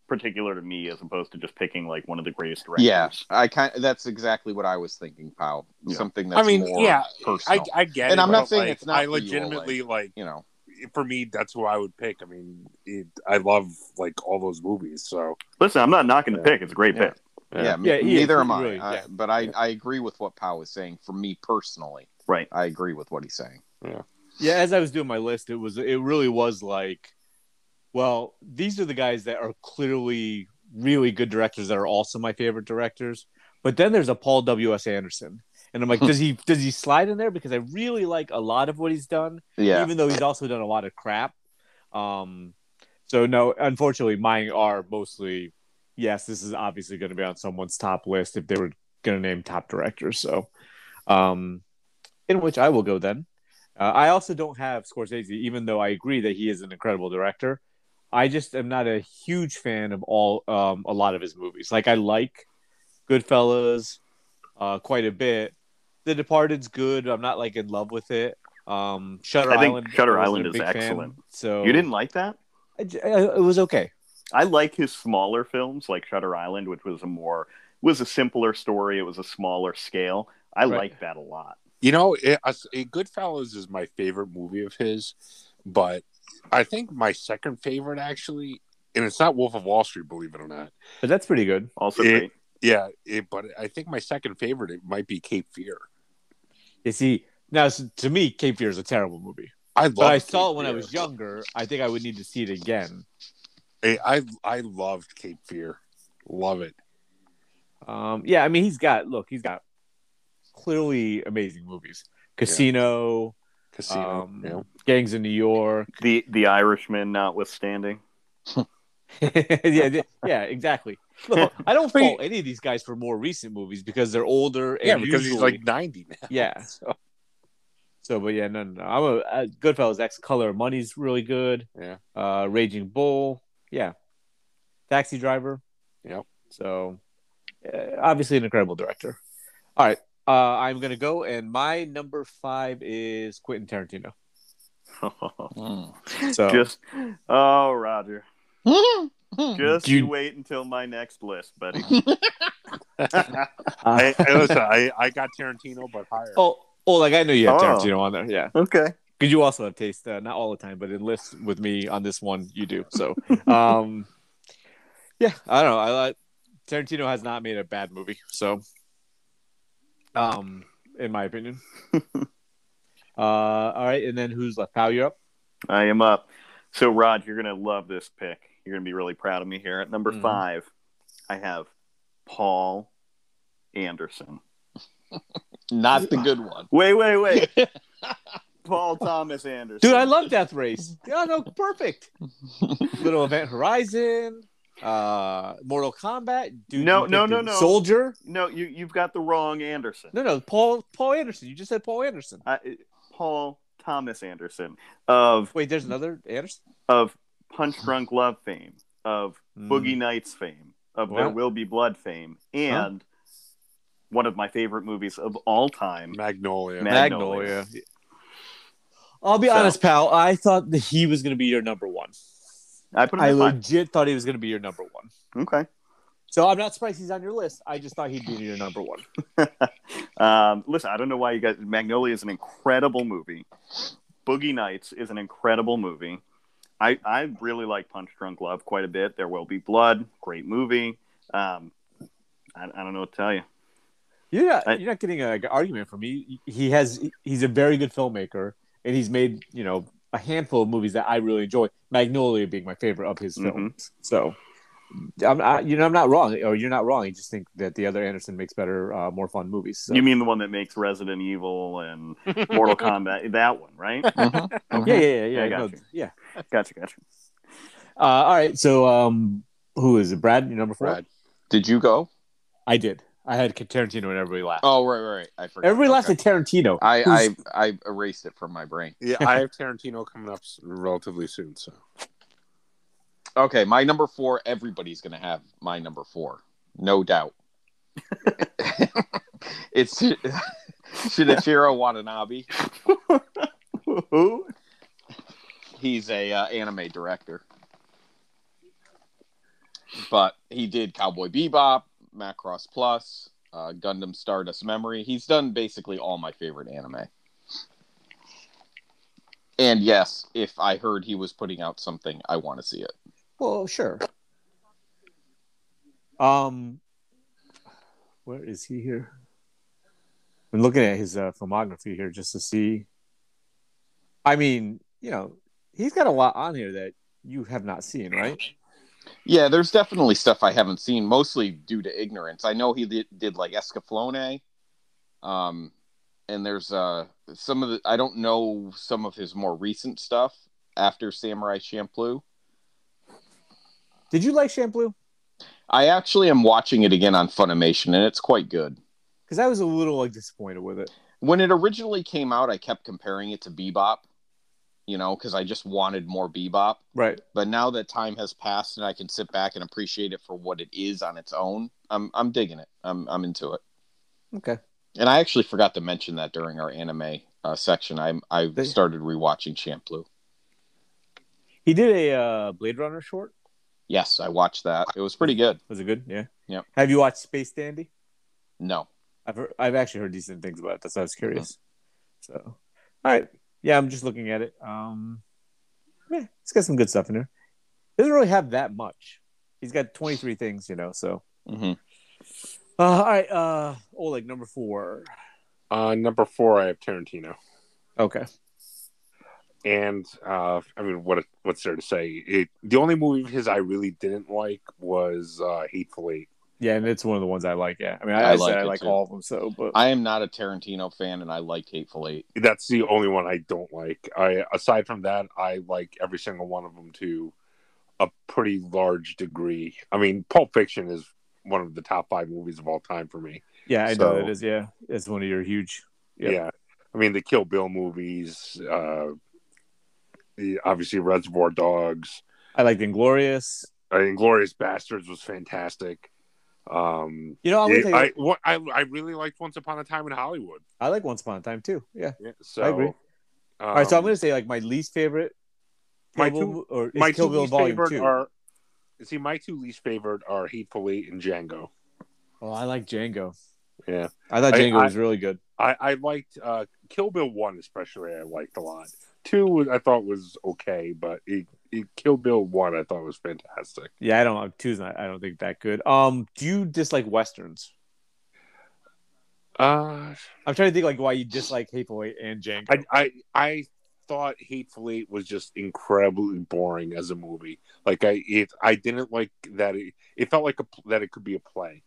C: particular to me as opposed to just picking like one of the greatest directors.
B: Yeah. I kind. That's exactly what I was thinking, Pal.
C: Yeah.
B: Something
E: I
B: that's
E: mean,
B: more
E: yeah, I,
B: personal.
E: I get
B: And
E: it.
B: I'm not
E: but,
B: saying
E: like,
B: it's not
E: I
B: for you,
E: legitimately like
B: you know.
E: for me, that's who I would pick. I mean, it, I love like all those movies. So
C: Listen, I'm not knocking the
E: Yeah.
C: pick. It's a great
E: Yeah.
C: pick.
E: Yeah.
B: Yeah. m-
A: Yeah, he is,
B: neither
A: he
B: am I.
A: really-
B: I-
A: yeah.
B: But I I agree with what Pal is saying. For me personally,
C: Right.
B: I agree with what he's saying.
A: yeah as i was doing my list it was it really was like well these are the guys that are clearly really good directors that are also my favorite directors but then there's a paul w.s anderson and i'm like does he does he slide in there because i really like a lot of what he's done
B: Yeah.
A: even though he's also done a lot of crap um so no unfortunately mine are mostly yes this is obviously going to be on someone's top list if they were going to name top directors so um in which i will go then uh, I also don't have Scorsese, even though I agree that he is an incredible director. I just am not a huge fan of all um, a lot of his movies. Like I like Goodfellas uh, quite a bit. The Departed's good. I'm not like in love with it. Um, Shutter
C: I think
A: Island.
C: Shutter
A: wasn't a
C: Island is
A: big fan,
C: excellent.
A: so
C: You didn't like that?
A: I j- I- it was okay.
C: I like his smaller films like Shutter Island, which was a more was a simpler story. It was a smaller scale. I
A: Right.
C: like that a lot.
E: you know, it, I- it, Goodfellas is my favorite movie of his, but I think my second favorite actually, and it's not Wolf of Wall Street, believe it or not.
A: But that's pretty good.
C: Also
E: It-
C: great.
E: Yeah, it, but I think my second favorite it might be Cape Fear.
A: You see, now s to me, Cape Fear is a terrible movie.
E: I love.
A: But I saw
E: Cape
A: it when I
E: Fear.
A: was younger. I think I would need to see it again.
E: I, Eh, I I loved Cape Fear, love it.
A: Um, yeah, I mean, he's got look, he's got clearly amazing movies: Casino,
E: Casino.
A: um,
E: yeah.
A: Gangs in New York.
C: The the Irishman notwithstanding.
A: yeah, th- yeah, exactly. Look, I don't fault any of these guys for more recent movies because they're older. And
E: Yeah, because he's
A: usually-
E: like ninety now.
A: yeah.
E: So,
A: So, but yeah, no, no, no. I'm a, uh Goodfellas. X Color of Money's really good.
E: Yeah.
A: Uh, Raging Bull. Yeah. Taxi Driver.
E: Yep.
A: So, uh, obviously an incredible director. All right. Uh, I'm gonna go, and my number five is Quentin Tarantino. Oh. So
C: Just oh Roger. Just
A: You-
C: you wait until my next list, buddy.
E: I, I- listen, I, I got Tarantino, but higher.
A: uh, oh, oh, like I know you have
C: Oh.
A: Tarantino on there. Yeah.
C: okay.
A: because you also have taste uh, not all the time but in lists with me on this one you do so um yeah i don't know i like tarantino has not made a bad movie so um in my opinion uh all right and then who's left power you're up
C: I am up. So Rod, you're gonna love this pick. You're gonna be really proud of me here. At number
A: Mhm.
C: five, I have Paul Anderson.
B: Not the good one.
C: Wait, wait, wait. Paul Thomas Anderson.
A: Dude, I love Death Race. Yeah, no, perfect. Little Event Horizon, uh, Mortal Kombat. Dude,
C: No,
A: you
C: no,
A: picked
C: no,
A: a
C: no.
A: Soldier.
C: No, you you've got the wrong Anderson.
A: No, no, Paul Paul Anderson. You just said Paul Anderson.
C: I, Paul Thomas Anderson of
A: Wait, there's another Anderson.
C: of Punch Drunk Love fame, of
A: Mm.
C: Boogie Nights fame, of There
A: What?
C: Will Be Blood fame, and one of my favorite movies of all time.
E: Magnolia.
C: Ma- Magnolia.
A: I'll be
C: So-
A: honest, pal. I thought that he was going to be your number one.
C: I put him
A: I
C: at five.
A: legit thought he was going to be your number one.
C: Okay.
A: So I'm not surprised he's on your list. I just thought he'd be your number one.
C: Um, listen, I don't know why you guys. Magnolia is an incredible movie. Boogie Nights is an incredible movie. I, I really like Punch Drunk Love quite a bit. There Will Be Blood, great movie. Um, I, I don't know what to tell you.
A: You're not,
C: I-
A: you're not getting an argument from me. He has he's a very good filmmaker, and he's made you know a handful of movies that I really enjoy. Magnolia being my favorite of his
C: Mm-hmm.
A: films. So I'm I, you know I'm not wrong, or you're not wrong. I just think that the other Anderson makes better, uh, more fun movies. So.
C: You mean the one that makes Resident Evil and Mortal Kombat? That one, right?
A: yeah, yeah, yeah, yeah,
C: I got
A: no,
C: you.
A: yeah.
C: Gotcha, gotcha.
A: Uh, all right, so um, who is it? Brad, your number four.
E: Brad.
B: Did you go?
A: I did. I had Tarantino, and everybody laughed.
B: Oh, right, right. right. I forgot.
A: everybody laughed
B: Okay.
A: at Tarantino.
B: I,
A: who's-
B: I I erased it from my brain.
E: Yeah, I have Tarantino coming up s- relatively soon. So
B: Okay, my number four. Everybody's gonna have my number four, no doubt. it's Shinichiro Watanabe.
C: Who?
B: He's a uh, anime director, but he did Cowboy Bebop, Macross Plus, uh, Gundam Stardust Memory. He's done basically all my favorite anime. And yes, if I heard he was putting out something, I want to see it.
A: Well, sure. Um, where is he here? I'm looking at his uh, filmography here just to see. I mean, you know, he's got a lot on here that you have not seen, right?
B: Yeah, there's definitely stuff I haven't seen, mostly due to ignorance. I know he did, did like Escaflone, um, and there's uh some of the I don't know some of his more recent stuff after Samurai Champloo.
A: Did you like Shampoo?
B: I actually am watching it again on Funimation, and it's quite good.
A: Because I was a little like disappointed with it.
B: When it originally came out, I kept comparing it to Bebop, you know, because I just wanted more Bebop.
A: Right.
B: But now that time has passed and I can sit back and appreciate it for what it is on its own, I'm I'm digging it. I'm I'm into it.
A: Okay.
B: And I actually forgot to mention that during our anime uh, section. I I
A: They-
B: started rewatching Champloo.
A: He did a uh, Blade Runner short.
B: Yes, I watched that. It was pretty good.
A: Was it good? Yeah.
B: Yep.
A: Have you watched Space Dandy?
B: No,
A: I've heard, I've actually heard decent things about it. That's why I was curious.
B: Mm-hmm.
A: So, all right, yeah, I'm just looking at it. Um, yeah, it's got some good stuff in there. Doesn't really have that much. He's got 23 things, you know. So,
E: Mm-hmm.
B: hmm
A: uh, all right, uh, Oleg number four.
E: uh, number four, I have Tarantino,
A: Okay,
E: and uh, I mean, what what's there to say? It, the only movie of his I really didn't like was uh, Hateful Eight.
A: yeah, and it's one of the ones I like. Yeah, I mean, I,
B: I
A: I
B: like
A: said I
B: it,
A: like
B: too.
A: all of them. So, but
B: I am not a Tarantino fan, and I liked Hateful Eight.
E: That's the only one I don't like. I aside from that, I like every single one of them to a pretty large degree. I mean, Pulp Fiction is one of the top five movies of all time for me.
A: yeah, I know
E: So-
A: that is. Yeah, it's one of your huge. Yeah.
E: Yeah. I mean, the Kill Bill movies, uh, the, obviously Reservoir Dogs,
A: I liked Inglorious.
E: uh, Inglorious Bastards was fantastic. Um,
A: You know, I'm gonna
E: it-
A: take,
E: I,
A: I,
E: what- I, I really liked Once Upon a Time in Hollywood.
A: like Once Upon a Time too. Yeah.
E: Yeah, so, um,
A: I agree. All right, so I'm gonna say like my least favorite.
E: My
A: Kill
E: two-
A: Bill- or is
E: my
A: Kill
E: two
A: Bill
E: least
A: Volume
E: favorite
A: Two.
E: are see my two least favorite are Hateful Eight and Django.
A: Oh, I like Django.
E: Yeah,
A: I thought
E: I-
A: Django
E: I-
A: was really good.
E: I, I liked uh, Kill Bill One especially. I liked a lot. Two was- I thought was okay, but it, it, Kill Bill One I thought was fantastic.
A: Yeah, I don't have two's not I don't think that good. Um, do you dislike westerns?
E: Uh,
A: I'm trying to think like why you dislike Hateful Eight and Django.
E: I I I thought Hateful Eight was just incredibly boring as a movie. Like I it I didn't like that it, it felt like a pl- that it could be a play.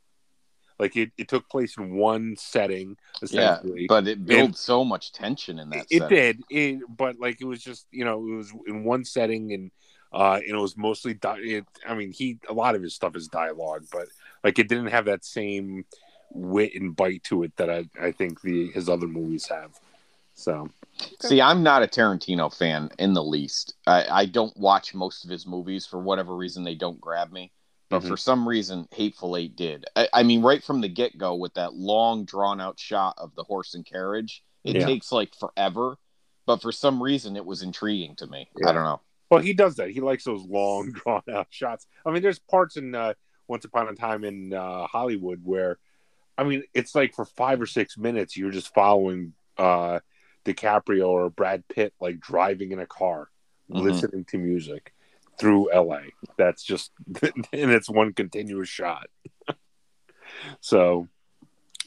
E: Like it, it took place in one setting
B: Yeah,
E: essentially.
B: but it builds so much tension in that.
E: it, it
B: setting.
E: did it, but like it was just you know it was in one setting and uh and it was mostly di- it, i mean he a lot of his stuff is dialogue but like it didn't have that same wit and bite to it that i i think the his other movies have so
B: See, I'm not a Tarantino fan in the least. I, I don't watch most of his movies for whatever reason they don't grab me. But
E: Mhm.
B: for some reason, Hateful Eight did. I, I mean, right from the get go with that long drawn out shot of the horse and carriage, it
E: Yeah.
B: takes like forever. But for some reason, it was intriguing to me.
E: Yeah.
B: I don't know.
E: well he does that he likes those long drawn out shots i mean there's parts in uh once upon a time in uh hollywood where i mean it's like for five or six minutes you're just following uh DiCaprio or Brad Pitt like driving in a car,
B: Mhm.
E: listening to music through LA. That's just and it's one continuous shot. so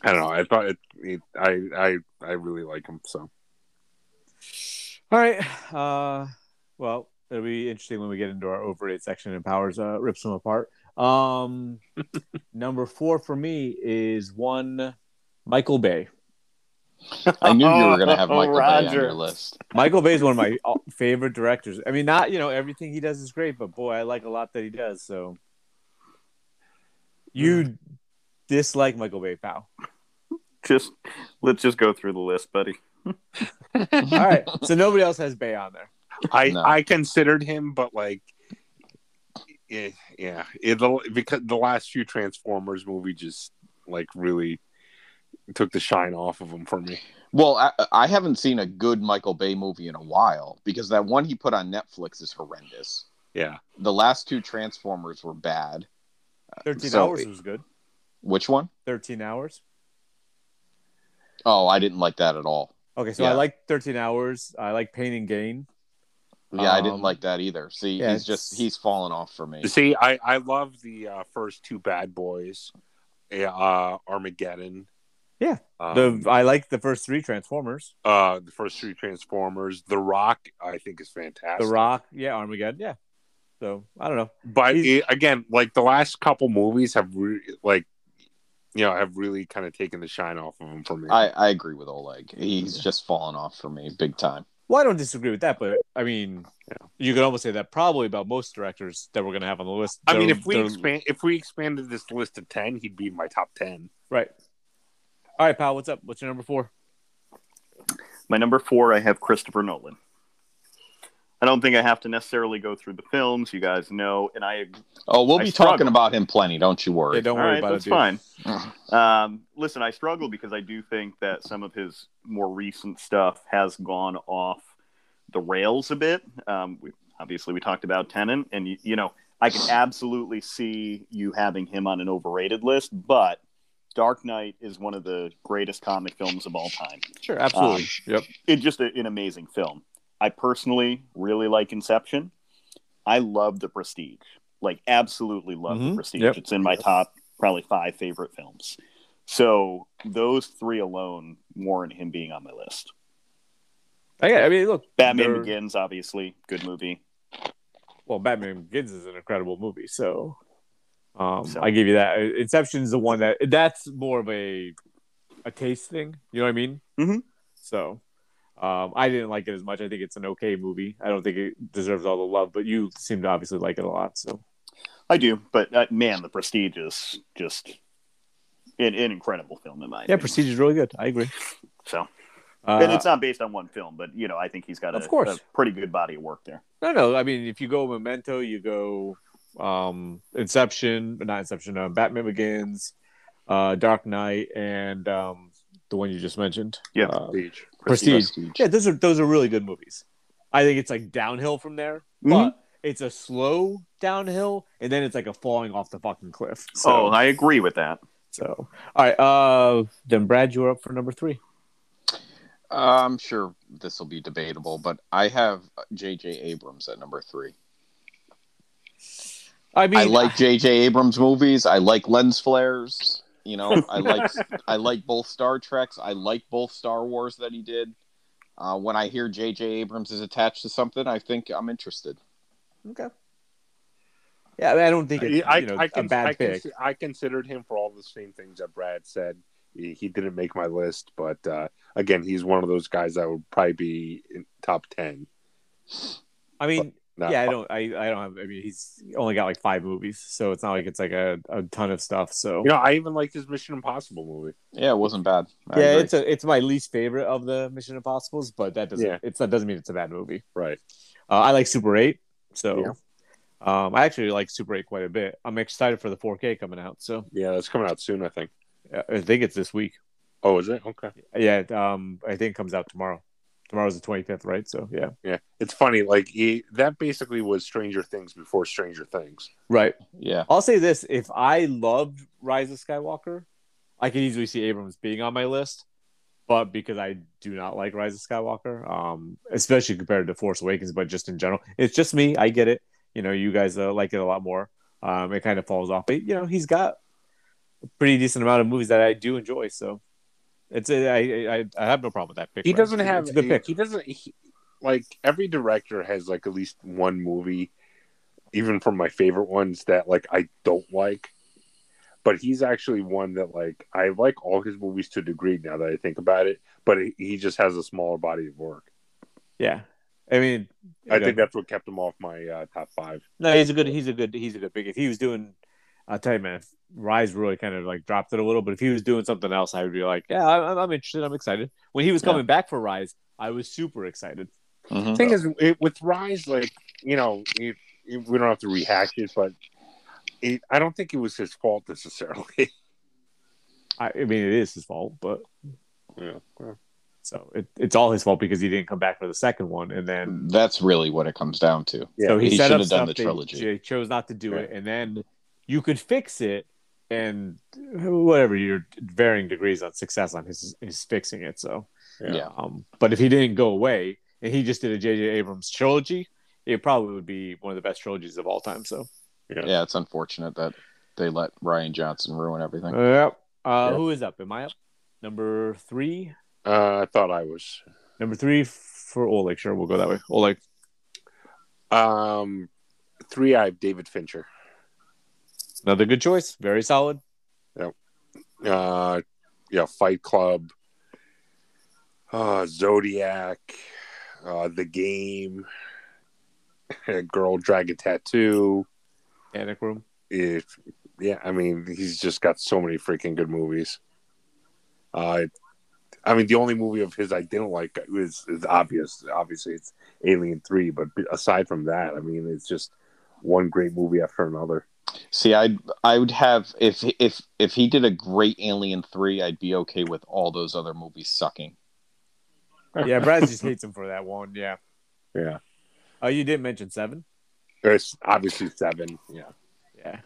E: I don't know. I thought it, it I I I really like him. So
A: All right. Uh, well, it'll be interesting when we get into our overrated section and powers uh, rips them apart. Um, number four for me is one Michael Bay.
B: I knew you were going to have
C: Oh,
B: Michael Bay on
C: Roger.
B: your list.
A: Michael Bay is one of my all- favorite directors. I mean, not you know everything he does is great, but boy, I like a lot that he does. So you dislike Michael Bay, pal?
C: Just let's just go through the list, buddy.
A: All right. So nobody else has Bay on there.
E: I
B: No.
E: I considered him, but like, eh, yeah, it, because the last few Transformers movie just like really took the shine off of him for me.
B: Well, I, I haven't seen a good Michael Bay movie in a while because that one he put on Netflix is horrendous.
E: Yeah,
B: The last two Transformers were bad.
A: Thirteen
B: So-
A: hours was good.
B: Which one?
A: Thirteen hours.
B: Oh, I didn't like that at all.
A: Okay, so I
B: Yeah.
A: like thirteen hours. I like Pain and Gain.
B: Yeah, I
A: Um,
B: didn't like that either. See,
A: yeah,
B: he's just
A: it's-
B: he's fallen off for me.
E: see, I I love the uh, first two Bad Boys, eh, uh, Armageddon.
A: Yeah.
E: um,
A: The I like the first three Transformers.
E: uh, the first three Transformers. The Rock, I think, is fantastic.
A: The Rock, yeah, Armageddon, yeah. So I don't know.
E: but
A: He's-
E: it- again, like the last couple movies have re- like. You know, have really kind of taken the shine off of him for me.
B: I, I agree with Oleg. He's just fallen off for me big time.
A: Well, I don't disagree with that, but I mean, you could almost say that probably about most directors that we're going to have on the list.
E: I mean,
A: They're-
E: if we
A: they're-
E: expand, if we expanded this list to ten, he'd be in my top ten.
A: right. All right, pal. What's up? What's your number four?
C: My number four, I have Christopher Nolan. I don't think I have to necessarily go through the films. You guys know, and I
B: Oh, we'll
C: I
B: be
C: struggle.
B: talking about him plenty. Don't you
A: Yeah,
B: worry.
A: don't
C: All
A: worry
C: right,
A: about
C: that's
A: it. dude.
C: fine. um, listen, I struggle because I do think that some of his more recent stuff has gone off the rails a bit. Um, we, obviously, we talked about Tennant, and you, you know, I can absolutely see you having him on an overrated list, but Dark Knight is one of the greatest comic films of all time.
A: Sure, absolutely.
C: Ah,
A: yep.
C: It's just a, an amazing film. I personally really like Inception. I love The Prestige. Like, absolutely love
A: Mhm.
C: The Prestige.
A: Yep.
C: It's in my top probably five favorite films. So those three alone warrant him being on my list.
A: Okay, Oh, I mean, look,
C: Batman
A: they're-
C: Begins, obviously, good movie.
A: Well, Batman Begins is an incredible movie, so um,
C: So-
A: I give you that. Inception is the one that that's more of a a taste thing. You know what I mean?
C: Mhm.
A: So um, I didn't like it as much. I think it's an okay movie. I don't think it deserves all the love, but you seem to obviously like it a lot. So
C: I do, but uh, man, The Prestige is just an, an incredible film in my
A: yeah,
C: opinion.
A: Prestige is really good. I agree.
C: So,
A: Uh,
C: and it's not based on one film, but you know, I think he's got a,
A: Of course.
C: a pretty good body of work there.
A: no, no. I mean, if you go Memento, you go um, Inception, not Inception. Uh, Batman Begins, uh, Dark Knight, and um, the one you just mentioned.
C: Yeah.
A: Uh,
E: Prestige.
A: Prestige.
B: Prestige.
A: Yeah, those are those are really good movies. I think it's like downhill from there, but it's a slow downhill, and then it's like a falling off the fucking cliff. So,
C: oh, I agree with that.
A: so all right. Uh, then Brad, you're up for number three.
B: Uh, I'm sure this will be debatable, but I have J.J. Abrams at number three.
A: I mean,
B: I like J.J. Abrams movies. I like lens flares. You know, I like I like both Star Treks. I like both Star Wars that he did. Uh, when I hear J.J. Abrams is attached to something, I think I'm interested.
A: Okay. Yeah, I, mean, I don't think it's
E: I,
A: you know,
E: I, can,
A: a bad
E: I, can-
A: pick.
E: I considered him for all the same things that Brad said. He, he didn't make my list, but uh, again, he's one of those guys that would probably be in top ten.
A: I mean,
E: Not
A: yeah, I
E: top-
A: don't. I, I don't have. I mean, he's only got like five movies, so it's not like it's like a, a ton of stuff. So
E: You know, I even liked his Mission Impossible movie.
B: Yeah, it wasn't bad. I
A: yeah,
B: agree.
A: it's a, it's my least favorite of the Mission Impossible's, but that doesn't
E: Yeah.
A: it's that doesn't mean it's a bad movie.
E: Right.
A: Uh, I like Super Eight, so um, I actually like Super Eight quite a bit. I'm excited for the 4K coming out, so
E: Yeah, that's coming out soon, I think.
A: uh, I think it's this week.
E: Oh, is it? Okay.
A: Yeah, it, um, I think it comes out tomorrow. Tomorrow's the 25th, right? So yeah,
E: Yeah, it's funny. Like he, that basically was Stranger Things before Stranger Things.
A: right.
B: yeah.
A: I'll say this: if I loved Rise of Skywalker, I could easily see Abrams being on my list. But because I do not like Rise of Skywalker, um, especially compared to Force Awakens, but just in general, it's just me. I get it. You know, you guys uh, like it a lot more. Um, it kind of falls off, but you know, he's got a pretty decent amount of movies that I do enjoy. So it's a, I, I I have no problem with that pick.
E: He
A: Ryan.
E: doesn't
A: It's a-
E: have.
A: it's a good
E: He,
A: pick.
E: he doesn't. He, like every director has like at least one movie, even from my favorite ones that like I don't like. But he's actually one that like I like all his movies to a degree now that I think about it. But he- he just has a smaller body of work.
A: Yeah, I mean,
E: I
A: you know,
E: think that's what kept him off my uh, top five.
A: No, he's a good. He's a good. He's a good pick. If he was doing, I'll tell you, man. if Rise really kind of like dropped it a little, but if he was doing something else, I would be like, yeah, I'm, I'm interested. I'm excited. When he was
B: Yeah.
A: coming back for Rise, I was super excited.
B: Mhm.
E: The thing is, it, with Rise, like you know, it, it- we don't have to rehash it, but it, I don't think it was his fault necessarily.
A: I, I mean, it is his fault, but
E: yeah. Well,
A: so it, it's all his fault because he didn't come back for the second one, and then
B: That's really what it comes down to.
E: Yeah,
A: so he,
B: he
A: set
B: should
A: up
B: have done
A: stuff,
B: the
A: they-
B: trilogy.
A: They chose not to do it, and then you could fix it, and whatever your varying degrees on success on his is fixing it. So
E: Yeah.
B: yeah.
A: Um, but if he didn't go away and he just did a J.J. Abrams trilogy, it probably would be one of the best trilogies of all time. So,
B: Yeah, it's unfortunate that they let Ryan Johnson ruin everything.
A: yep. Uh,
E: Yeah.
A: Who is up? Am I up? Number three.
E: Uh, I thought I was.
A: Number three for Oleg. Sure, we'll go that way. Oleg.
E: Um, three, I have David Fincher.
A: Another good choice. Very solid.
E: Uh, yeah, Fight Club, uh, Zodiac, uh, The Game, Girl Dragon Tattoo.
A: Panic Room.
E: If yeah, I mean, he's just got so many freaking good movies. Uh, I mean, the only movie of his I didn't like is is obvious. Obviously, it's Alien Three, but aside from that, I mean, it's just one great movie after another.
B: See, I'd I would have if if if he did a great Alien three, I'd be okay with all those other movies sucking.
A: Yeah, Brad just hates him for that one. Yeah.
E: Yeah.
A: Oh, you didn't mention seven.
E: It's obviously seven. Yeah.
A: Yeah.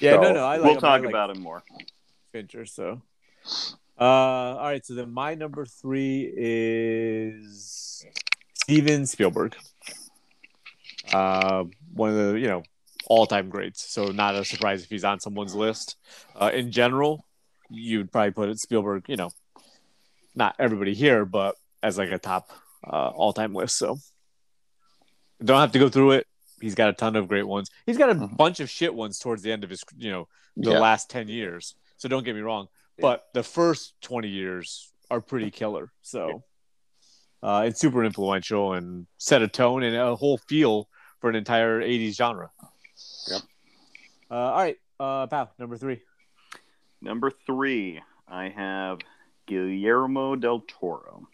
A: Yeah. no,
E: So,
A: no. I like
C: we'll
A: him. I
C: talk
A: like
C: about him more.
A: Fincher. So, uh, all right. So then my number three is Steven Spielberg. Uh, one of the you know all-time greats. So not a surprise if he's on someone's list. Uh, in general, you'd probably put it Spielberg. You know, not everybody here, but as like a top uh, all-time list. So don't have to go through it. He's got a ton of great ones. He's got a
B: Mhm.
A: bunch of shit ones towards the end of his, you know, the
B: yeah.
A: last 10 years. So don't get me wrong, but the first 20 years are pretty killer. So uh, it's super influential and set a tone and a whole feel for an entire 80s genre.
E: Yep.
A: Uh, all right, uh, Pow, number three.
C: Number three, I have Guillermo del Toro.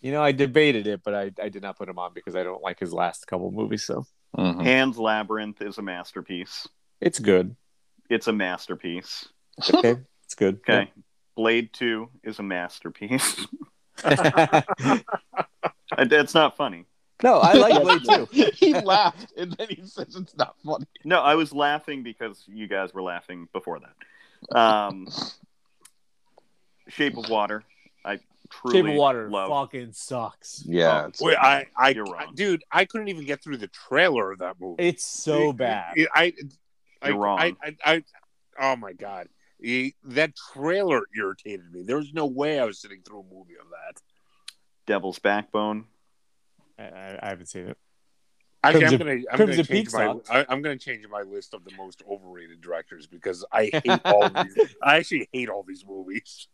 A: You know, I debated it, but I, I did not put him on because I don't like his last couple movies. So
B: Mhm.
C: Pan's Labyrinth is a masterpiece.
A: it's good.
C: It's a masterpiece.
A: Okay. it's good.
C: Okay. Blade Two is a masterpiece. I- That's not funny.
A: no, I like Blade too.
B: he laughed and then he says it's not funny.
C: No, I was laughing because you guys were laughing before that. Um, Shape of Water. I truly
A: Shape of Water
C: love.
A: fucking sucks.
B: Yeah,
C: Oh,
B: it's-
E: Wait, I, I,
C: You're wrong.
E: dude, I couldn't even get through the trailer of that movie.
A: It's so
E: It-
A: bad.
E: it- I, I,
C: You're wrong.
E: I, I, I, oh my god, He- that trailer irritated me. There was no way I was sitting through a movie of that.
C: Devil's Backbone.
A: I, I I haven't seen it.
E: Actually,
A: Crimson-
E: I'm gonna I'm
A: Crimson
E: gonna change
A: Peak
E: my
A: sucked.
E: I, I'm gonna change my list of the most overrated directors because I hate all these. I actually hate all these movies.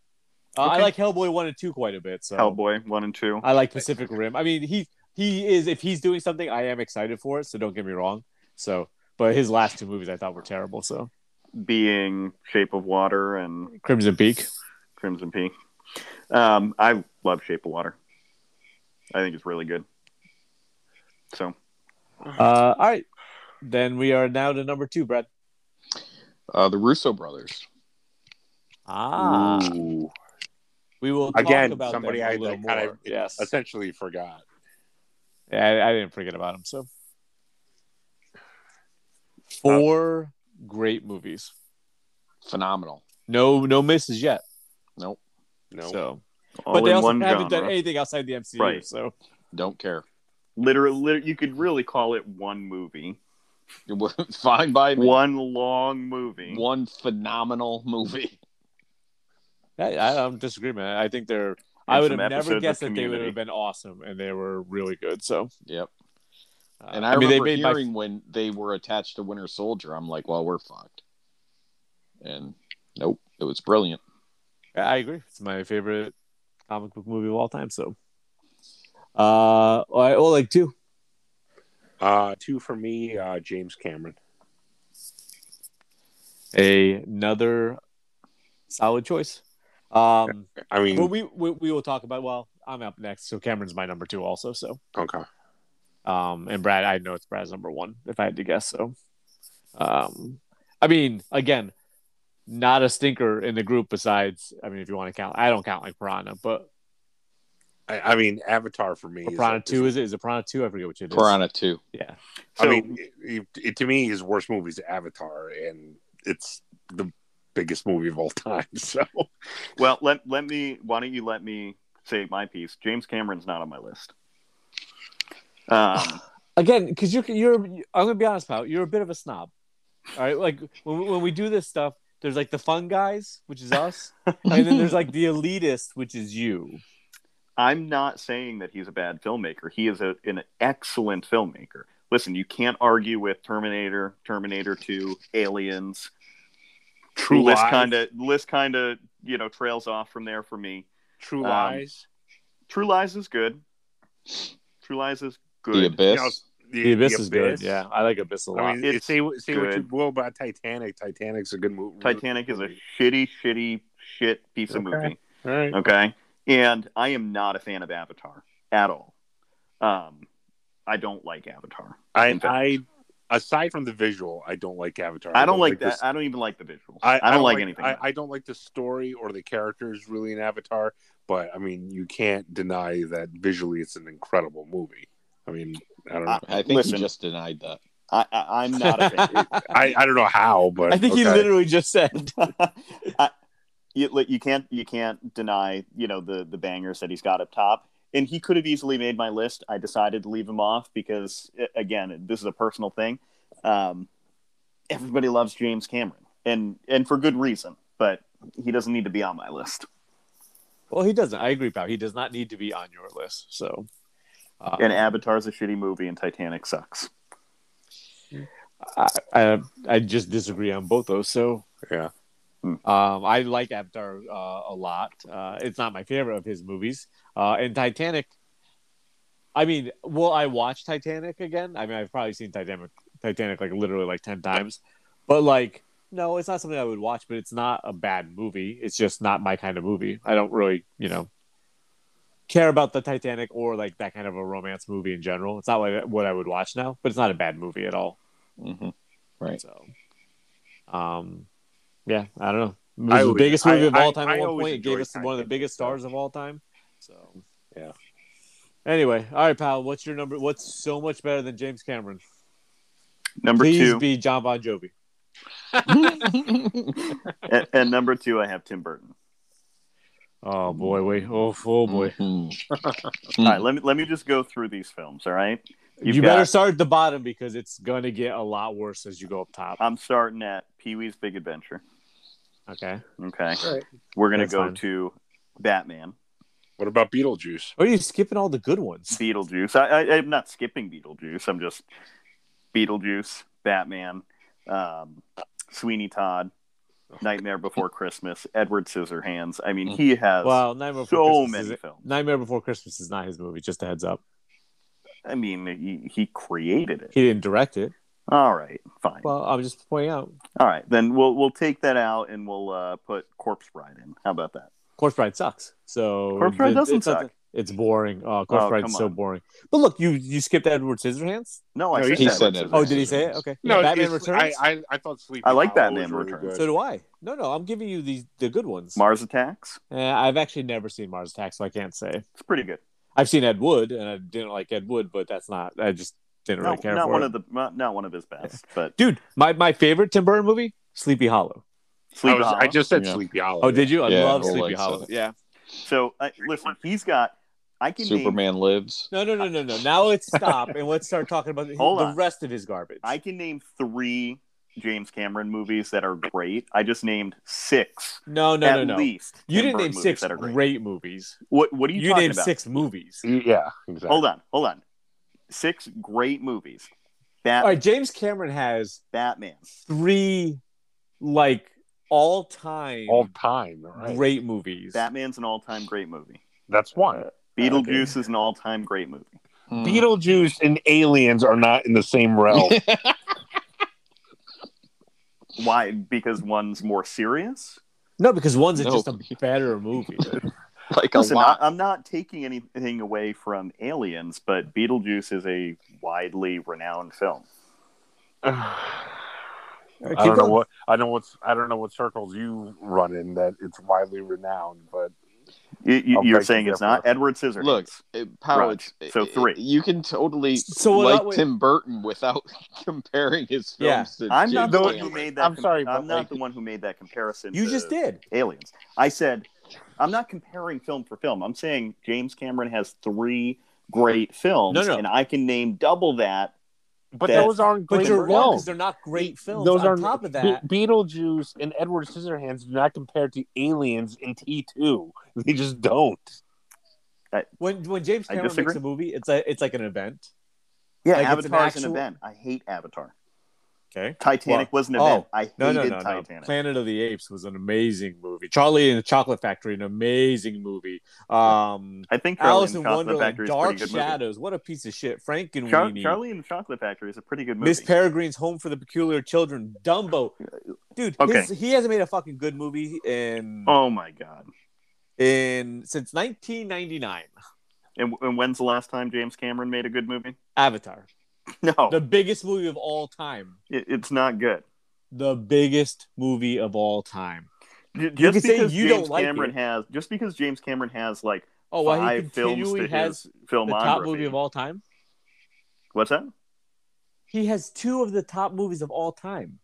A: Uh, I
E: Okay.
A: like Hellboy one and two quite a bit. So
C: Hellboy one and two.
A: I like Pacific Rim. I mean, he he is if he's doing something, I am excited for it. So don't get me wrong. So, but his last two movies I thought were terrible. So
C: being Shape of Water and
A: Crimson Peak.
C: Crimson Peak. Um, I love Shape of Water. I think it's really good. So
A: Uh, all right, then we are now to number two, Brad.
B: Uh, the Russo brothers.
A: Ah,
E: Ooh.
A: we will talk
E: Again,
A: about
E: somebody
A: them a
E: I
A: little
E: like, kind
A: more.
E: of
A: yes,
E: essentially forgot.
A: Yeah, I, I didn't forget about him. So four great movies.
B: Phenomenal.
A: No, no misses yet.
B: Nope.
E: No,
A: So,
C: all
A: but they
C: Oh, in
A: also
C: one
A: haven't
C: genre.
A: done anything outside the MCU.
C: Right.
A: So
B: Don't care.
C: literally, lit- you could really call it one movie,
B: It was Fine by me.
C: one long movie.
B: One phenomenal movie.
A: I, I don't disagree, man. I think they're. I would
C: some
A: have
C: episodes
A: never
C: of
A: guessed that they would
C: Community.
A: have been awesome, and they were really good. So,
B: Yep.
A: uh,
B: And I, remember
A: my-
B: hearing when they were attached to Winter Soldier, I'm like, well, we're fucked. And nope, it was brilliant.
A: I agree. It's my favorite comic book movie of all time. So, uh, all right, well, like two.
E: uh, two for me. Uh, James Cameron.
A: another solid choice. Um,
E: I mean,
A: but we, we we will talk about. Well, I'm up next, so Cameron's my number two, also. So,
E: okay.
A: um, and Brad, I know it's Brad's number one if I had to guess. So, um, I mean, again, not a stinker in the group. Besides, I mean, if you want to count, I don't count like Piranha, but
E: I, I mean, Avatar for me.
A: Piranha
E: is,
A: Two is it? Is it Piranha Two? I forget what it is.
B: Piranha 2.
A: Yeah.
E: I
C: So-
E: mean, it, it, to me, his worst movie is Avatar, and it's the biggest movie of all time. So
C: Well, let let me. Why don't you let me say my piece? James Cameron's not on my list. Um,
A: Again, because you're you're I'm gonna be honest, pal. You're a bit of a snob. All right, like when, when we do this stuff, there's like the fun guys, which is us. and then there's like the elitist, which is you.
C: I'm not saying that he's a bad filmmaker. He is a, an excellent filmmaker. Listen, you can't argue with Terminator, Terminator Two, Aliens.
E: True
C: list
E: Lies.
C: kind of list kind of you know trails off from there for me.
E: True
C: Um,
E: Lies.
C: True Lies is good. True Lies is
B: The
C: good.
B: Abyss.
A: The Abyss is good. Yeah, I like Abyss a lot.
E: I mean,
C: It's
E: say say what you
C: good.
E: will about Titanic. Titanic's a good movie.
C: Titanic is a shitty, shitty, shit piece of
E: Okay.
C: movie.
E: All right.
C: Okay. And I am not a fan of Avatar at all. Um, I don't like Avatar.
E: I,
C: In fact.
E: I aside from the visual, I don't like Avatar.
C: I don't like, that.
E: this-
C: I don't even like the visuals. I, don't like, anything.
E: I, I don't like the story or the characters really in Avatar. But I mean, you can't deny that visually, it's an incredible movie. I mean, I don't know.
C: I-
E: I,
B: I think
C: Listen.
B: you just denied that.
C: I, I, I'm not a fan.
E: I, don't know how, but
A: I think he
E: okay.
A: literally just said
C: I, you, like, you can't you can't deny you know the the bangers that he's got up top, and he could have easily made my list. I decided to leave him off because a- again, this is a personal thing. Um, everybody loves James Cameron, and and for good reason, but he doesn't need to be on my list.
A: Well, he doesn't. I agree, pal. He does not need to be on your list. So uh,
C: And Avatar's a shitty movie, and Titanic sucks.
A: I, I I just disagree on both those. So
E: Yeah.
C: Hmm.
A: um, I like Avatar uh, a lot. Uh, it's not my favorite of his movies. Uh, and Titanic. I mean, will I watch Titanic again? I mean, I've probably seen Titanic Titanic like literally like ten times, but like. No, it's not something I would watch, but it's not a bad movie. It's just not my kind of movie. I don't really, you know, care about the Titanic or like that kind of a romance movie in general. It's not like what I would watch now, but it's not a bad movie at all.
B: hmm Right.
A: So, um, yeah, I don't know. It was
E: I
A: the
E: always-
A: biggest movie of
E: I-
A: all
E: I-
A: time
E: I
A: at one
E: always
A: point. It gave
E: enjoyed
A: us one of the
E: Titanic,
A: biggest
E: so.
A: stars of all time. So,
E: Yeah.
A: Anyway, all right, pal. What's your number? What's so much better than James Cameron?
C: Number
A: Please
C: two,
A: be John Bon Jovi.
C: and, and number two, I have Tim Burton.
A: Oh boy, wait. Oh, oh
C: Mm-hmm.
A: boy.
B: Mhm.
C: All right, let me let me just go through these films. All right,
A: You
C: You've
A: better
C: got-
A: start at the bottom because it's gonna get a lot worse as you go up top.
C: I'm starting at Pee Wee's Big Adventure.
A: Okay.
C: Okay.
E: All right.
C: We're going to
A: That's
C: go
A: fine.
C: to Batman.
F: What about Beetlejuice?
A: Or are you skipping all the good ones?
C: Beetlejuice. I, I, I'm not skipping Beetlejuice. I'm just Beetlejuice, Batman, um, Sweeney Todd, Nightmare Before Christmas, Edward Scissorhands. I mean, he has
A: Mm-hmm. Well, Nightmare Before
C: so
A: Christmas
C: many
A: is-
C: films.
A: Nightmare Before Christmas is not his movie. Just a heads up.
C: I mean, he, he created it.
A: He didn't direct it.
C: All right, fine.
A: Well, I'm just pointing out.
C: All right, then we'll we'll take that out and we'll uh, put Corpse Bride in. How about that?
A: Corpse Bride sucks. So
C: Corpse Bride
A: it-
C: doesn't
A: it's not-
C: suck.
A: It's boring. Oh, Corpse
C: Oh,
A: Bride's
C: come
A: so
C: on.
A: boring. But look, you you skipped Edward Scissorhands.
C: No, I
F: No,
C: said
F: he
C: that
B: said
C: was-
B: it.
A: Oh, did he say it? Okay. Yeah, Batman
F: it's-
A: Returns.
F: I, I, I thought Sleepy
C: I like
F: Hollow was
C: Batman
F: really
C: Returns.
F: good.
A: so do I. No, no, I'm giving you the the good ones.
C: Mars Attacks.
A: Eh, I've actually never seen Mars Attacks, so I can't say.
C: It's pretty good.
A: I've seen Ed Wood, and I didn't like Ed Wood, but that's not. I just didn't really
C: not
A: care
C: not
A: for
C: one
A: it.
C: of the not, not one of his best, but
A: Dude, my, my favorite Tim Burton movie, Sleepy Hollow.
F: I,
C: Sleepy
F: was, I
C: Hollow.
F: just said
B: Yeah.
F: Sleepy Hollow.
A: Oh, did you? I
B: Yeah,
A: love
B: Rolex
A: Sleepy
B: said
A: Hollow.
B: it.
A: Yeah.
C: So I, listen, he's got. I can name
B: Superman lives.
A: No, no, no, no, no. Now let's stop and let's start talking about the
C: Hold
A: the
C: on.
A: rest of his garbage.
C: I can name three James Cameron movies that are great. I just named six
A: no, no,
C: at
A: no, no.
C: least.
A: you
C: Tim
A: didn't
C: Burton
A: name
C: movies
A: six
C: that are
A: great.
C: great.
A: movies.
C: What What are you,
A: You,
C: talking
A: named
C: about?
A: six movies.
F: Yeah, exactly.
C: Hold on, hold on. Six great movies. Bat-
A: All right, James Cameron has
C: Batman.
A: three, like all time
E: all time. all Right?
A: great movies.
C: Batman's an all-time great movie.
E: That's one.
A: Uh, Ah,
E: Mm.
C: Beetlejuice is an all-time great movie.
B: Mm.
E: Beetlejuice and aliens are not in the same realm.
C: Why? Because one's more serious.
A: No, because one's
B: No.
A: just a better movie.
B: like a
C: Listen, I,
B: lot.
C: I'm not taking anything away from Aliens, but Beetlejuice is a widely renowned film.
A: All right,
E: I
A: keep
E: don't know
A: going.
E: what I know what's I don't know what circles you run in that it's widely renowned, but
C: You, you,
E: I'll
C: you're
E: break
C: saying
E: it
C: it's
E: down
C: not
E: for-
C: Edward Scissorhands.
B: Look, uh, Pow,
C: Raj,
B: it's-
C: so
B: uh,
C: three.
B: You can totally
A: So what
B: like
A: about-
B: Tim Burton without comparing his
A: Yeah.
B: films to
C: I'm not
B: James
C: the one who
B: Cameron.
C: made that.
E: I'm sorry, but
C: I'm not
E: like-
C: the one who made that comparison.
A: You
C: to
A: just did.
C: Aliens. I said I'm not comparing film for film. I'm saying James Cameron has three great films,
A: No, no.
C: and I can name double that.
E: but
C: That-
E: those aren't
A: But
E: great
A: you're wrong because
E: films.
A: they're not great films.
E: Those
A: on
E: aren't-
A: top of
E: Be-
A: that,
E: Beetlejuice and Edward Scissorhands do not compare to aliens in T two. They just don't.
A: when when James
C: I
A: Cameron makes
C: disagree.
A: a movie, it's a it's like an event.
C: Yeah,
A: Like, it's an
C: Avatar's an,
A: actual-
C: event. I hate Avatar.
A: Okay.
C: Titanic was an event. I hated
A: Oh. No, no, no, no.
C: Titanic.
A: Planet of the Apes was an amazing movie. Charlie and the Chocolate Factory, an amazing movie. Um,
C: I think Charlie
A: Alice
C: and the
A: in
C: Chocolate
A: Wonderland,
C: Factory is a pretty
A: Dark
C: good movie.
A: Shadows. What a piece of shit. Frank and
C: Char-
A: Weenie.
C: Charlie and the Chocolate Factory is a pretty good movie.
A: Miss Peregrine's Home for the Peculiar Children. Dumbo. Dude,
C: Okay.
A: his, he hasn't made a fucking good movie in
C: oh my god!
A: in since 1999.
C: And, and when's the last time James Cameron made a good movie?
A: Avatar,
C: No,
A: the biggest movie of all time.
C: it, it's not good.
A: The biggest movie of all time.
C: J- Just
A: You could say
C: because
A: you
C: James
A: don't like
C: Cameron
A: it.
C: has, just because James Cameron has like
A: Oh,
C: five
A: well, he
C: films
A: continually
C: to
A: has
C: his
A: the
C: filmography.
A: top movie of all time.
C: What's that?
A: He has two of the top movies of all time,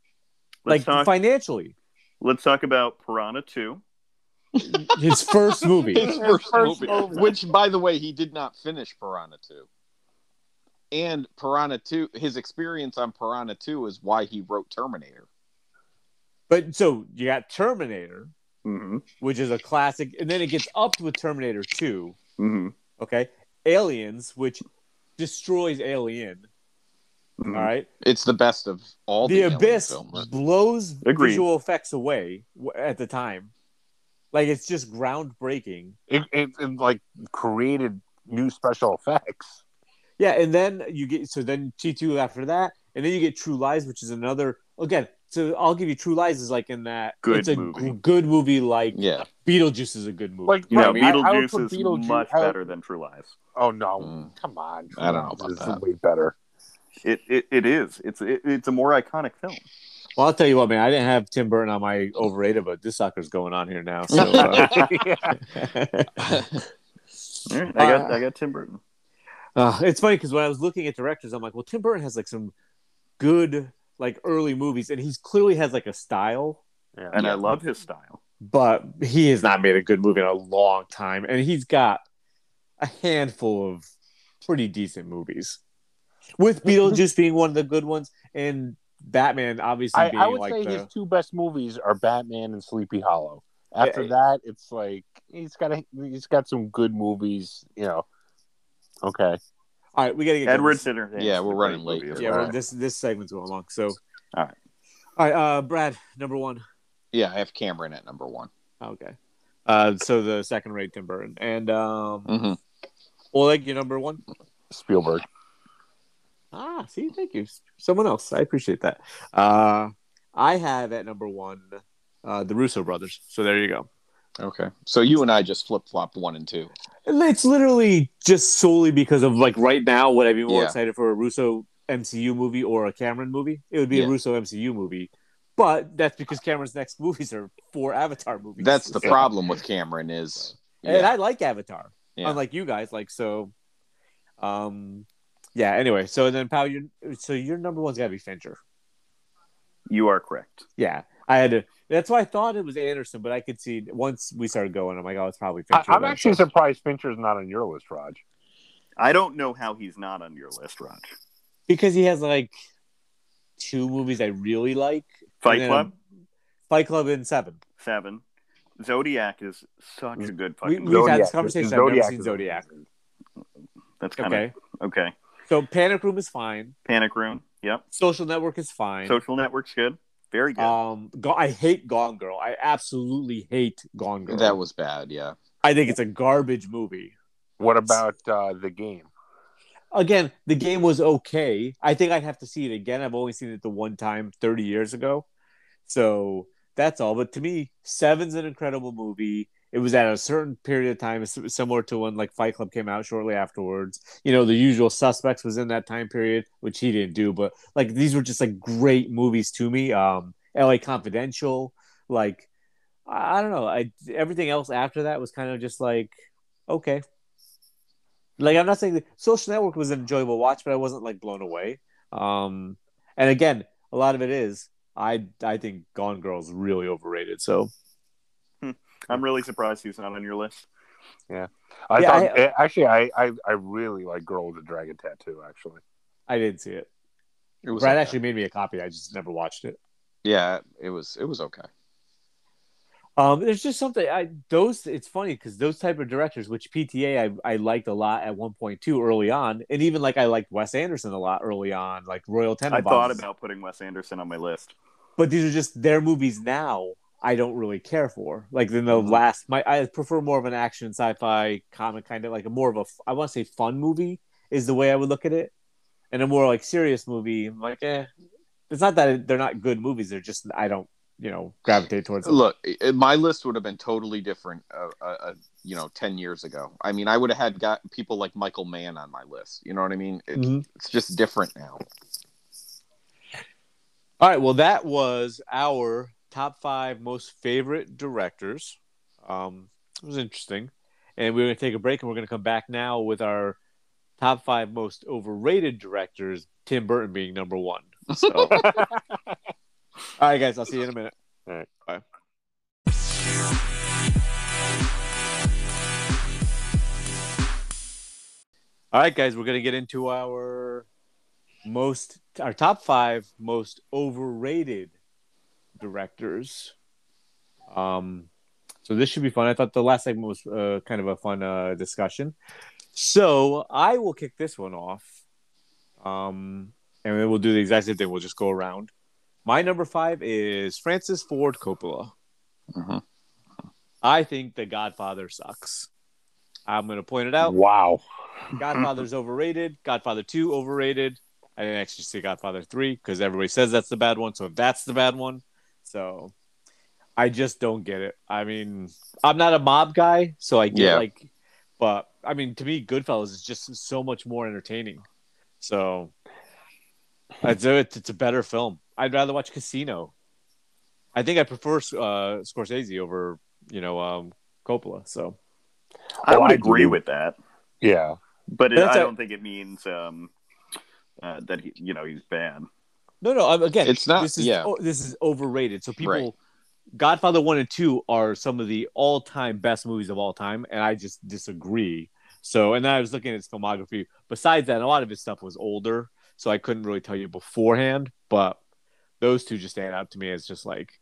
A: like
C: Let's talk.
A: financially.
C: let's talk about Piranha Two.
A: His first movie.
B: his first,
E: First
B: movie,
E: movie.
B: which by the way, he did not finish Piranha 2. And Piranha 2, his experience on Piranha 2 is why he wrote Terminator.
A: But so you got Terminator,
C: Mm-hmm.
A: which is a classic, and then it gets upped with Terminator 2.
C: Mm-hmm.
A: Okay. Aliens, which destroys Alien. All right.
B: It's the best of all
A: the
B: the,
A: Abyss
B: films.
A: blows
C: Agreed.
A: visual effects away w- at the time. Like it's just groundbreaking.
E: It, it, it like created new special effects.
A: Yeah, and then you get so then T two after that, and then you get True Lies, which is another again. So I'll give you True Lies is like in that
C: Good
A: it's a
C: movie.
A: g- good movie. Like
B: Yeah.
A: Beetlejuice is a good movie.
E: Like
C: You know,
E: right, I- I would
C: Beetlejuice
E: put
C: is
E: Beetlejuice-
C: much
E: I would-
C: better than True Lies.
E: Oh no!
B: Mm.
E: Come on!
B: I don't know about
E: It's
B: that.
E: Way better.
C: It, it it is. It's it, it's a more iconic film.
A: well, I'll tell you what, man. I didn't have Tim Burton on my overrated, but this sucker's going on here now. So uh,
C: All right, I got I got Tim Burton.
A: Uh, it's funny because when I was looking at directors, I'm like, well, Tim Burton has like some good like early movies, and he's clearly has like a style,
C: and
B: Yeah.
C: I love his style.
A: but he has not made a good movie in a long time, and he's got a handful of pretty decent movies, with Beetlejuice being one of the good ones, and Batman obviously
E: I,
A: being
E: I would
A: like
E: say
A: the
E: his two best movies are Batman and Sleepy Hollow. After
A: Yeah.
E: that, it's like he's got a, he's got some good movies. You know, okay.
A: All right, we gotta get going.
C: Edward Sinner.
B: Yeah, we're running late here.
A: Yeah, well,
E: Alright.
A: this this segment's going long. So,
C: Alright.
A: all right, uh, Brad, number one.
B: Yeah, I have Cameron at number one.
A: Okay, uh, so the second rate can burn, and um,
B: Mhm.
A: Oleg, your number one.
E: Spielberg.
A: Ah, see, thank you. Someone else, I appreciate that. Uh, I have at number one uh, the Russo brothers. So there you go.
B: Okay, so you and I just flip flopped one and two.
A: It's literally just solely because of like right now, would I be more
B: Yeah.
A: excited for a Russo MCU movie or a Cameron movie? It would be a
B: Yeah.
A: Russo MCU movie, but that's because Cameron's next movies are four Avatar movies.
B: That's the
A: So-
B: problem with Cameron is.
A: And
B: Yeah.
A: I like Avatar,
B: Yeah.
A: unlike you guys. Like so, um, yeah. Anyway, so then Powell, you so your number one's got to be Fincher.
C: You are correct.
A: Yeah, I had to. That's why I thought it was Anderson, but I could see once we started going, I'm like, oh, it's probably
E: I,
A: Fincher.
E: I'm
A: then,
E: actually
A: so-
E: surprised Fincher's not on your list, Raj.
C: I don't know how he's not on your list, Raj.
A: because he has like two movies I really like:
C: Fight
A: And then-
C: Club
A: Fight Club and Seven.
C: seven. Zodiac is such a good
A: We,
C: fucking.
A: we've had this conversation. I've never seen
E: is-
A: Zodiac.
C: That's kind of
A: Okay,
C: okay. okay.
A: so Panic Room is fine.
C: Panic Room. Yep.
A: Social Network is fine.
C: Social Network's good. Very good.
E: Oh,
A: um, Go- I hate Gone Girl. I absolutely hate Gone Girl.
B: That was bad. Yeah.
A: I think it's a garbage movie.
E: What about uh, the game?
A: Again, the game was okay. I think I'd have to see it again. I've only seen it the one time 30 years ago. So that's all. But to me, Seven's an incredible movie. It was at a certain period of time, s- similar to when like Fight Club came out shortly afterwards. You know, The Usual Suspects was in that time period, which he didn't do. But like these were just like great movies to me. Um, L.A. Confidential, like I I don't know. I everything else after that was kind of just like okay. Like I'm not saying that Social Network was an enjoyable watch, but I wasn't like blown away. Um, and again, a lot of it is I I think Gone Girl's really overrated. So
C: I'm really surprised he's not on your list.
E: I
A: Yeah,
E: thought eh, actually I, I I really like Girl with a Dragon Tattoo. Actually,
A: I didn't see it.
B: It was
A: Brad
B: okay.
A: actually made me a copy. I just never watched it.
B: Yeah, it was. It was okay.
A: Um, there's just something I those. It's funny because those type of directors, which PTA I, I liked a lot at 1.2 early on, and even like I liked Wes Anderson a lot early on, like Royal Tenenbaums.
C: I thought about putting Wes Anderson on my list.
A: but these are just their movies now. I don't really care for like then the
B: Mhm.
A: last. My I prefer more of an action sci-fi comic kind of like a more of a f- I want to say fun movie is the way I would look at it, and a more like serious movie. I'm like, eh, it's not that they're not good movies. They're just I don't you know gravitate towards them.
B: Look, i- my list would have been totally different. Uh, uh, uh, you know, ten years ago. I mean, I would have had got people like Michael Mann on my list. You know what I mean? It,
E: Mm-hmm.
A: Mhm.
B: It's just different now.
A: All right. Well, that was our top five most favorite directors. Um, it was interesting. And we're going to take a break and we're going to come back now with our top five most overrated directors, Tim Burton being number one. So, all right, guys, I'll see you in a minute.
E: All right.
A: Bye. All right, guys, we're going to get into our most our top five most overrated directors. Um, so this should be fun. I thought the last segment was uh, kind of a fun uh, discussion. So I will kick this one off, um, and then we'll do the exact same thing. We'll just go around. My number five is Francis Ford Coppola.
B: Mhm.
A: I think The Godfather sucks. I'm going to point it out.
E: wow.
A: Godfather's overrated. Godfather 2 overrated. I didn't actually see Godfather 3 because everybody says that's the bad one. So if that's the bad one, so I just don't get it. I mean, I'm not a mob guy, so I get
B: Yeah.
A: like, but I mean, to me, Goodfellas is just so much more entertaining. So it's a, it's a better film. I'd rather watch Casino. I think I prefer uh, Scorsese over, you know, um, Coppola. So
C: I
E: Oh,
C: would
E: I
C: agree
E: do.
C: with that,
E: Yeah,
C: but it,
A: That's
C: I
A: a-
C: don't think it means um, uh, that he, you know he's bad.
A: No, no. I'm, again,
B: It's not-
A: This is,
B: yeah.
A: oh, this is overrated. So people,
B: Right.
A: Godfather one and two are some of the all-time best movies of all time, and I just disagree. So, and then I was looking at his filmography. Besides that, a lot of his stuff was older, so I couldn't really tell you beforehand. But those two just stand out to me as just like,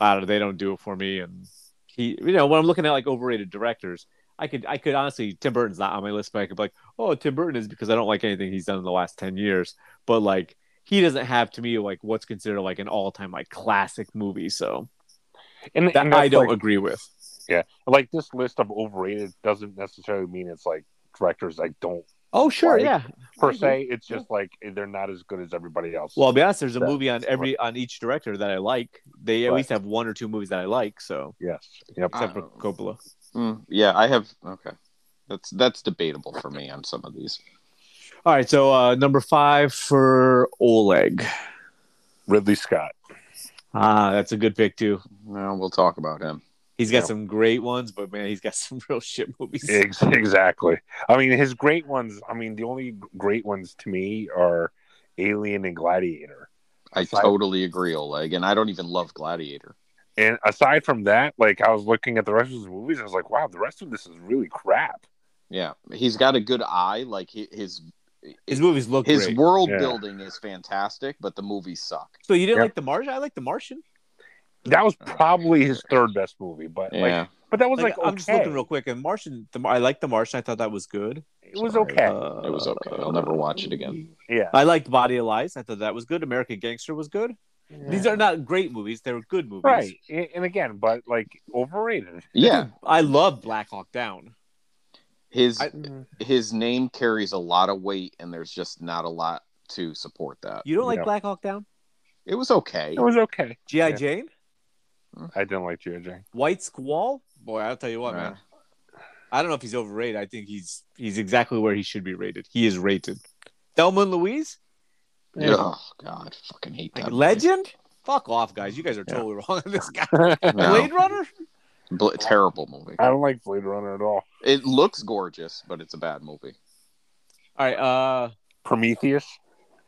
A: I don't know, they don't do it for me, and he you know when I'm looking at like overrated directors, I could I could honestly Tim Burton's not on my list, but I could be like, oh Tim Burton is because I don't like anything he's done in the last ten years. But like he doesn't have to me like what's considered like an all time like classic movie. So
E: And,
A: that
E: and
A: I don't
E: Like,
A: agree with.
E: like this list of overrated doesn't necessarily mean it's like directors I don't
A: Oh sure,
E: Like,
A: yeah.
E: per
A: agree.
E: se. It's just like they're not as good as everybody else.
A: Well, I'll be honest. There's a
E: That's
A: movie on every on each director that I like. They at
E: Right.
A: least have one or two movies that I like. So
E: yes, yep.
A: except for
B: Oh.
A: Coppola,
B: Mm, yeah, I have. Okay, that's that's debatable for me on some of these.
A: All right, so uh, number five for Oleg.
E: Ridley Scott.
A: Ah, that's a good pick too.
B: No, we'll talk about him.
A: He's got
E: Yeah.
A: some great ones, but man, he's got some real shit movies.
E: Ex- exactly. I mean, his great ones. I mean, the only great ones to me are Alien and Gladiator.
B: I
E: Fine.
B: totally agree, Oleg, and I don't even love Gladiator.
E: And aside from that, like I was looking at the rest of his movies, I was like, wow, the rest of this is really crap.
B: Yeah, he's got a good eye. Like hi- his
A: His movies look
B: his
A: great.
B: world
E: Oh, Yeah.
B: building is fantastic, but the movies suck.
A: so you didn't
E: Yep.
A: like The Martian? I like The Martian.
E: That was probably his third best movie, but like,
B: Yeah,
E: but that was
A: Like,
E: like, okay.
A: I'm just looking real quick, and Martian. The, Mar- I like The Martian. I thought that was good.
E: It was okay.
A: Uh,
B: it was okay. I'll never watch it again.
E: yeah.
A: I liked Body of Lies. I thought that was good. American Gangster was good. These are not great movies. They were good movies.
E: right. And and again, but like overrated.
B: Yeah,
A: I love Black Hawk Down.
B: his
A: I-
B: his name carries a lot of weight, and there's just not a lot to support that.
A: You don't like
E: Yeah.
A: Black Hawk Down?
B: It was okay.
E: It was okay.
A: G.I.
E: Yeah.
A: Jane?
E: I didn't like JJ.
A: White Squall? Boy, I'll tell you what,
B: Nah.
A: man. I don't know if he's overrated. I think he's he's exactly where he should be rated. He is rated. Thelma and Louise?
E: Yeah.
B: Oh God, fucking hate
A: Like
B: that.
A: legend? Fuck off, guys. You guys are
E: Yeah.
A: totally wrong on this guy.
B: No.
A: Blade Runner?
B: Bl- terrible movie.
E: I don't like Blade Runner at all.
B: It looks gorgeous, but it's a bad movie.
A: All right, uh
E: Prometheus.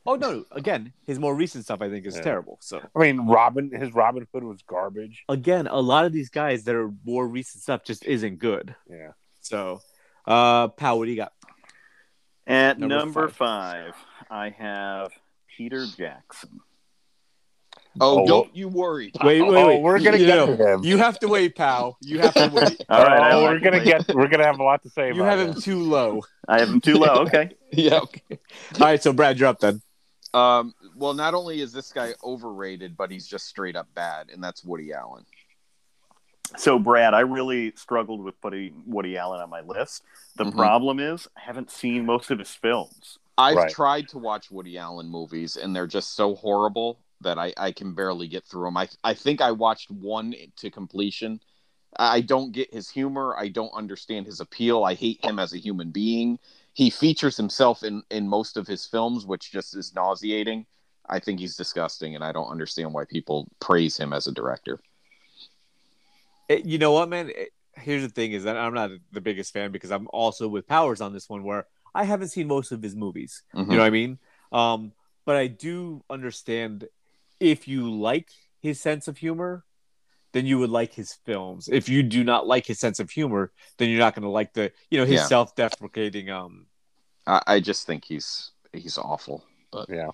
A: oh no, again, his more recent stuff I think is
E: Yeah.
A: terrible. So
E: I mean, Robin. His Robin Hood was garbage.
A: again, a lot of these guys that are more recent stuff just isn't good.
E: Yeah.
A: So uh Pal, what do you got?
C: At
A: Number
C: number,
A: five.
C: five. I have Peter Jackson.
B: Oh,
E: Oh,
B: don't you worry.
A: Wait, wait,
E: Oh,
A: wait.
E: we're gonna
A: You
E: get
A: know,
E: to him.
A: You have to wait, pal. You have to wait.
C: All right, I,
E: oh,
B: like
E: we're gonna
B: Blade.
E: get. We're gonna have a lot to say.
A: you
E: about
A: have him too low.
C: I have him too low. Okay.
B: Yeah.
A: All right, so Brad, you're up then.
B: Um, well, not only is this guy overrated, but he's just straight up bad, and that's Woody Allen.
C: So, Brad, I really struggled with putting Woody Allen on my list. The
E: Mm-hmm.
B: Mhm.
C: problem is, I haven't seen most of his films.
B: I've
E: Right.
B: tried to watch Woody Allen movies, and they're just so horrible that I, I can barely get through them. I, I think I watched one to completion. I I don't get his humor. I don't understand his appeal. I hate him as a human being. He features himself in, in most of his films, which just is nauseating. I think he's disgusting, and I don't understand why people praise him as a director.
A: It- Eh, you know what, man? It- here's the thing: is that I'm not the biggest fan because I'm also with Powers on this one, where I haven't seen most of his movies.
B: Mhm.
A: You know what I mean? Um, but I do understand if you like his sense of humor, then you would like his films. If you do not like his sense of humor, then you're not going to like the you know his
B: Yeah.
A: self-deprecating. Um,
B: I, I just think he's he's awful. But
E: Yeah.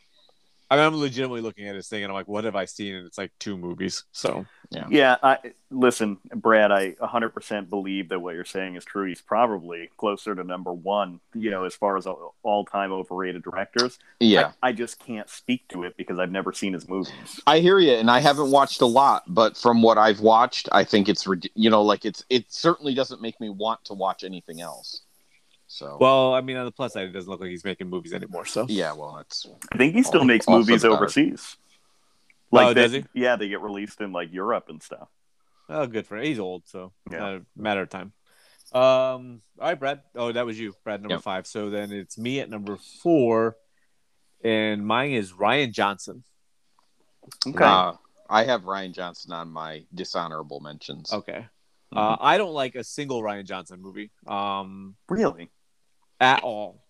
A: I mean, I'm legitimately looking at his thing and I'm like, what have I seen? And it's like two movies. So
C: Yeah, I, listen, Brad, I 100% believe that what you're saying is true. He's probably closer to number one, you know, as far as all time overrated directors.
B: yeah,
C: I, I just can't speak to it because I've never seen his movies.
B: I hear you, and I haven't watched a lot, but from what I've watched, I think it's rid- you know like it's it certainly doesn't make me want to watch anything else. So
A: Well, I mean, on the plus side, it doesn't look like he's making movies anymore. So
B: yeah, well that's
C: I think he still makes
B: Also
C: movies
B: better.
C: overseas.
A: Oh,
C: they,
A: does he?
C: Yeah, they get released in like Europe and stuff.
A: oh, good for him. He's old, so
C: Yeah.
A: not a matter of time. Um, all right, Brad. Oh, that was you, Brad, number
B: Yep.
A: five. So then it's me at number four, and mine is Ryan Johnson.
C: Okay.
B: Uh, I have Ryan Johnson on my dishonorable mentions.
A: Okay, uh,
B: Mm-hmm.
A: I don't like a single Ryan Johnson movie. Um,
C: really?
A: at all.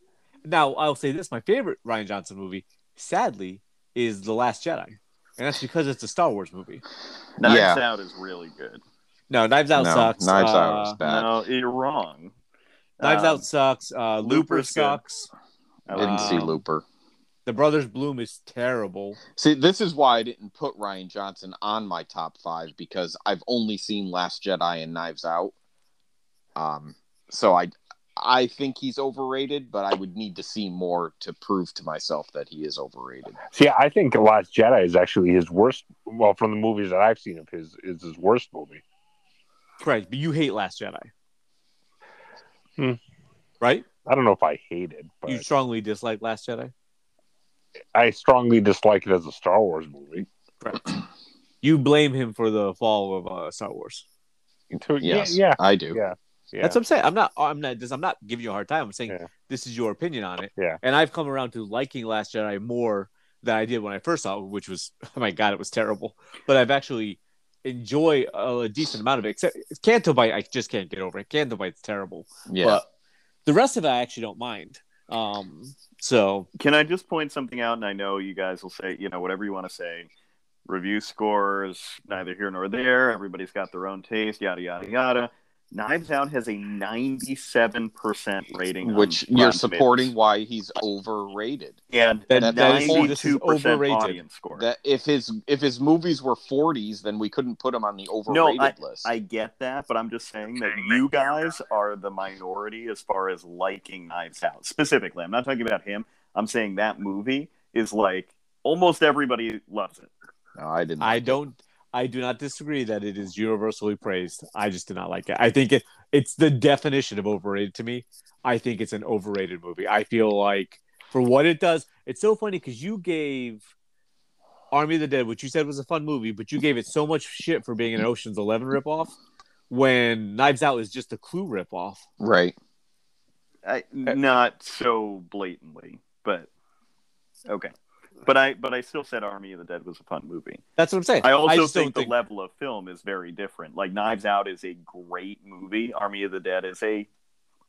A: Now, I'll say this: my favorite Ryan Johnson movie, sadly, is The Last Jedi, and that's because it's a Star Wars movie.
C: Knives
B: Yeah.
C: Out is really good.
A: No, Knives Out
B: no,
A: sucks.
B: Knives
A: Uh,
B: Out is bad.
C: No, you're wrong.
A: Knives
C: Um,
A: Out sucks. Uh, Looper
C: Looper's good.
A: sucks.
C: I
B: I didn't
C: like-
B: see
A: um,
B: Looper.
A: The Brothers Bloom is terrible.
B: See, this is why I didn't put Ryan Johnson on my top five because I've only seen Last Jedi and Knives Out. Um, so I, I think he's overrated, but I would need to see more to prove to myself that he is overrated.
E: See, I think The Last Jedi is actually his worst. Well, from the movies that I've seen of his, is his worst movie.
A: Correct, but you hate Last Jedi.
E: Hmm.
A: Right?
E: I don't know if I hate it, but
A: You strongly dislike Last Jedi.
E: I strongly dislike it as a Star Wars movie.
A: Correct. you blame him for the fall of uh, Star Wars.
E: To-
B: Yes,
E: Yeah,
B: I do.
E: Yeah. yeah,
A: That's what I'm saying. I'm not. I'm not. Just, I'm not giving you a hard time. I'm saying
E: Yeah.
A: this is your opinion on it.
E: Yeah.
A: And I've come around to liking Last Jedi more than I did when I first saw it, which was oh my god, it was terrible. But I've actually enjoy a, a decent amount of it. Except Canto Bite, I just can't get over it. Canto Bite's terrible.
B: Yeah.
A: But the rest of it, I actually don't mind. Um. So
C: Can I just point something out? And I know you guys will say, you know, whatever you want to say. Review scores, neither here nor there. Everybody's got their own taste, yada, yada, yada. Knives Out has a 97% rating. on
B: Which
C: Rotten
B: you're
C: Tomatoes.
B: supporting why he's overrated.
C: And
A: That-
B: that- that is- Oh,
C: 92%
A: this is overrated.
C: audience score.
B: That if his if his movies were 40s, then we couldn't put him on the overrated list.
C: I get that, but I'm just saying that you guys are the minority as far as liking Knives Out. Specifically, I'm not talking about him. I'm saying that movie is like almost everybody loves it.
B: no, I didn't.
A: I don't. I do not disagree that it is universally praised. I just do not like it. I think it it's the definition of overrated to me. I think it's an overrated movie. I feel like for what it does, it's so funny because you gave Army of the Dead, which you said was a fun movie, but you gave it so much shit for being an Ocean's Eleven ripoff. When Knives Out is just a Clue ripoff.
B: right.
C: I, not so blatantly, but okay. But I but I still said Army of the Dead was a fun movie.
A: That's what I'm saying.
C: I also
A: just don't
C: think the level of film is very different. Like Knives Out is a great movie. Army of the Dead is a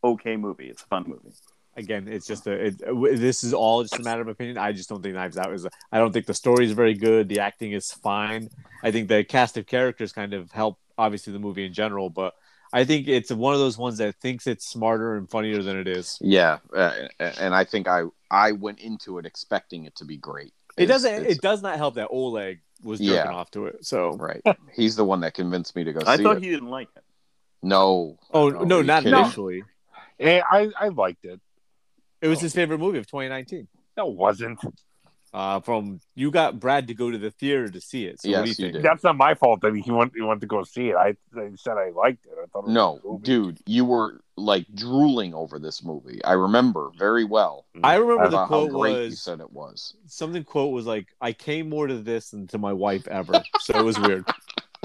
C: okay movie. It's a fun movie.
A: again, it's just a. It, w- this is all just a matter of opinion. I just don't think Knives Out is. I don't think the story is very good. The acting is fine. I think the cast of characters kind of help, obviously, the movie in general. But I think it's one of those ones that thinks it's smarter and funnier than it is.
B: Yeah, uh, and I think I I went into it expecting it to be great.
A: It
B: It's-
A: doesn't.
B: it's-
A: It does not help that Oleg was jerking
B: Yeah.
A: off to it. So.
B: right. He's the one that convinced me to go
C: I
B: see
C: thought
B: it.
C: he didn't like it.
B: No.
A: Oh
B: Are
A: no,
B: you
A: not
B: kidding?
A: initially.
E: Eh, I I liked it.
A: It
B: Oh.
A: was his favorite movie of 2019.
E: No, it wasn't.
A: Uh, from you got Brad to go to the theater to see it. So what
B: Yes,
A: do you
B: you
A: think?
B: did.
E: That's not my fault that he went he went to go see it. I, I said I liked it. I thought it was a good
B: No,
E: movie.
B: dude, you were like drooling over this movie. I remember very well
A: I remember the
B: about how
A: quote
B: great you
A: was
B: said it was.
A: something quote was like, "I came more to this than to my wife ever," so it was weird.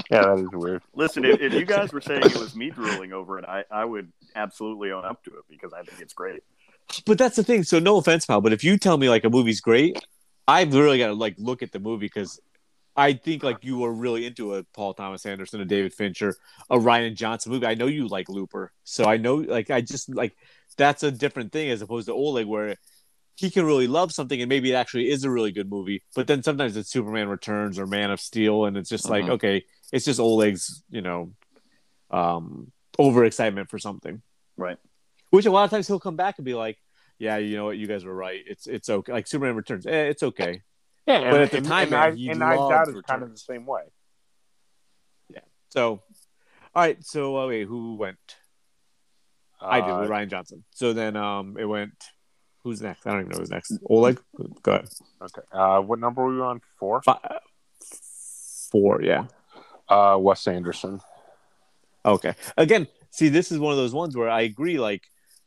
E: Yeah, that is weird.
C: Listen, if, if you guys were saying it was me drooling over it, I, I would absolutely own up to it because I think it's great.
A: But that's the thing. So no offense, pal, but if you tell me like a movie's great, I've really got to like look at the movie because I think like you are really into a Paul Thomas Anderson, a David Fincher, a Ryan Johnson movie. I know you like Looper, so I know like I just like that's a different thing as opposed to Oleg where. He can really love something, and maybe it actually is a really good movie. But then sometimes it's Superman Returns or Man of Steel, and it's just like,
B: Mhm.
A: okay, it's just Oleg's, you know, um, overexcitement for something.
C: Right.
A: Which a lot of times he'll come back and be like, "Yeah, you know what? You guys were right. It's it's okay. Like Superman Returns, eh, it's okay."
E: Yeah,
A: But at the time,
E: and,
A: man,
E: I-
A: he
E: and I
A: loved
E: doubt it's
A: Returns.
E: kind of the same way.
A: So, all right. So uh, wait, who went? I
E: Uh,
A: did with Ryan Johnson. So then um, it went. Who's next? I don't even know who's next. Oleg, go ahead.
E: Okay. Uh, what number were you on? Four.
A: Fi uh, four, yeah.
E: Uh, Wes Anderson.
B: Mm-hmm.
A: Okay. Again, see, this is one of those ones where I agree. Like,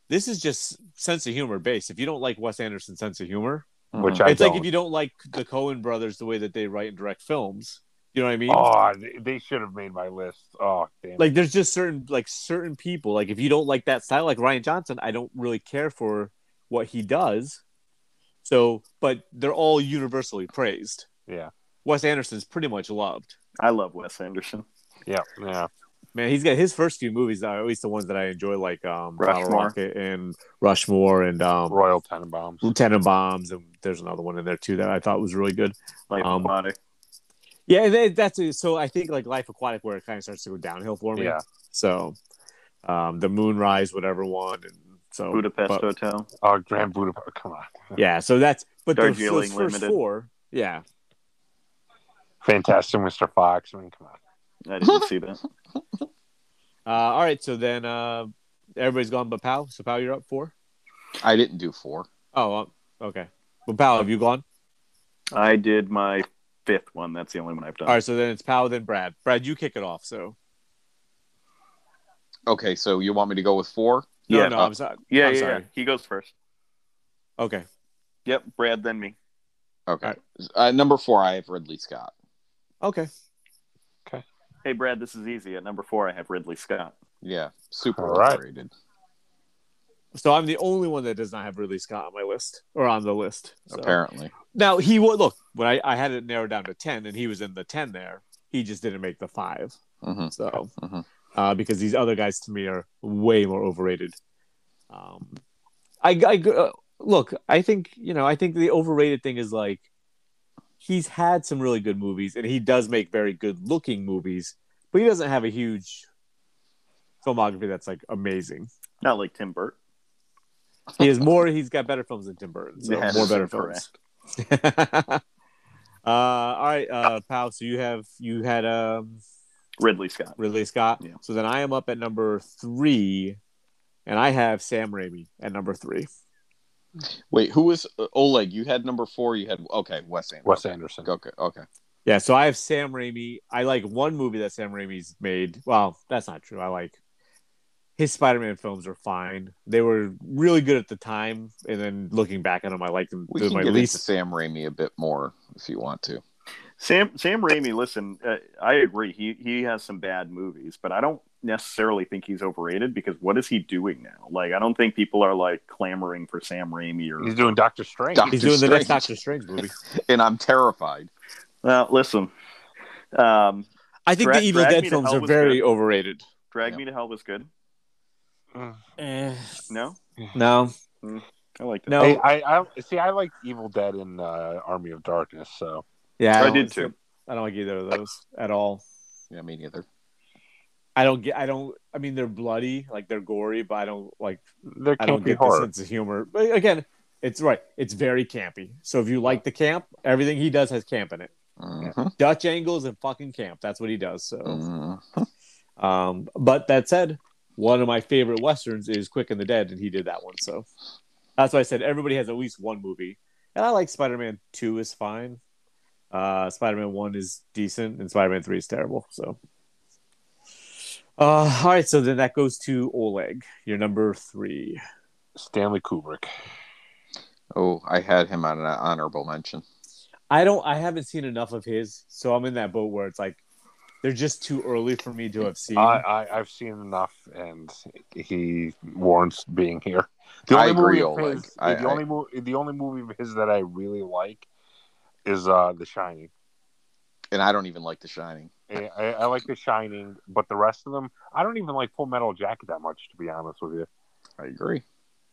A: this is just sense of humor based. If you don't like Wes Anderson's sense of humor,
E: Hmm. Which
B: Mhm.
E: I
A: it's like if
E: don't.
A: you don't like the Cohen brothers the way that they write and direct films. You know what I mean?
E: Oh, they, they should have made my list. Oh, damn. it.
A: like there's just certain like certain people like if you don't like that style like ryan johnson i don't really care for what he does so but they're all universally praised
E: yeah,
A: wes anderson's pretty much loved
C: I love Wes Anderson.
E: yeah, yeah.
A: man he's got his first few movies are at least the ones that i enjoy like um Bottle
C: Rushmore.
A: rocket and rushmore and um
E: Royal Tenenbaums.
A: lieutenant bombs and there's another one in there too that i thought was really good
C: Like
A: Um,
C: Aquatic.
A: yeah and then that's so i think like life aquatic where it kind of starts to go downhill for me
E: Yeah,
A: so um the moonrise whatever one and so
C: Budapest
A: but-
C: Hotel.
E: uh, Grand Oh, Budapest. Come on.
A: yeah so that's But those,
C: Darjeeling
A: those first
C: Limited.
A: four, yeah,
E: Fantastic Mr. Fox. I mean, come on.
C: I didn't see that.
A: Uh, all right, so then uh, everybody's gone but Pal. So Pal, you're up four.
B: I didn't do four.
A: Oh, um, okay. But Pal, have you gone?
C: I did my fifth one. That's the only one I've done.
A: All right, so then it's Pal, then Brad. Brad, you kick it off. So
B: Okay, so you want me to go with four?
A: no,
C: Yeah, uh,
A: no,
B: Pal.
A: I'm sorry.
C: Yeah,
A: I'm
C: yeah,
A: sorry.
C: yeah. He goes first.
A: Okay,
C: Yep, Brad, then me.
B: Okay.
A: All
B: Uh, number four, I have Ridley Scott.
A: okay.
C: Hey, Brad, this is easy. At number four, I have Ridley Scott.
B: Yeah, super
E: All right.
B: overrated.
A: So I'm the only one that does not have Ridley Scott on my list or on the list. So.
B: Apparently,
A: Now he would look when I, I had it narrowed down to ten, and he was in the ten there. He just didn't make the five.
B: hmm
A: So
B: Mhm.
A: uh, because these other guys to me are way more overrated. Um, I, I uh, look. I think you know. I think the overrated thing is like he's had some really good movies, and he does make very good looking movies, but he doesn't have a huge filmography that's like amazing.
C: Not like Tim Burton.
A: He has more. he's got better films than Tim Burton. So
C: Yes,
A: more better films. uh, all right, uh, pal. So you have you had um,
C: Ridley Scott.
A: Ridley Scott.
C: Yeah.
A: So then I am up at number three, and I have Sam Raimi at number three.
B: Wait, who was uh, Oleg? You had number four. You had okay, Wes Anderson.
E: Wes Anderson.
B: Okay, okay.
A: Yeah, so I have Sam Raimi. I like one movie that Sam Raimi's made. Well, that's not true. I like his Spider-Man films are fine. They were really good at the time, and then looking back at them, I like them.
B: We
A: They're
B: can
A: my
B: get
A: least.
B: into Sam Raimi a bit more if you want to.
C: Sam Sam Raimi. Listen, uh, I agree. He he has some bad movies, but I don't necessarily think he's overrated because what is he doing now? Like, I don't think people are like clamoring for Sam Raimi or.
E: He's doing Doctor Strange.
B: Doc-
A: He's doing the next
B: Strange.
A: Doctor Strange movie.
B: And I'm terrified.
C: Well, listen, um,
A: I think
C: Drag-
A: the Evil
C: Drag
A: Dead
C: Me to
A: films
C: Hell
A: are
C: was
A: very
C: good.
A: overrated.
C: Drag
B: Yeah.
C: Me to Hell was good.
A: no,
C: No,
A: no,
C: I liked it.
A: no.
E: Hey, I, I see. I like Evil Dead and uh, Army of Darkness. So
A: yeah,
C: I,
A: don't-
C: did too.
A: I don't like either of those at all.
B: Yeah, me neither.
A: I don't get. I don't. I mean, they're bloody, like they're gory, but I don't like.
E: there
A: I
E: can't
A: don't
E: be
A: get the
E: hard.
A: sense of humor. But again, it's right. It's very campy. So if you like the camp, everything he does has camp in it.
B: Mhm,
A: Dutch angles and fucking camp. That's what he does. So,
B: mhm.
A: um, but that said, one of my favorite westerns is Quick and the Dead, and he did that one. So that's why I said everybody has at least one movie, and I like Spider Man Two is fine. Uh, Spider Man One is decent, and Spider Man Three is terrible. So. Uh, all right, so then that goes to Oleg, your number three.
E: Stanley Kubrick.
B: Oh, I had him on an honorable mention.
A: I don't. I haven't seen enough of his, so I'm in that boat where it's like they're just too early for me to have
B: Mm-hmm.
A: seen.
E: I, I I've seen enough, and he warrants being here.
B: I agree,
E: movie of
B: Oleg.
E: his-
B: I-
E: the
B: I-
E: only movie, the only movie of his that I really like is uh, The Shining.
B: And I don't even like The Shining.
E: I, I I like The Shining, but the rest of them, I don't even like Full Metal Jacket that much, to be honest with you.
B: I agree.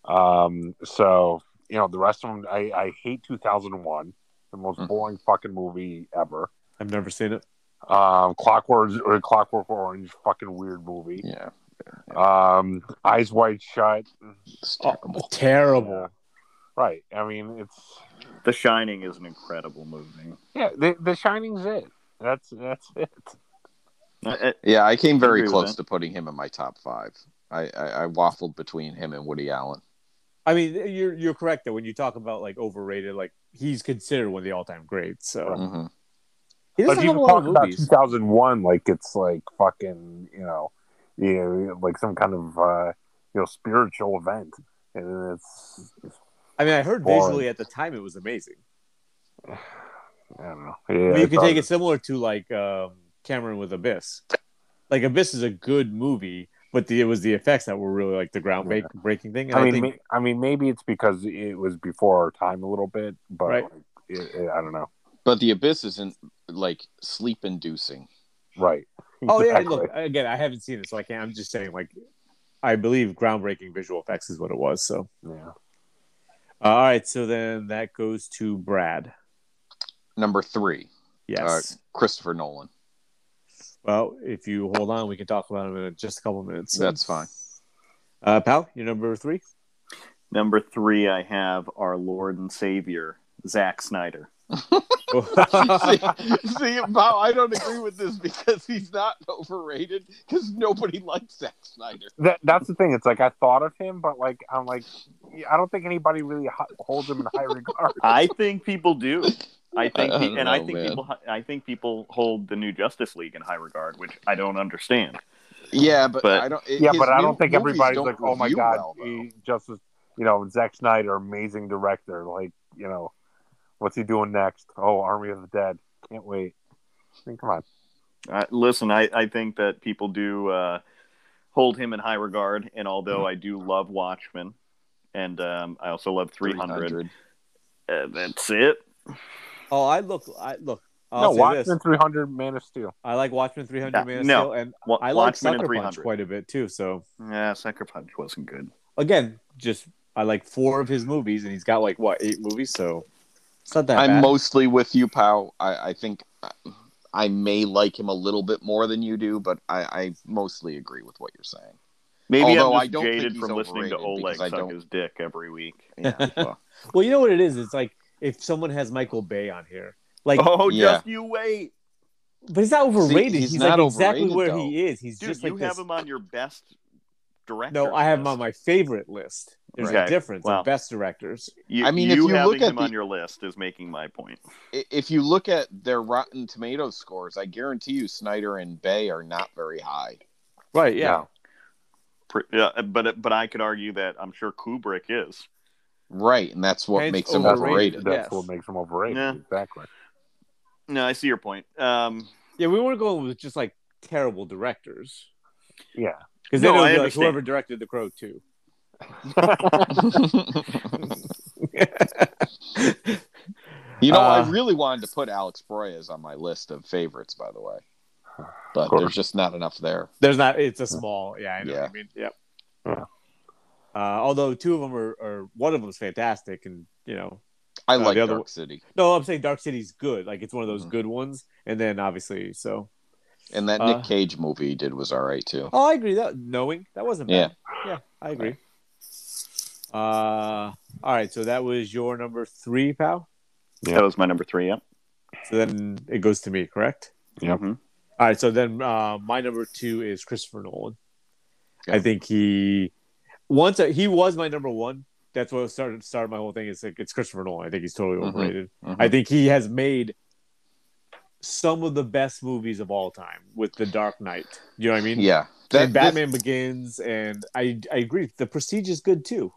E: Um, so you know, the rest of them, I, I hate 2001, the most
B: Mhm.
E: boring fucking movie ever.
A: I've never seen it.
E: Um, Clockwork or Clockwork Orange, fucking weird movie.
B: Yeah,
E: Um, Eyes Wide Shut,
B: it's
A: Oh,
B: terrible.
A: terrible.
E: right? I mean, it's
C: The Shining is an incredible movie.
E: yeah, The, the Shining's it. That's that's it.
C: I- I-
B: Yeah, I came
C: agree
B: very
C: with
B: close
C: that.
B: to putting him in my top five. I, I, I waffled between him and Woody Allen.
A: I mean, you're you're correct that when you talk about like overrated, like he's considered one of the all time greats. So
B: hmm
A: he
E: But
A: doesn't
E: if you
A: have a
E: can
A: lot of
E: talk about
A: movies.
E: 2001, like it's like fucking, you know, you know, like some kind of uh, you know spiritual event, and it's
A: I mean, I heard
E: Boring.
A: visually at the time it was amazing.
E: I don't know.
A: I
E: Yeah,
A: mean, you
E: it's
A: can
E: all-
A: take it similar to like um, Cameron with Abyss. Like Abyss is a good movie, but the, it was the effects that were really like the groundbreaking breaking thing. And
E: I
A: I,
E: mean,
A: think
E: ma- I mean, maybe it's because it was before our time a little bit, but
A: Right.
E: like, it, it- I don't know.
B: But The Abyss isn't like sleep inducing.
E: Right?
A: Oh yeah,
E: Exactly.
A: look again. I haven't seen it, so I can't. I'm just saying, like, I believe groundbreaking visual effects is what it was. So,
E: yeah.
A: all right. So then that goes to Brad.
B: Number three, uh,
A: Yes.
B: Christopher Nolan.
A: well, if you hold on, we can talk about him in just a couple minutes. So.
B: That's fine.
A: Uh, pal, you're number three.
C: Number three, I have our Lord and Savior Zack Snyder.
A: Oh,
B: see, see, Bow, I don't agree with this because he's not overrated because nobody likes Zack Snyder.
E: That, that's the thing. It's like I thought of him, but like I'm like, yeah, I don't think anybody really ho- holds him in high regard.
C: I think people do. I think,
B: I
C: pe-
B: don't
C: and I
B: know,
C: think
B: man.
C: people, I think people hold the new Justice League in high regard, which I don't understand.
B: Yeah, but,
C: But-
B: I don't.
E: yeah,
B: his
E: but I
B: new
E: don't think
B: movies
E: everybody's
B: don't
E: like, oh my
B: review
E: god,
B: well, though.
E: he just was, you know, Zack Snyder, amazing director. Like, you know, what's he doing next? Oh, Army of the Dead. Can't wait. I mean, come on.
C: Uh, listen, I, I think that people do uh, hold him in high regard, and although I do love Watchmen, and um, I also love 300, uh, that's it.
A: Oh, I look. I look. I'll
E: no,
A: say
E: Watchmen
A: this.
E: 300, Man of Steel.
A: I like Watchmen 300
C: Yeah,
A: Man of
C: no.
A: Steel, and
C: Wa-
A: I like
C: Watchmen
A: Sucker
C: and
A: Punch
C: 300.
A: quite a bit too. So
C: Yeah, Sucker Punch wasn't good.
A: again, just I like four of his movies, and he's got like what eight movies. So it's not that
B: I'm
A: bad.
B: mostly with you, Pow. I, I think I, I may like him a little bit more than you do, but I, I mostly agree with what you're saying.
C: Maybe
B: Although I
C: I'm just
B: don't think
C: jaded
B: he's
C: from listening to
B: overrated
C: Oleg
B: because I
C: suck
B: don't-
C: his dick every week.
B: Yeah, well,
A: well, you know what it is? It's like if someone has Michael Bay on here, like,
C: Oh,
B: Yeah.
C: just you wait.
A: but he's not overrated.
B: See, he's
A: he's
B: not
A: like exactly
B: overrated,
A: where
B: though.
A: he is. He's
C: Dude,
A: just
C: you
A: like
C: have
A: this.
C: him on your best director.
A: No, I have him
C: list.
A: on my favorite list. There's a
C: Okay,
A: difference
C: well.
A: of best directors.
C: You,
B: I
C: I
B: mean,
C: mean,
B: if
C: you
B: you
C: having
B: look at
C: him
B: the-
C: on your list is making my point.
B: I- if you look at their Rotten Tomato scores, I guarantee you Snyder and Bay are not very high.
A: Right?
C: Pr- Yeah, but but I could argue that I'm sure Kubrick is.
B: Right, and that's what
A: And it's
B: makes them
E: That's-
B: overrated.
E: That's
A: yes.
E: what makes him overrated.
C: Yeah.
E: Exactly.
C: No, I see your point. Um,
A: Yeah, we weren't going with just like terrible directors
E: Yeah.
A: because then
C: No,
A: it would
C: I
A: be like
C: understand.
A: whoever directed The Crow too.
B: you know, I
A: Uh,
B: really wanted to put Alex Broyes on my list of favorites, by the way, but
E: course.
B: there's just not enough there.
A: There's not. It's a small. Yeah, I know.
B: Yeah.
A: What I mean, yep.
E: Yeah.
A: Uh, although two of them are, are, one of them's fantastic, and you know,
B: I
A: Uh,
B: like
A: the
B: Dark
A: other-
B: City,
A: no, I'm saying Dark City's good. Like it's one of those
B: Mhm.
A: good ones, and then obviously, so
B: and that
A: Uh,
B: Nick Cage movie he did was all right too.
A: oh, I agree. That knowing that wasn't
B: Yeah.
A: bad. Yeah, I agree. Uh, all right. So that was your number three, pal.
C: That was my number three. Yeah.
A: So then it goes to me, correct?
E: Yep.
C: Mhm.
A: All right, so then uh, my number two is Christopher Nolan.
B: Okay.
A: I think he once I, he was my number one. That's what started started my whole thing. It's like it's Christopher Nolan. I think he's totally
B: Mhm.
A: overrated.
B: Mhm.
A: I think he has made some of the best movies of all time with The Dark Knight. You know what I mean?
B: yeah,
A: and
B: this-
A: Batman Begins, and I I agree. The Prestige is good too.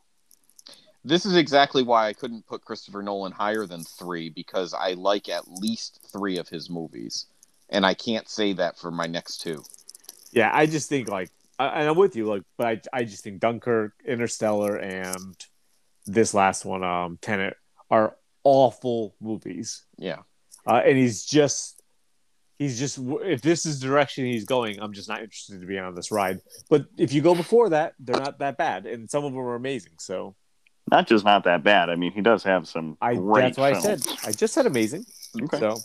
B: This is exactly why I couldn't put Christopher Nolan higher than three because I like at least three of his movies, and I can't say that for my next two.
A: Yeah, I just think like, I, and I'm with you. Like, but I, I just think Dunkirk, Interstellar, and this last one, um, Tenet, are awful movies.
B: Yeah,
A: Uh, and he's just, he's just. If this is the direction he's going, I'm just not interested to be on this ride. But if you go before that, they're not that bad, and some of them are amazing. So
C: Not just not that bad. I mean, he does have some.
A: I
C: great
A: that's what I said.
C: films.
A: I just said amazing.
C: Okay.
A: So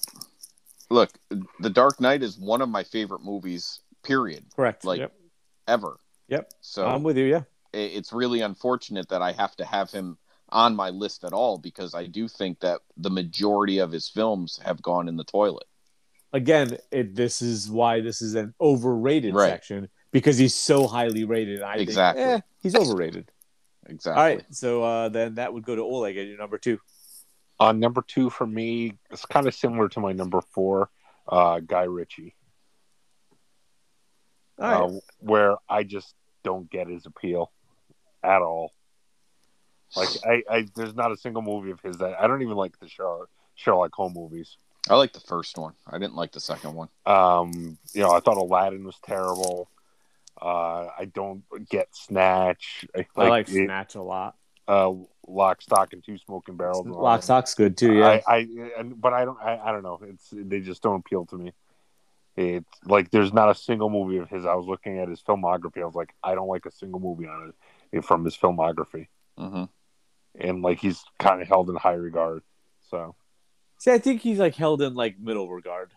B: look, The Dark Knight is one of my favorite movies, period,
A: correct.
B: Like,
A: yep.
B: ever.
A: Yep.
B: So
A: I'm with you. Yeah.
B: i- it's really unfortunate that I have to have him on my list at all because I do think that the majority of his films have gone in the toilet.
A: again, it, this is why this is an overrated
B: Right.
A: section because he's so highly rated. I
B: Exactly.
A: think, eh, he's overrated.
B: Exactly.
A: All right, so uh, then that would go to Oleg at your number two.
E: Uh, number two for me, it's kind of similar to my number four, uh, Guy Ritchie,
A: All right,
E: uh, where I just don't get his appeal at all. Like, I, I there's not a single movie of his that I don't even like the Sherlock, Sherlock Holmes movies.
B: I like the first one. I didn't like the second one.
E: Um, you know, I thought Aladdin was terrible. Uh, I don't get Snatch.
A: I like
E: it,
A: Snatch a lot.
E: uh, Lock, Stock, and Two Smoking Barrels. and all
A: Lock
E: that.
A: Stock's good too. Yeah,
E: I, I and, but I don't I, I don't know. It's they just don't appeal to me. It's like there's not a single movie of his. I was looking at his filmography. I was like, I don't like a single movie on it from his filmography.
B: hmm
E: And like he's kind of held in high regard. So
A: see, I think he's like held in like middle regard.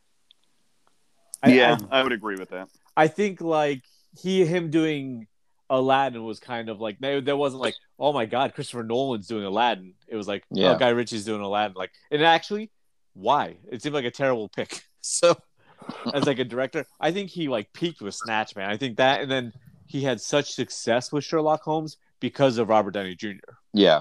C: yeah, I, would agree with that.
A: I think like he him doing Aladdin was kind of like there there wasn't like oh my god Christopher Nolan's doing Aladdin. It was like
B: Yeah.
A: oh Guy Ritchie's doing Aladdin. Like and actually why it seemed like a terrible pick. So as like a director, I think he like peaked with Snatch Man. I think that and then he had such success with Sherlock Holmes because of Robert Downey Jr.
B: Yeah.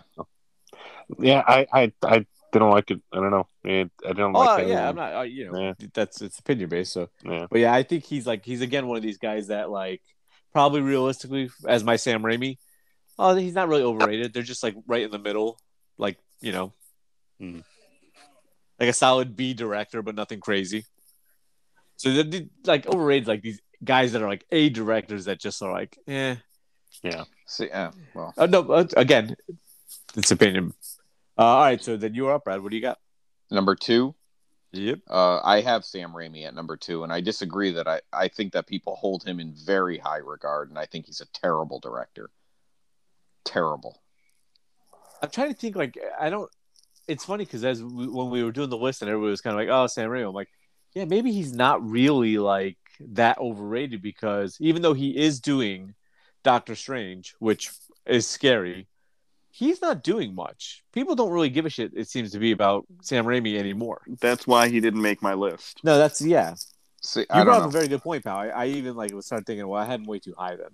E: Yeah, I, I, I didn't like it. I don't know. It, I didn't
A: Oh
E: like it.
A: yeah, I'm not uh, you know that's it's opinion based. So
E: Yeah.
A: But yeah, I think he's like he's again one of these guys that like probably realistically as my Sam Raimi, oh he's not really overrated. They're just like right in the middle, like you know,
E: Hmm.
A: like a solid B director, but nothing crazy. So the- the like overrated like these guys that are like A directors that just are like eh.
B: See, yeah. Well,
A: Oh, no, uh, again, it's opinion. Uh, all right, so then you are up, Brad. What do you got?
B: number two,
A: Yep.
B: uh, I have Sam Raimi at number two, and I disagree that I, I think that people hold him in very high regard, and I think he's a terrible director. Terrible.
A: I'm trying to think. Like, I don't. It's funny because as we, when we were doing the list and everybody was kind of like, "Oh, Sam Raimi," I'm like, "Yeah, maybe he's not really like that overrated because even though he is doing Doctor Strange, which is scary, he's not doing much. People don't really give a shit. It seems to be about Sam Raimi anymore.
C: That's why he didn't make my list.
A: No, that's yeah.
B: See,
A: You
B: I
A: brought
B: don't
A: up
B: know.
A: a very good point, pal. I, I even like was started thinking, well, I had him way too high then.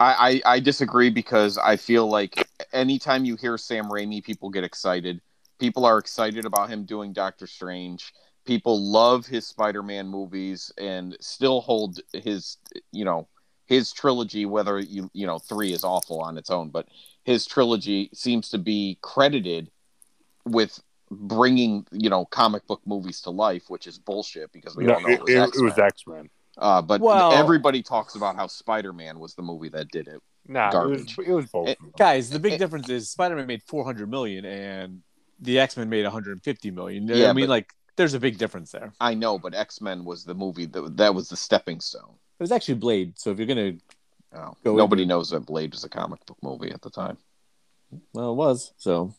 B: I, I, I disagree because I feel like anytime you hear Sam Raimi, people get excited. People are excited about him doing Doctor Strange. People love his Spider Man movies and still hold his, you know, his trilogy, whether you, you know, three is awful on its own, but his trilogy seems to be credited with bringing, you know, comic book movies to life, which is bullshit because we
E: No,
B: all know it
E: it,
B: was
E: it, it
B: X-Men.
E: was X Men.
B: Uh, but
A: Well-
B: everybody talks about how Spider Man was the movie that did it.
E: Nah,
B: Garbage.
E: it was it was both.
B: It-
E: of them.
A: Guys, the
B: Eh.
A: big difference is Spider-Man made 400 million and the X-Men made 150 million. You know
B: Yeah,
A: what I mean,
B: but-
A: like there's a big difference there.
B: I know, but X Men was the movie that that was the stepping stone.
A: It was actually Blade, so if you're gonna,
B: Oh,
A: Go
B: nobody knows that Blade was a comic book movie at the time.
A: well, it was so.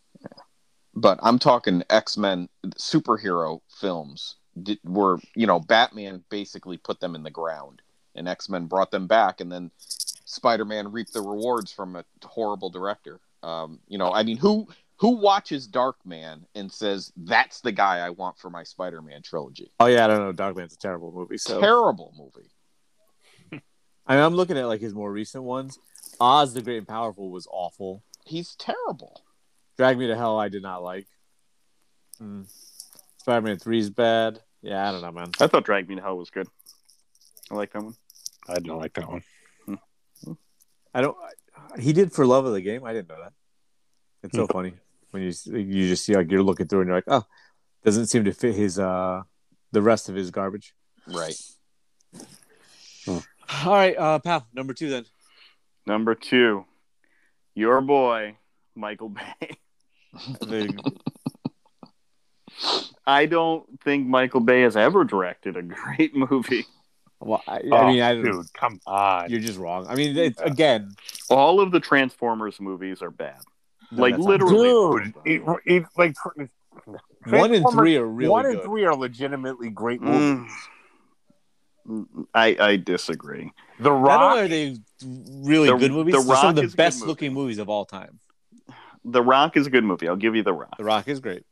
B: But I'm talking X Men superhero films did, were you know Batman basically put them in the ground, and X Men brought them back, and then Spider Man reaped the rewards from a horrible director. Um, you know, I mean, who who watches Dark Man and says that's the guy I want for my Spider Man trilogy?
A: Oh yeah, I don't know. Dark Man's a terrible movie. So
B: Terrible movie.
A: I mean, I'm looking at like his more recent ones. Oz the Great and Powerful was awful.
B: He's terrible.
A: Drag Me to Hell, I did not like. Mm. Spider-Man Three is bad. Yeah, I don't know, man.
C: I thought Drag Me to Hell was good. I like that one.
E: I didn't like that one.
A: I don't. He did for love of the game. I didn't know that. It's so funny when you you just see like you're looking through and you're like, oh, doesn't seem to fit his uh the rest of his garbage.
B: Right.
A: All right, uh, pal, number two then.
C: Number two, your boy Michael Bay. I don't think Michael Bay has ever directed a great movie.
A: well, I,
E: Oh,
A: I mean, I don't.
E: dude, come on.
A: You're just wrong. I mean, it's, again,
C: All of the Transformers movies are bad. Like,
A: that's not-
C: literally-
E: Dude, it, it, like
A: one and
E: Transformers-
A: three are really
E: one
A: good.
E: and three are legitimately great movies.
C: Mm. I, I disagree.
E: The
A: Not only
E: Rock,
A: are they really
C: The-
A: good movies,
C: The
A: they're some of
C: Rock is
A: the
C: a good
A: best
C: movie.
A: looking movies of all time.
C: The Rock is a good movie. I'll give you The Rock.
A: The Rock is great.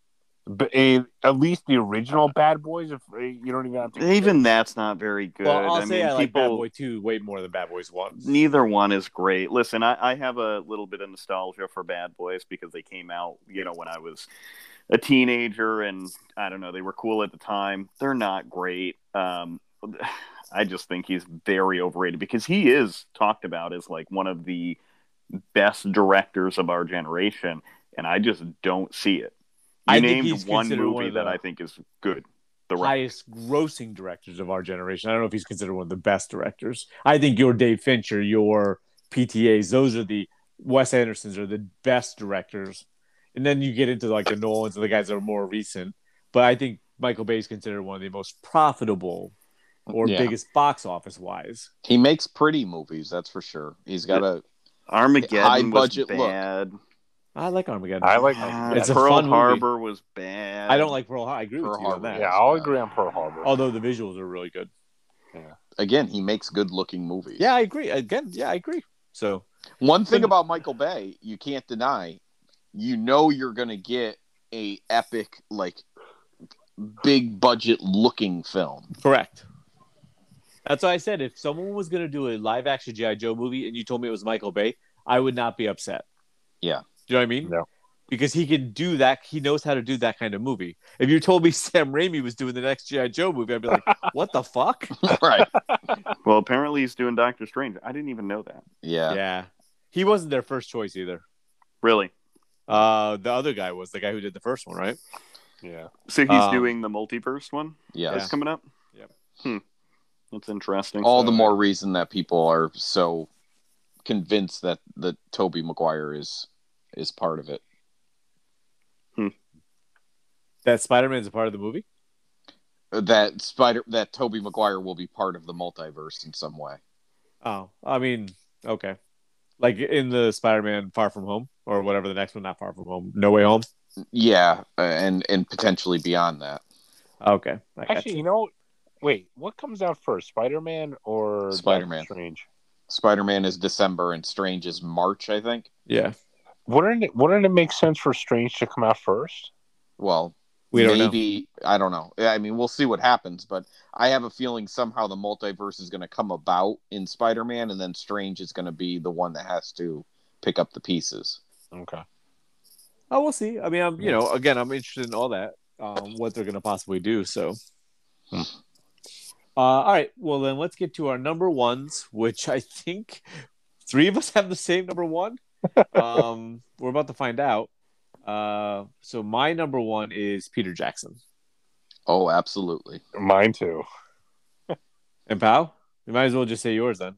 E: but, uh, at least the original Bad Boys. If uh, you don't even have to,
C: Even that's not very good.
A: Well, I'll
C: I
A: say
C: mean,
A: I like Bad
C: people,
A: Boy Two way more than Bad Boys One.
C: neither one is great. Listen, I, I have a little bit of nostalgia for Bad Boys because they came out, you know, when I was a teenager, and I don't know, they were cool at the time. They're not great. Um, I just think he's very overrated because he is talked about as like one of the best directors of our generation, and I just don't see it. You
A: I think
C: named
A: he's
C: one
A: considered
C: movie
A: one of
C: that
A: the
C: I think is good. The Rock.
A: highest grossing directors of our generation. I don't know if he's considered one of the best directors. I think your Dave Fincher, your PTAs, those are the Wes Andersons are the best directors. And then you get into like the Nolans and the guys that are more recent. But I think Michael Bay is considered one of the most profitable or
B: Yeah.
A: biggest box office wise.
B: He makes pretty movies, that's for sure. He's got a
C: Armageddon
B: High
C: was
B: budget look.
C: bad.
A: I like Armageddon.
E: I like.
C: Ah,
A: It's a
C: Pearl
A: fun movie.
C: Harbor was bad.
A: I don't like Pearl Harbor. I agree
B: Pearl
A: with you on
B: Harbor,
A: that.
E: yeah, I'll agree on Pearl Harbor.
A: Although the visuals are really good.
B: again, he makes good looking movies.
A: Yeah, I agree. Again, yeah, I agree. So
B: One thing about Michael Bay, you can't deny, you know you're going to get a epic like big budget looking film.
A: correct. That's why I said if someone was going to do a live action GI Joe movie and you told me it was Michael Bay, I would not be upset.
B: Yeah.
A: Do you know what I mean?
E: No.
A: Because he can do that. He knows how to do that kind of movie. If you told me Sam Raimi was doing the next GI Joe movie, I'd be like, "What the fuck?"
B: right.
C: Well, apparently he's doing Doctor Strange. I didn't even know that.
B: Yeah.
A: yeah. He wasn't their first choice either.
C: Really?
A: Uh, the other guy was the guy who did the first one, right?
E: Yeah.
C: So he's
A: Um,
C: doing the multiverse one
B: Yeah.
C: that's coming up.
A: Yep.
C: Hmm. That's interesting.
B: All the more reason that people are so convinced that the Toby Maguire is is part of it.
A: That Spider Man's a part of the movie.
B: That Spider that Toby Maguire will be part of the multiverse in some way.
A: Oh, I mean, okay. Like in the Spider Man Far From Home or whatever the next one, not Far From Home, No Way Home.
B: Yeah, uh, and and potentially beyond that.
A: Okay. I gotcha.
E: Actually, you know, wait, what comes out first, Spider Man or Doctor
B: Spider-Man.
E: Strange?
B: Spider-Man is December and Strange is March, I think.
A: yeah.
E: Wouldn't it, wouldn't it make sense for Strange to come out first?
B: Well,
A: We don't know.
B: maybe I don't know. I mean, we'll see what happens, but I have a feeling somehow the multiverse is going to come about in Spider-Man, and then Strange is going to be the one that has to pick up the pieces.
E: Okay.
A: Oh, we'll see. I mean, I'm, you know, again, I'm interested in all that, um, what they're going to possibly do. So,
E: Hmm.
A: uh, all right. Well, then let's get to our number ones, which I think three of us have the same number one. um, we're about to find out. Uh, so my number one is Peter Jackson.
B: Oh, absolutely.
E: Mine too.
A: And Pow, you might as well just say yours then.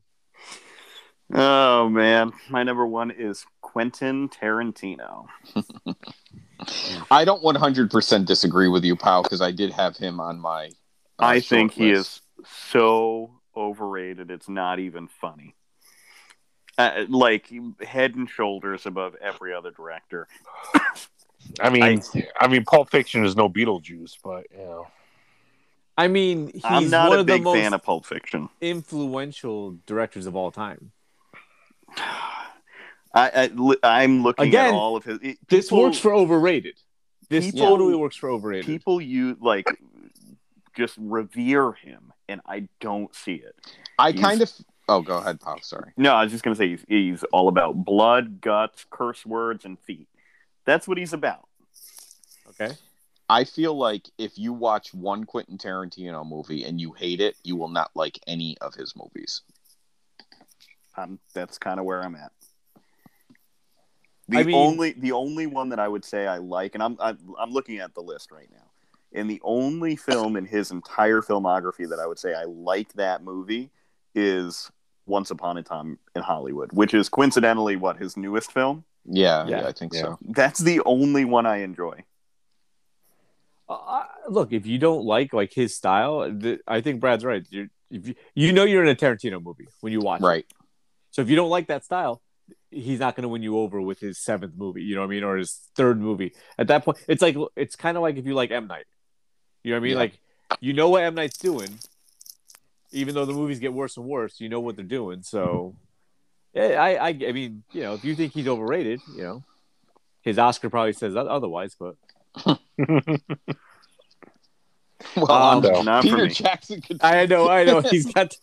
C: Oh man, my number one is Quentin Tarantino.
B: I don't 100% disagree with you, Pow, because I did have him on my. uh,
A: Oh,
C: I think
B: short
C: he
B: list.
C: is so overrated. It's not even funny. Uh, like head and shoulders above every other director.
E: I mean, I, mean, Pulp Fiction is no Beetlejuice, but you know,
A: I mean, he's
C: I'm not
A: one
C: a
A: of the
C: big
A: most
C: fan of Pulp Fiction.
A: influential directors of all time.
C: I, I li- I'm looking
A: Again,
C: at all of his. it-
A: This
C: people-
A: works for overrated. This
C: people-
A: totally works for overrated.
C: people. You like just revere him, and I don't see it.
B: I
C: he's-
B: kind of. Oh, go ahead, Pow. Sorry.
C: No, I was just gonna say he's, he's all about blood, guts, curse words, and feet. That's what he's about.
A: okay.
B: I feel like if you watch one Quentin Tarantino movie and you hate it, you will not like any of his movies.
C: Um, that's kind of where I'm at. The
A: I mean-
C: only the only one that I would say I like, and I'm, I'm I'm looking at the list right now, and the only film in his entire filmography that I would say I like that movie is Once Upon a Time in Hollywood, which is coincidentally what his newest film.
B: Yeah,
A: Yeah,
B: yeah, I think
E: yeah.
B: so.
C: That's the only one I enjoy.
A: Uh, look, if you don't like like his style, th- I think Brad's right. You're, if you, you know you're in a Tarantino movie when you watch it.
B: Right.
A: So if you don't like that style, he's not going to win you over with his seventh movie. You know what I mean, or his third movie. At that point, it's like it's kind of like if you like M Night. You know what I mean?
B: Yeah.
A: Like you know what M Night's doing, even though the movies get worse and worse. You know what they're doing. So, yeah, I, I, I mean, you know, if you think he's overrated, you know, his Oscar probably says o- otherwise. But
B: Well,
A: Um,
B: I'm-
C: Not for
B: Peter
C: me.
B: Jackson could.
A: I know, I know, he's got.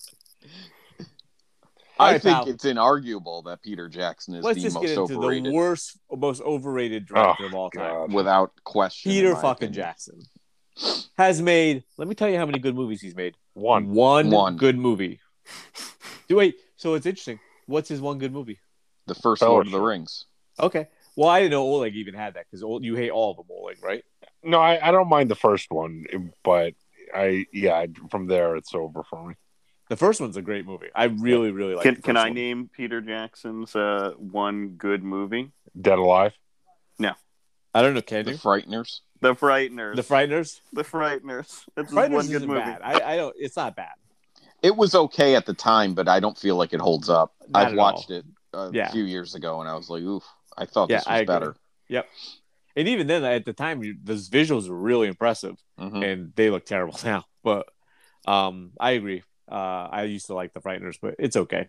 B: I
A: Alright,
B: think
A: pal.
B: it's inarguable that Peter Jackson is
A: Let's
B: the
A: just
B: most
A: get into
B: overrated Oh,
A: the worst, most overrated director of all time.
E: God.
B: without question. in
A: Peter
B: my
A: fucking
B: opinion.
A: Jackson has made. Let me tell you how many good movies he's made.
E: one.
B: One.
A: good movie. Do- Wait, so it's interesting. What's his one good movie?
B: The first
E: Fellowship.
B: Lord of the Rings.
A: Okay. Well, I didn't know Oleg even had that because you hate all of them, Oleg, right?
E: No, I, I don't mind the first one, eh, but I yeah, I, from there it's over for me.
A: The first one's a great movie. I really, really like.
C: Can
A: the
C: can
A: first
C: I
A: one.
C: name Peter Jackson's uh, one good movie?
E: Dead Alive.
A: I don't know. Can
B: The
A: you?
B: Frighteners.
C: The Frighteners.
A: The Frighteners.
C: The Frighteners. That's his
A: Frighteners
C: one good
A: isn't
C: movie.
A: bad. I, I don't. It's not bad.
B: It was okay at the time, but I don't feel like it holds up.
A: Not at
B: I've
A: all.
B: watched it a
A: Yeah.
B: few years ago, and I was like, "Oof!" I thought
A: Yeah,
B: this
A: I
B: was
A: agree.
B: better.
A: And even then, at the time, you, those visuals were really impressive,
B: Mhm.
A: and they look terrible now. But um, I agree. Uh, I used to like The Frighteners, but it's okay.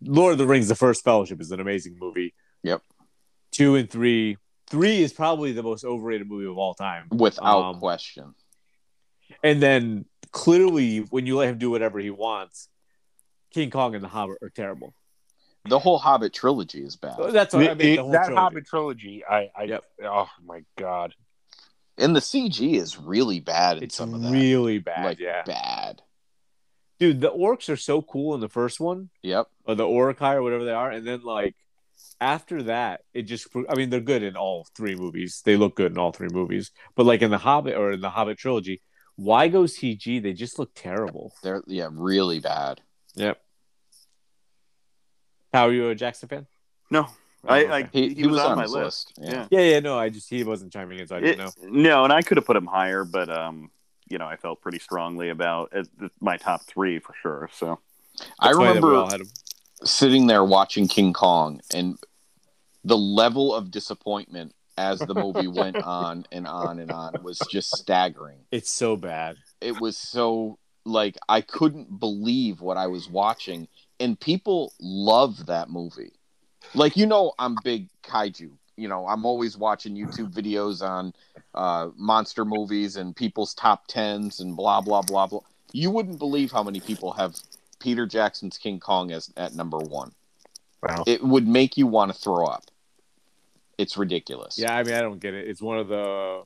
A: Lord of the Rings: The First Fellowship is an amazing movie.
B: Yep.
A: Two and three. Three is probably the most overrated movie of all time.
B: without
A: Um,
B: question.
A: And then clearly, when you let him do whatever he wants, King Kong and the Hobbit are terrible.
B: The whole Hobbit trilogy is bad.
A: That's what I
E: It-
A: mean.
E: it-
A: The whole
E: that
A: trilogy.
E: Hobbit trilogy, I, I
A: Yep.
E: oh my god,
B: And the CG is really bad in
A: it's
B: some of that.
A: really bad.
B: like
A: yeah,
B: bad.
A: dude, the orcs are so cool in the first one,
B: Yep.
A: or the Orokai or whatever they are, and then like after that, it just. I mean, they're good in all three movies. They look good in all three movies, but like in the Hobbit or in the Hobbit trilogy, why go CG? They just look terrible.
B: They're yeah, really bad.
A: Yep. How are you a Jackson fan?
C: No, I,
A: Oh,
C: I
A: okay.
B: He, he, was, on,
C: my
B: his
C: list.
B: list.
C: Yeah.
A: yeah, yeah, no, I just he wasn't chiming in, so I didn't
C: It-
A: know.
C: No, and I could have put him higher, but um, you know, I felt pretty strongly about uh, th- my top three for sure. So
B: I
A: That's why that we
B: remember
A: all had him.
B: sitting there watching King Kong and the level of disappointment as the movie went on and on and on was just staggering.
A: It's so bad.
B: It was so like I couldn't believe what I was watching and people love that movie. Like you know I'm big kaiju. You know, I'm always watching YouTube videos on uh, monster movies and people's top tens and blah blah blah blah. You wouldn't believe how many people have Peter Jackson's King Kong as at number one
E: wow,
B: it would make you want to throw up. It's ridiculous.
A: Yeah, I mean, I don't get it. It's one of the.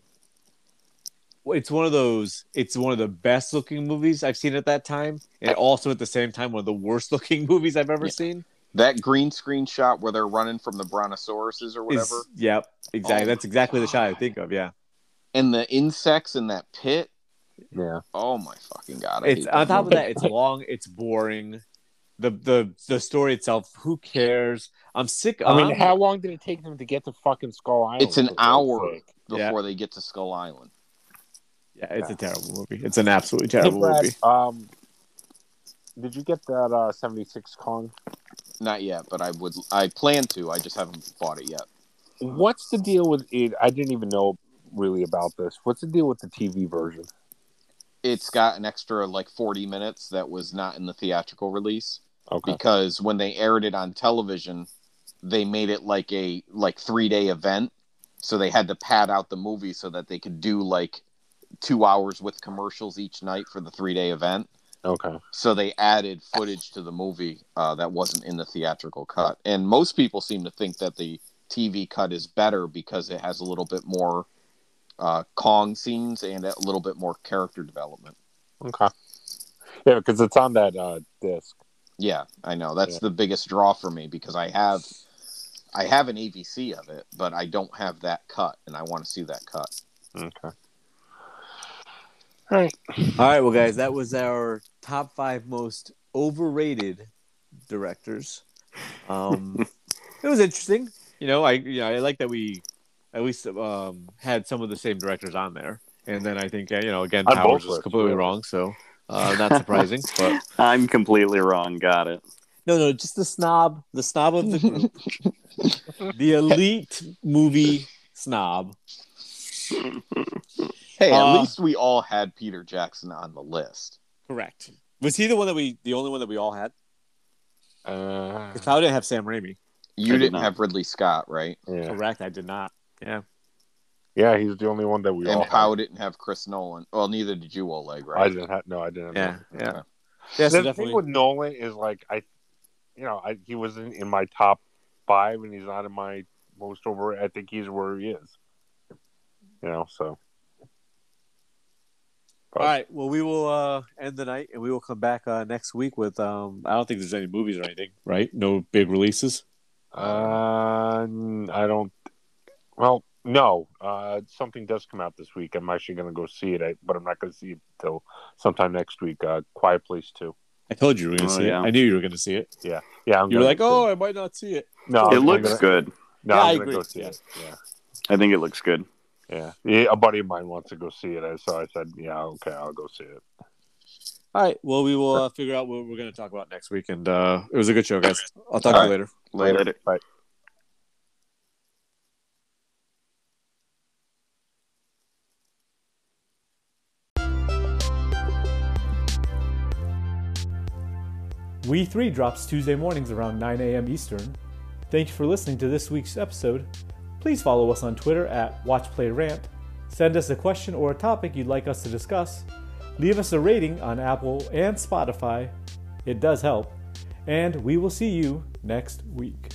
A: Well, It's one of those. It's one of the best looking movies I've seen at that time, and also at the same time one of the worst looking movies I've ever
B: Yeah.
A: seen.
B: That green screen shot where they're running from the brontosauruses or
A: Is
B: whatever,
A: yep, exactly.
B: Oh
A: That's
B: my
A: exactly the shot I
B: God.
A: think of. Yeah,
B: and the insects in that pit.
E: yeah,
B: Oh my fucking god! I
A: it's
B: hate
A: on top of
B: movie.
A: that. It's long. It's boring. The the the story itself. Who cares? I'm sick.
E: I mean,
A: I'm-
E: how long did it take them to get to fucking Skull Island?
B: It's an
E: for fuck's
B: hour
E: sake?
B: before they get to Skull Island.
A: Yeah, it's a terrible movie. It's an absolutely terrible
E: Brad,
A: movie.
E: um, did you get that uh, seventy six Kong?
B: Not yet, but I would. I plan to. I just haven't bought it yet.
E: What's the deal with it? I didn't even know really about this. What's the deal with the TV version?
B: It's got an extra like forty minutes that was not in the theatrical release
E: Okay,
B: because when they aired it on television, they made it like a like three day event so they had to pad out the movie so that they could do like two hours with commercials each night for the three day event
E: okay,
B: so they added footage to the movie uh, that wasn't in the theatrical cut and most people seem to think that the tv cut is better because it has a little bit more uh, kong scenes and a little bit more character development
E: okay. Yeah, because it's on that uh, disc.
B: yeah i know that's
E: Yeah.
B: the biggest draw for me because i have i have an avc of it but i don't have that cut and i want to see that cut
E: Okay. All right.
A: All right, well, guys, that was our top five most overrated directors. Um, it was interesting. You know, I you know, I like that we at least um, had some of the same directors on there. And then I think uh, you know again,
E: On
A: Powers
E: both
A: was
E: lists,
A: completely
E: yeah.
A: wrong, so uh, not surprising. but
C: I'm completely wrong. Got it.
A: no, no, just the snob, the snob of the group, the elite movie snob.
B: hey at
A: Uh,
B: least we all had peter jackson on the list
A: Correct. Was he the one that we, the only one that we all had?
E: Uh,
A: Because I didn't have Sam Raimi.
B: you
C: I did
B: didn't
C: not.
B: have ridley scott right
E: yeah.
A: Correct. I did not.
E: yeah, he's the only one that we all
B: and
E: had.
B: Pow didn't have chris nolan well neither did you oleg right
E: I didn't have. No, I didn't.
A: Yeah,
E: Have
A: yeah.
B: Okay.
A: Yeah, so
E: the
A: definitely.
E: thing with Nolan is like I, you know, I, he wasn't in my top five, and he's not in my most over. I think he's where he is. You know, so
A: All right. Well, we will uh, end the night, and we will come back uh, next week with. Um, I don't think there's any movies or anything, right? No big releases.
E: uh, n- I don't. Well, no, uh, something does come out this week. I'm actually going to go see it, I, but I'm not going to see it till sometime next week. Uh, Quiet Place Two.
A: I told you we were going to
C: Oh,
A: see
C: yeah.
A: it. I knew you were going to see it.
E: Yeah, I'm
A: You were
E: gonna
A: like,
E: go
A: "Oh, I might not see it."
E: see no,
A: Oh,
C: it
E: I'm
C: looks
E: gonna-
C: good.
E: No,
A: Yeah, I
E: I'm going
A: agree.
E: to go see
A: Yeah.
E: it. Yeah.
C: I think it looks good.
E: Yeah. yeah, a buddy of mine wants to go see it, so I said, "Yeah, okay, I'll go see it."
A: All right. Well, we will uh, figure out what we're going to talk about next week, and uh, it was a good show, guys. I'll talk to
B: All
A: you
B: right.
A: later.
B: later
G: We Three drops Tuesday mornings around 9 a.m. Eastern. Thank you for listening to this week's episode. Please follow us on Twitter at WatchPlayRant. Send us a question or a topic you'd like us to discuss. Leave us a rating on Apple and Spotify. It does help. And we will see you next week.